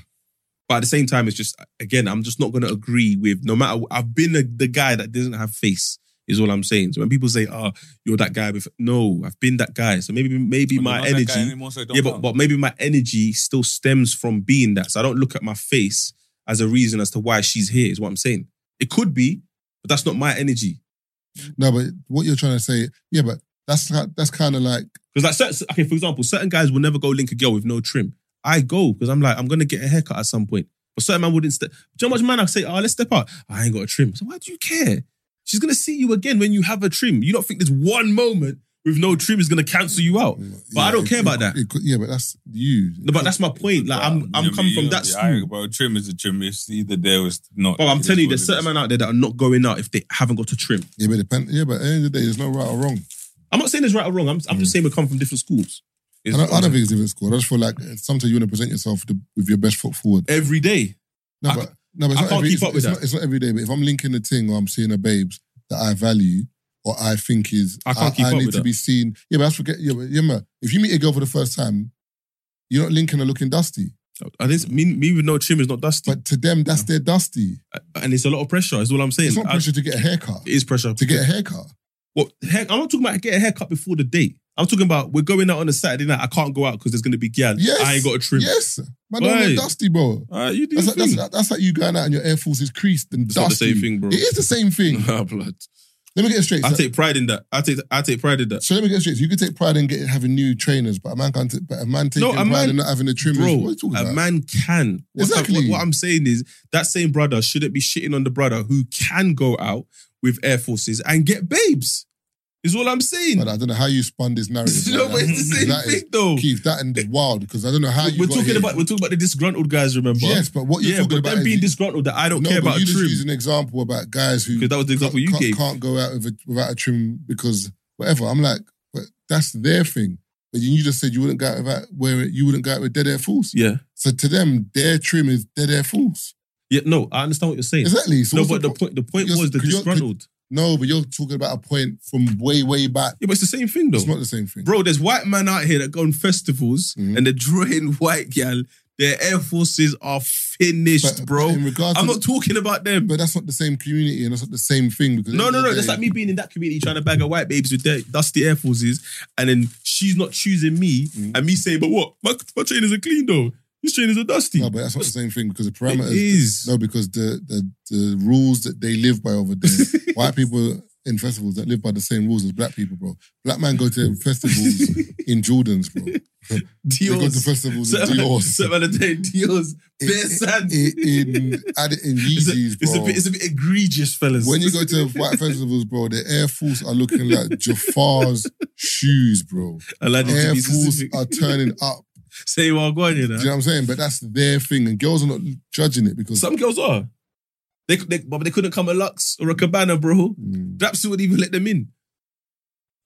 [SPEAKER 4] But at the same time, it's just again, I'm just not going to agree with no matter. I've been a, the guy that doesn't have face. Is all I'm saying. So when people say, "Oh, you're that guy," with no, I've been that guy. So maybe, maybe
[SPEAKER 5] But you're
[SPEAKER 4] my
[SPEAKER 5] not that guy
[SPEAKER 4] energy,
[SPEAKER 5] anymore, so it don't
[SPEAKER 4] yeah, but,
[SPEAKER 5] count.
[SPEAKER 4] but maybe my energy still stems from being that. So I don't look at my face as a reason as to why she's here. Is what I'm saying. It could be, but that's not my energy.
[SPEAKER 6] No, but what you're trying to say, yeah, but that's ki- that's kind of like
[SPEAKER 4] Because like, certain, okay, for example, certain guys will never go link a girl with no trim. I go because I'm like, I'm gonna get a haircut at some point. But certain man wouldn't step. Do you know how much man I say, oh, let's step out. I ain't got a trim. So why do you care? She's gonna see you again when you have a trim. You don't think there's one moment with no trim is gonna cancel you out.
[SPEAKER 5] Mm,
[SPEAKER 4] But I
[SPEAKER 6] yeah,
[SPEAKER 4] don't
[SPEAKER 6] it-
[SPEAKER 4] care
[SPEAKER 6] it-
[SPEAKER 4] about that.
[SPEAKER 6] it could- yeah, but that's you.
[SPEAKER 4] no, but that's my point. Like I'm, I'm
[SPEAKER 5] Yeah, but
[SPEAKER 4] coming
[SPEAKER 5] you
[SPEAKER 4] from
[SPEAKER 5] know,
[SPEAKER 4] that
[SPEAKER 5] yeah,
[SPEAKER 4] school.
[SPEAKER 5] I agree, bro. Trim is a trim. It's either there or it's not.
[SPEAKER 4] Bro, I'm
[SPEAKER 5] It is
[SPEAKER 4] telling you,
[SPEAKER 5] what
[SPEAKER 4] there's
[SPEAKER 5] it
[SPEAKER 4] certain
[SPEAKER 5] is.
[SPEAKER 4] men out there that are not going out if they haven't got a trim.
[SPEAKER 6] Yeah, but depend, yeah, but at the end of the day, there's no right or wrong.
[SPEAKER 4] I'm not saying there's right or wrong. I'm, I'm
[SPEAKER 5] Mm.
[SPEAKER 4] just saying we come from different schools.
[SPEAKER 6] I
[SPEAKER 4] It's-
[SPEAKER 6] don't, I don't think it's different school. I just feel like sometimes you want to present yourself with, the, with your best foot forward.
[SPEAKER 4] every day.
[SPEAKER 6] No,
[SPEAKER 4] I
[SPEAKER 6] but no, but it's
[SPEAKER 4] I
[SPEAKER 6] not
[SPEAKER 4] can't
[SPEAKER 6] every,
[SPEAKER 4] keep
[SPEAKER 6] it's,
[SPEAKER 4] up with
[SPEAKER 6] it's
[SPEAKER 4] that.
[SPEAKER 6] Not, it's not every day. But if I'm linking a thing or I'm seeing a babes that I value or I think is,
[SPEAKER 4] I can't keep
[SPEAKER 6] I
[SPEAKER 4] up
[SPEAKER 6] need
[SPEAKER 4] with
[SPEAKER 6] to
[SPEAKER 4] that.
[SPEAKER 6] be seen. Yeah, but that's forget. Yeah, but yeah, man, if you meet a girl for the first time, you're not linking her looking dusty.
[SPEAKER 4] I didn't me, me with no trim is not dusty,
[SPEAKER 6] But to them, that's their dusty.
[SPEAKER 4] and it's a lot of pressure. Is all I'm saying.
[SPEAKER 6] It's not
[SPEAKER 4] I-
[SPEAKER 6] pressure to get a haircut.
[SPEAKER 4] It is pressure
[SPEAKER 6] To get a haircut.
[SPEAKER 4] Well, heck, I'm not talking about get a haircut before the date. I'm talking about we're going out on a Saturday night. I can't go out because there's going to be gal.
[SPEAKER 6] Yes.
[SPEAKER 4] I ain't got a trim.
[SPEAKER 6] Yes. Man, don't
[SPEAKER 4] Why?
[SPEAKER 6] look dusty, bro.
[SPEAKER 4] All right, you do
[SPEAKER 6] That's
[SPEAKER 4] your
[SPEAKER 6] like, that's,
[SPEAKER 4] thing.
[SPEAKER 6] like, that's like you going out and your Air Force is creased and
[SPEAKER 4] It's
[SPEAKER 6] dusty.
[SPEAKER 4] not the same thing, bro.
[SPEAKER 6] It is the same thing.
[SPEAKER 4] Nah, blood.
[SPEAKER 6] Let me get it straight.
[SPEAKER 4] I
[SPEAKER 6] So-
[SPEAKER 4] take pride in that. I take I take pride in that.
[SPEAKER 6] So let me get it straight. So you could take pride in getting having new trainers, but a man can't. Take, but a man taking
[SPEAKER 4] No, a
[SPEAKER 6] pride
[SPEAKER 4] man-
[SPEAKER 6] in not having a trim. is-
[SPEAKER 4] Bro,
[SPEAKER 6] what are you talking
[SPEAKER 4] a
[SPEAKER 6] about?
[SPEAKER 4] man can. What,
[SPEAKER 6] Exactly.
[SPEAKER 4] I, what, what I'm saying is that same brother shouldn't be shitting on the brother who can go out with Air Forces and get babes. Is all I'm saying.
[SPEAKER 6] But I don't know how you spun this narrative.
[SPEAKER 4] No,
[SPEAKER 6] like
[SPEAKER 4] but it's the
[SPEAKER 6] that.
[SPEAKER 4] same
[SPEAKER 6] That is-
[SPEAKER 4] thing, though.
[SPEAKER 6] Keith, that end is wild because I don't know how you.
[SPEAKER 4] We're
[SPEAKER 6] got
[SPEAKER 4] talking
[SPEAKER 6] here.
[SPEAKER 4] about we're talking about the disgruntled guys. Remember?
[SPEAKER 6] Yes, but what you're
[SPEAKER 4] yeah,
[SPEAKER 6] talking
[SPEAKER 4] but
[SPEAKER 6] about
[SPEAKER 4] them
[SPEAKER 6] is-
[SPEAKER 4] being disgruntled that I don't
[SPEAKER 6] no,
[SPEAKER 4] care
[SPEAKER 6] but
[SPEAKER 4] about a
[SPEAKER 6] you just
[SPEAKER 4] trim.
[SPEAKER 6] used an example about guys who
[SPEAKER 4] 'Cause that was the example you
[SPEAKER 6] can't,
[SPEAKER 4] gave.
[SPEAKER 6] can't go out with a, without a trim because whatever. I'm like, but that's their thing. But you just said you wouldn't go out without wearing. You wouldn't go out with dead air force.
[SPEAKER 4] Yeah,
[SPEAKER 6] So to them, their trim is dead air force.
[SPEAKER 4] yeah. No, I understand what you're saying.
[SPEAKER 6] Exactly. So
[SPEAKER 4] no,
[SPEAKER 6] what's
[SPEAKER 4] but the
[SPEAKER 6] pro-
[SPEAKER 4] point the point
[SPEAKER 6] Yes,
[SPEAKER 4] was the
[SPEAKER 6] could you- could-
[SPEAKER 4] disgruntled.
[SPEAKER 6] No, but you're talking about a point from way, way back.
[SPEAKER 4] Yeah, but it's the same thing though.
[SPEAKER 6] It's not the same thing.
[SPEAKER 4] Bro, there's white man out here that go on festivals
[SPEAKER 6] Mhm.
[SPEAKER 4] and they're drawing white gal. Their air forces are finished,
[SPEAKER 6] But-
[SPEAKER 4] bro.
[SPEAKER 6] but in regards
[SPEAKER 4] I'm
[SPEAKER 6] to-
[SPEAKER 4] not talking about them.
[SPEAKER 6] But that's not the same community and that's not the same thing. Because at
[SPEAKER 4] No,
[SPEAKER 6] the
[SPEAKER 4] no,
[SPEAKER 6] end
[SPEAKER 4] no.
[SPEAKER 6] of the
[SPEAKER 4] That's
[SPEAKER 6] day-
[SPEAKER 4] like me being in that community trying to bag a white babes with their dusty air forces, and then she's not choosing me,
[SPEAKER 6] Mm-hmm.
[SPEAKER 4] and me saying, "But what? My, my trainers are clean though. His trainers are dusty."
[SPEAKER 6] No, but that's not the same thing because the parameters.
[SPEAKER 4] It is.
[SPEAKER 6] No, because the, the the rules that they live by over there, white people in festivals that live by the same rules as black people, bro. Black men go to festivals in Jordans, bro. They go to
[SPEAKER 4] Dior's.
[SPEAKER 6] festivals in
[SPEAKER 4] Seven
[SPEAKER 6] Dior's.
[SPEAKER 4] seven a day, Dior's.
[SPEAKER 6] In-
[SPEAKER 4] Bare sand.
[SPEAKER 6] eh, in, in, add it in
[SPEAKER 4] It's a-
[SPEAKER 6] Yeezys,
[SPEAKER 4] it's, a,
[SPEAKER 6] bro.
[SPEAKER 4] bit, it's a bit egregious, fellas.
[SPEAKER 6] when you go to white festivals, bro, the Air Force are looking like Jafar's shoes, bro.
[SPEAKER 4] I like it to
[SPEAKER 6] Air
[SPEAKER 4] be
[SPEAKER 6] Force
[SPEAKER 4] specific.
[SPEAKER 6] are turning up.
[SPEAKER 4] Say well, go on, you
[SPEAKER 6] Do
[SPEAKER 4] know.
[SPEAKER 6] you know what I'm saying? But that's their thing, and girls are not judging it because
[SPEAKER 4] Some girls are. They, they but they couldn't come a Lux or a Cabana, bro.
[SPEAKER 6] Mm,
[SPEAKER 4] Draps would even let them in.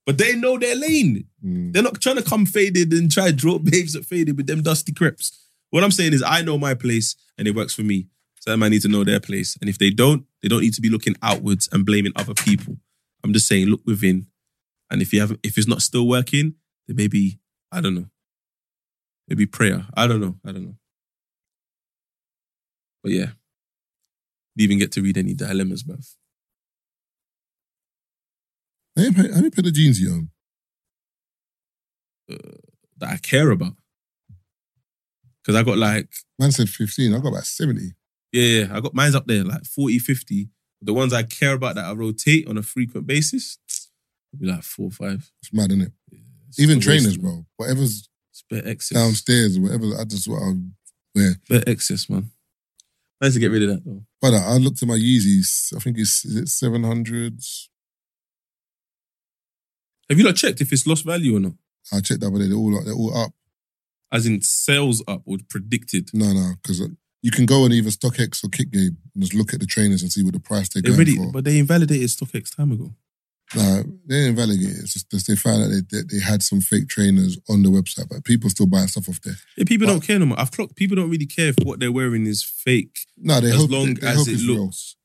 [SPEAKER 4] But they know their lane.
[SPEAKER 6] mm.
[SPEAKER 4] They're not trying to come faded and try to draw babes that faded with them dusty creps. What I'm saying is I know my place and it works for me. So that man need to know their place. And if they don't, they don't need to be looking outwards and blaming other people. I'm just saying look within. And if you have if it's not still working, then maybe, I don't know. Maybe prayer. I don't know. I don't know. But yeah. Didn't even get to read any dilemmas, man.
[SPEAKER 6] How many pa- how many pair of jeans um. you own?
[SPEAKER 4] That I care about. Cause I got like
[SPEAKER 6] Man said 15. I got about 70.
[SPEAKER 4] Yeah, yeah. I got mine's up there, like 40, 50. The ones I care about that I rotate on a frequent basis, be like four or five.
[SPEAKER 6] It's mad, isn't it?
[SPEAKER 4] It's
[SPEAKER 6] Even
[SPEAKER 4] just a waste
[SPEAKER 6] trainers,
[SPEAKER 4] of-
[SPEAKER 6] bro. Whatever's
[SPEAKER 4] Spare excess.
[SPEAKER 6] downstairs or whatever, I just what I wear.
[SPEAKER 4] Spare excess, man. I need to get rid of that though.
[SPEAKER 6] But I I looked at my Yeezys. I think it's is it 700.
[SPEAKER 4] Have you not checked if it's lost value or not?
[SPEAKER 6] I checked that, but they're all they're all up.
[SPEAKER 4] As in sales up or predicted.
[SPEAKER 6] No, no, because you can go on either StockX or Kick Game and just look at the trainers and see what the price they're
[SPEAKER 4] They
[SPEAKER 6] going
[SPEAKER 4] already,
[SPEAKER 6] for.
[SPEAKER 4] but they invalidated StockX time ago.
[SPEAKER 6] Nah, they didn't validate it. It's just that they found out they, that they had some fake trainers on the website, but people still buying stuff off there.
[SPEAKER 4] Yeah, people
[SPEAKER 6] But-
[SPEAKER 4] don't care no more. I've clocked people don't really care if what they're wearing is fake
[SPEAKER 6] No, they
[SPEAKER 4] as
[SPEAKER 6] hope
[SPEAKER 4] long
[SPEAKER 6] they, they
[SPEAKER 4] as
[SPEAKER 6] hope
[SPEAKER 4] it
[SPEAKER 6] it's real.
[SPEAKER 4] looks.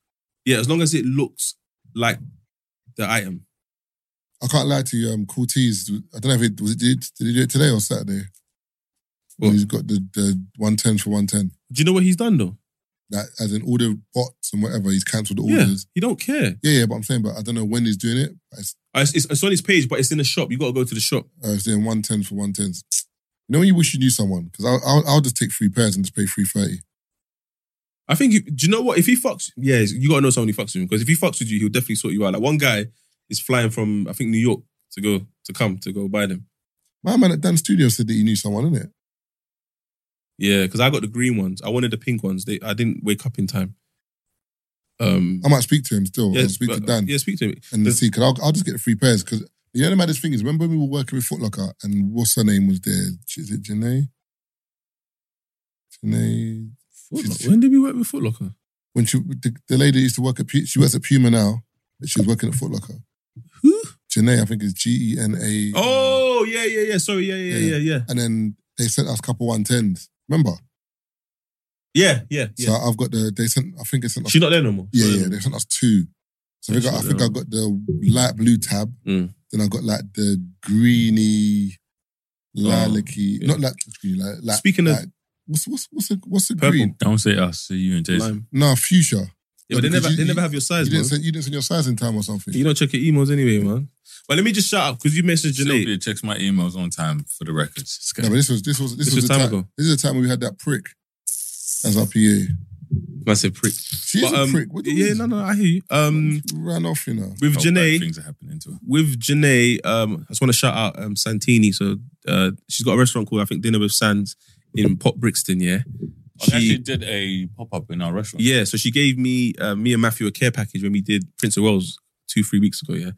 [SPEAKER 4] Yeah, as long as it looks like the item.
[SPEAKER 6] I can't lie to you. Um, Cortez, I don't know if it was it did, did he do it today or Saturday?
[SPEAKER 4] What?
[SPEAKER 6] He's got the, the one ten for one ten.
[SPEAKER 4] Do you know what he's done though?
[SPEAKER 6] That as in all the bots and whatever, he's cancelled the
[SPEAKER 4] Yeah,
[SPEAKER 6] orders.
[SPEAKER 4] he don't care.
[SPEAKER 6] Yeah. yeah, but I'm saying, but I don't know when he's doing it. but It's,
[SPEAKER 4] Uh, It's, it's, it's on his page, but it's in a shop. You got to go to the shop.
[SPEAKER 6] uh, it's doing one ten for one tens. You know when you wish you knew someone because I'll, I'll I'll just take three pairs and just pay three thirty.
[SPEAKER 4] I think. You, do you know what? If he fucks, yeah, you gotta know someone who fucks with him because if he fucks with you, he'll definitely sort you out. Like one guy is flying from I think New York to go to come to go buy them.
[SPEAKER 6] My man at Dan Studio said that he knew someone, didn't it?
[SPEAKER 4] Yeah, because I got the green ones. I wanted the pink ones. They I didn't wake up in time. Um.
[SPEAKER 6] I might speak to him still.
[SPEAKER 4] yeah,
[SPEAKER 6] I'll Oh, speak to
[SPEAKER 4] but- uh,
[SPEAKER 6] Dan
[SPEAKER 4] Yeah, speak to him.
[SPEAKER 6] and
[SPEAKER 4] there's-
[SPEAKER 6] see. Cause I'll, I'll just get three pairs. Cause you know the maddest thing is, remember when we were working with Foot Locker and what's her name was there? Is it Janae? Janae.
[SPEAKER 4] Foot Locker. When did we work with Foot Locker?
[SPEAKER 6] when she the, the lady used to work at Pu- she works at Puma now, but she was working at Foot Locker.
[SPEAKER 4] Who?
[SPEAKER 6] Janae, I think it's G E N A.
[SPEAKER 4] Oh yeah, yeah, yeah. Sorry, yeah, yeah,
[SPEAKER 6] Yeah.
[SPEAKER 4] yeah, yeah,
[SPEAKER 6] And then they sent us a couple one tens. Remember?
[SPEAKER 4] yeah, yeah,
[SPEAKER 6] So
[SPEAKER 4] yeah.
[SPEAKER 6] I've got the they sent. I think they sent. Us,
[SPEAKER 4] She's not there no more.
[SPEAKER 6] yeah,
[SPEAKER 4] Sorry.
[SPEAKER 6] yeah. They sent us two. So I
[SPEAKER 4] Yeah,
[SPEAKER 6] think, I, I,
[SPEAKER 4] she's uh,
[SPEAKER 6] think
[SPEAKER 4] not
[SPEAKER 6] I got the light blue tab.
[SPEAKER 4] Mm.
[SPEAKER 6] Then I got like the greeny, lilac-y.
[SPEAKER 4] Oh, yeah.
[SPEAKER 6] Not like green. Like, like
[SPEAKER 4] Speaking of-
[SPEAKER 6] like, what's what's what's the what's the
[SPEAKER 4] Purple.
[SPEAKER 6] green?
[SPEAKER 5] Don't say us. See you and Jason.
[SPEAKER 4] Lime.
[SPEAKER 6] Nah, fuchsia.
[SPEAKER 4] Yeah, but they
[SPEAKER 6] Because
[SPEAKER 4] never
[SPEAKER 6] you-
[SPEAKER 4] they
[SPEAKER 6] you-
[SPEAKER 4] never have your size,
[SPEAKER 6] You didn't,
[SPEAKER 4] man.
[SPEAKER 6] send, you didn't send your size in time or something.
[SPEAKER 4] You don't check your emails anyway, man. But let me just shout out because you mentioned Janae.
[SPEAKER 5] Sylvia checks my emails on time for the records. This guy.
[SPEAKER 6] No, but this was this was this,
[SPEAKER 4] This
[SPEAKER 6] was,
[SPEAKER 4] was
[SPEAKER 6] the
[SPEAKER 4] time
[SPEAKER 6] time,
[SPEAKER 4] ago.
[SPEAKER 6] This is the time we had that prick as our PA. She
[SPEAKER 4] Man said prick.
[SPEAKER 6] is
[SPEAKER 4] But, um,
[SPEAKER 6] a prick. What do you
[SPEAKER 4] yeah,
[SPEAKER 6] mean?
[SPEAKER 4] no, no, I hear you. Um,
[SPEAKER 6] She ran off, you know.
[SPEAKER 4] with
[SPEAKER 5] How bad
[SPEAKER 4] Janae,
[SPEAKER 5] things are happening to her.
[SPEAKER 4] with Janae, um, I just want to shout out um, Santini. So uh, she's got a restaurant called I think Dinner with Sands in Pop Brixton. Yeah,
[SPEAKER 5] I Oh, actually
[SPEAKER 4] she,
[SPEAKER 5] did a pop up in our restaurant.
[SPEAKER 4] yeah. So she gave me uh, me and Matthew a care package when we did Prince of Wales two three weeks ago. Yeah,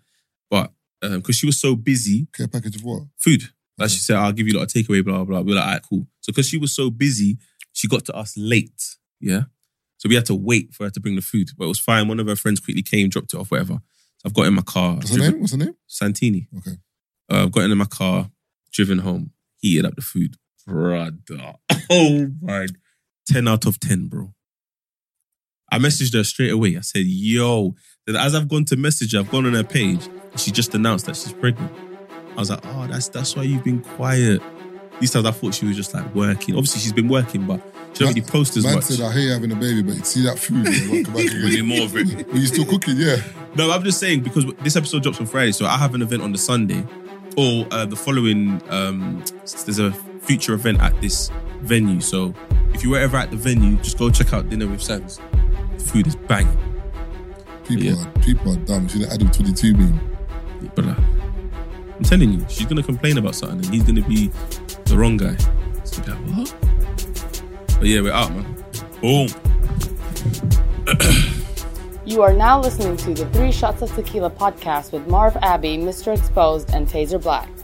[SPEAKER 4] but because she was so busy,
[SPEAKER 6] Care package of what?
[SPEAKER 4] food. Like she said, I'll give you a lot of takeaway, blah, blah, blah. We were like, all right, cool. So because she was so busy, she got to us late. Yeah. So we had to wait for her to bring the food. But it was fine. One of her friends quickly came, dropped it off, whatever. So I've got in my car.
[SPEAKER 6] What's her
[SPEAKER 4] driven-
[SPEAKER 6] name? What's her name?
[SPEAKER 4] Santini.
[SPEAKER 6] Okay.
[SPEAKER 4] Uh, I've gotten in my car, driven home, heated up the food. Brother. Oh my. 10 out of 10, bro. I messaged her straight away. I said, yo. Then as I've gone to message her, I've gone on her page. She just announced that she's pregnant. I was like, oh, that's that's why you've been quiet. These times I thought she was just like working. Obviously, she's been working, but she don't really post as
[SPEAKER 6] man
[SPEAKER 4] much.
[SPEAKER 6] said, I hear you having a baby, but see that food. You won't come back again.
[SPEAKER 5] We need more of it.
[SPEAKER 6] Were you still cooking? Yeah.
[SPEAKER 4] No, I'm just saying because this episode drops on Friday, so I have an event on the Sunday, or uh, the following. Um, there's a future event at this venue, so if you were ever at the venue, just go check out Dinner with Sans. The food is banging,
[SPEAKER 6] People
[SPEAKER 4] Yeah.
[SPEAKER 6] are people are dumb. She's an Adam 22 meme.
[SPEAKER 4] but I'm telling you, she's gonna complain about something, and he's gonna be the wrong guy. It's gonna be like, what? But yeah, we're out, man. Boom.
[SPEAKER 9] You are now listening to the Three Shots of Tequila podcast with Marv Abbey, Mr. Exposed, and Taser Black.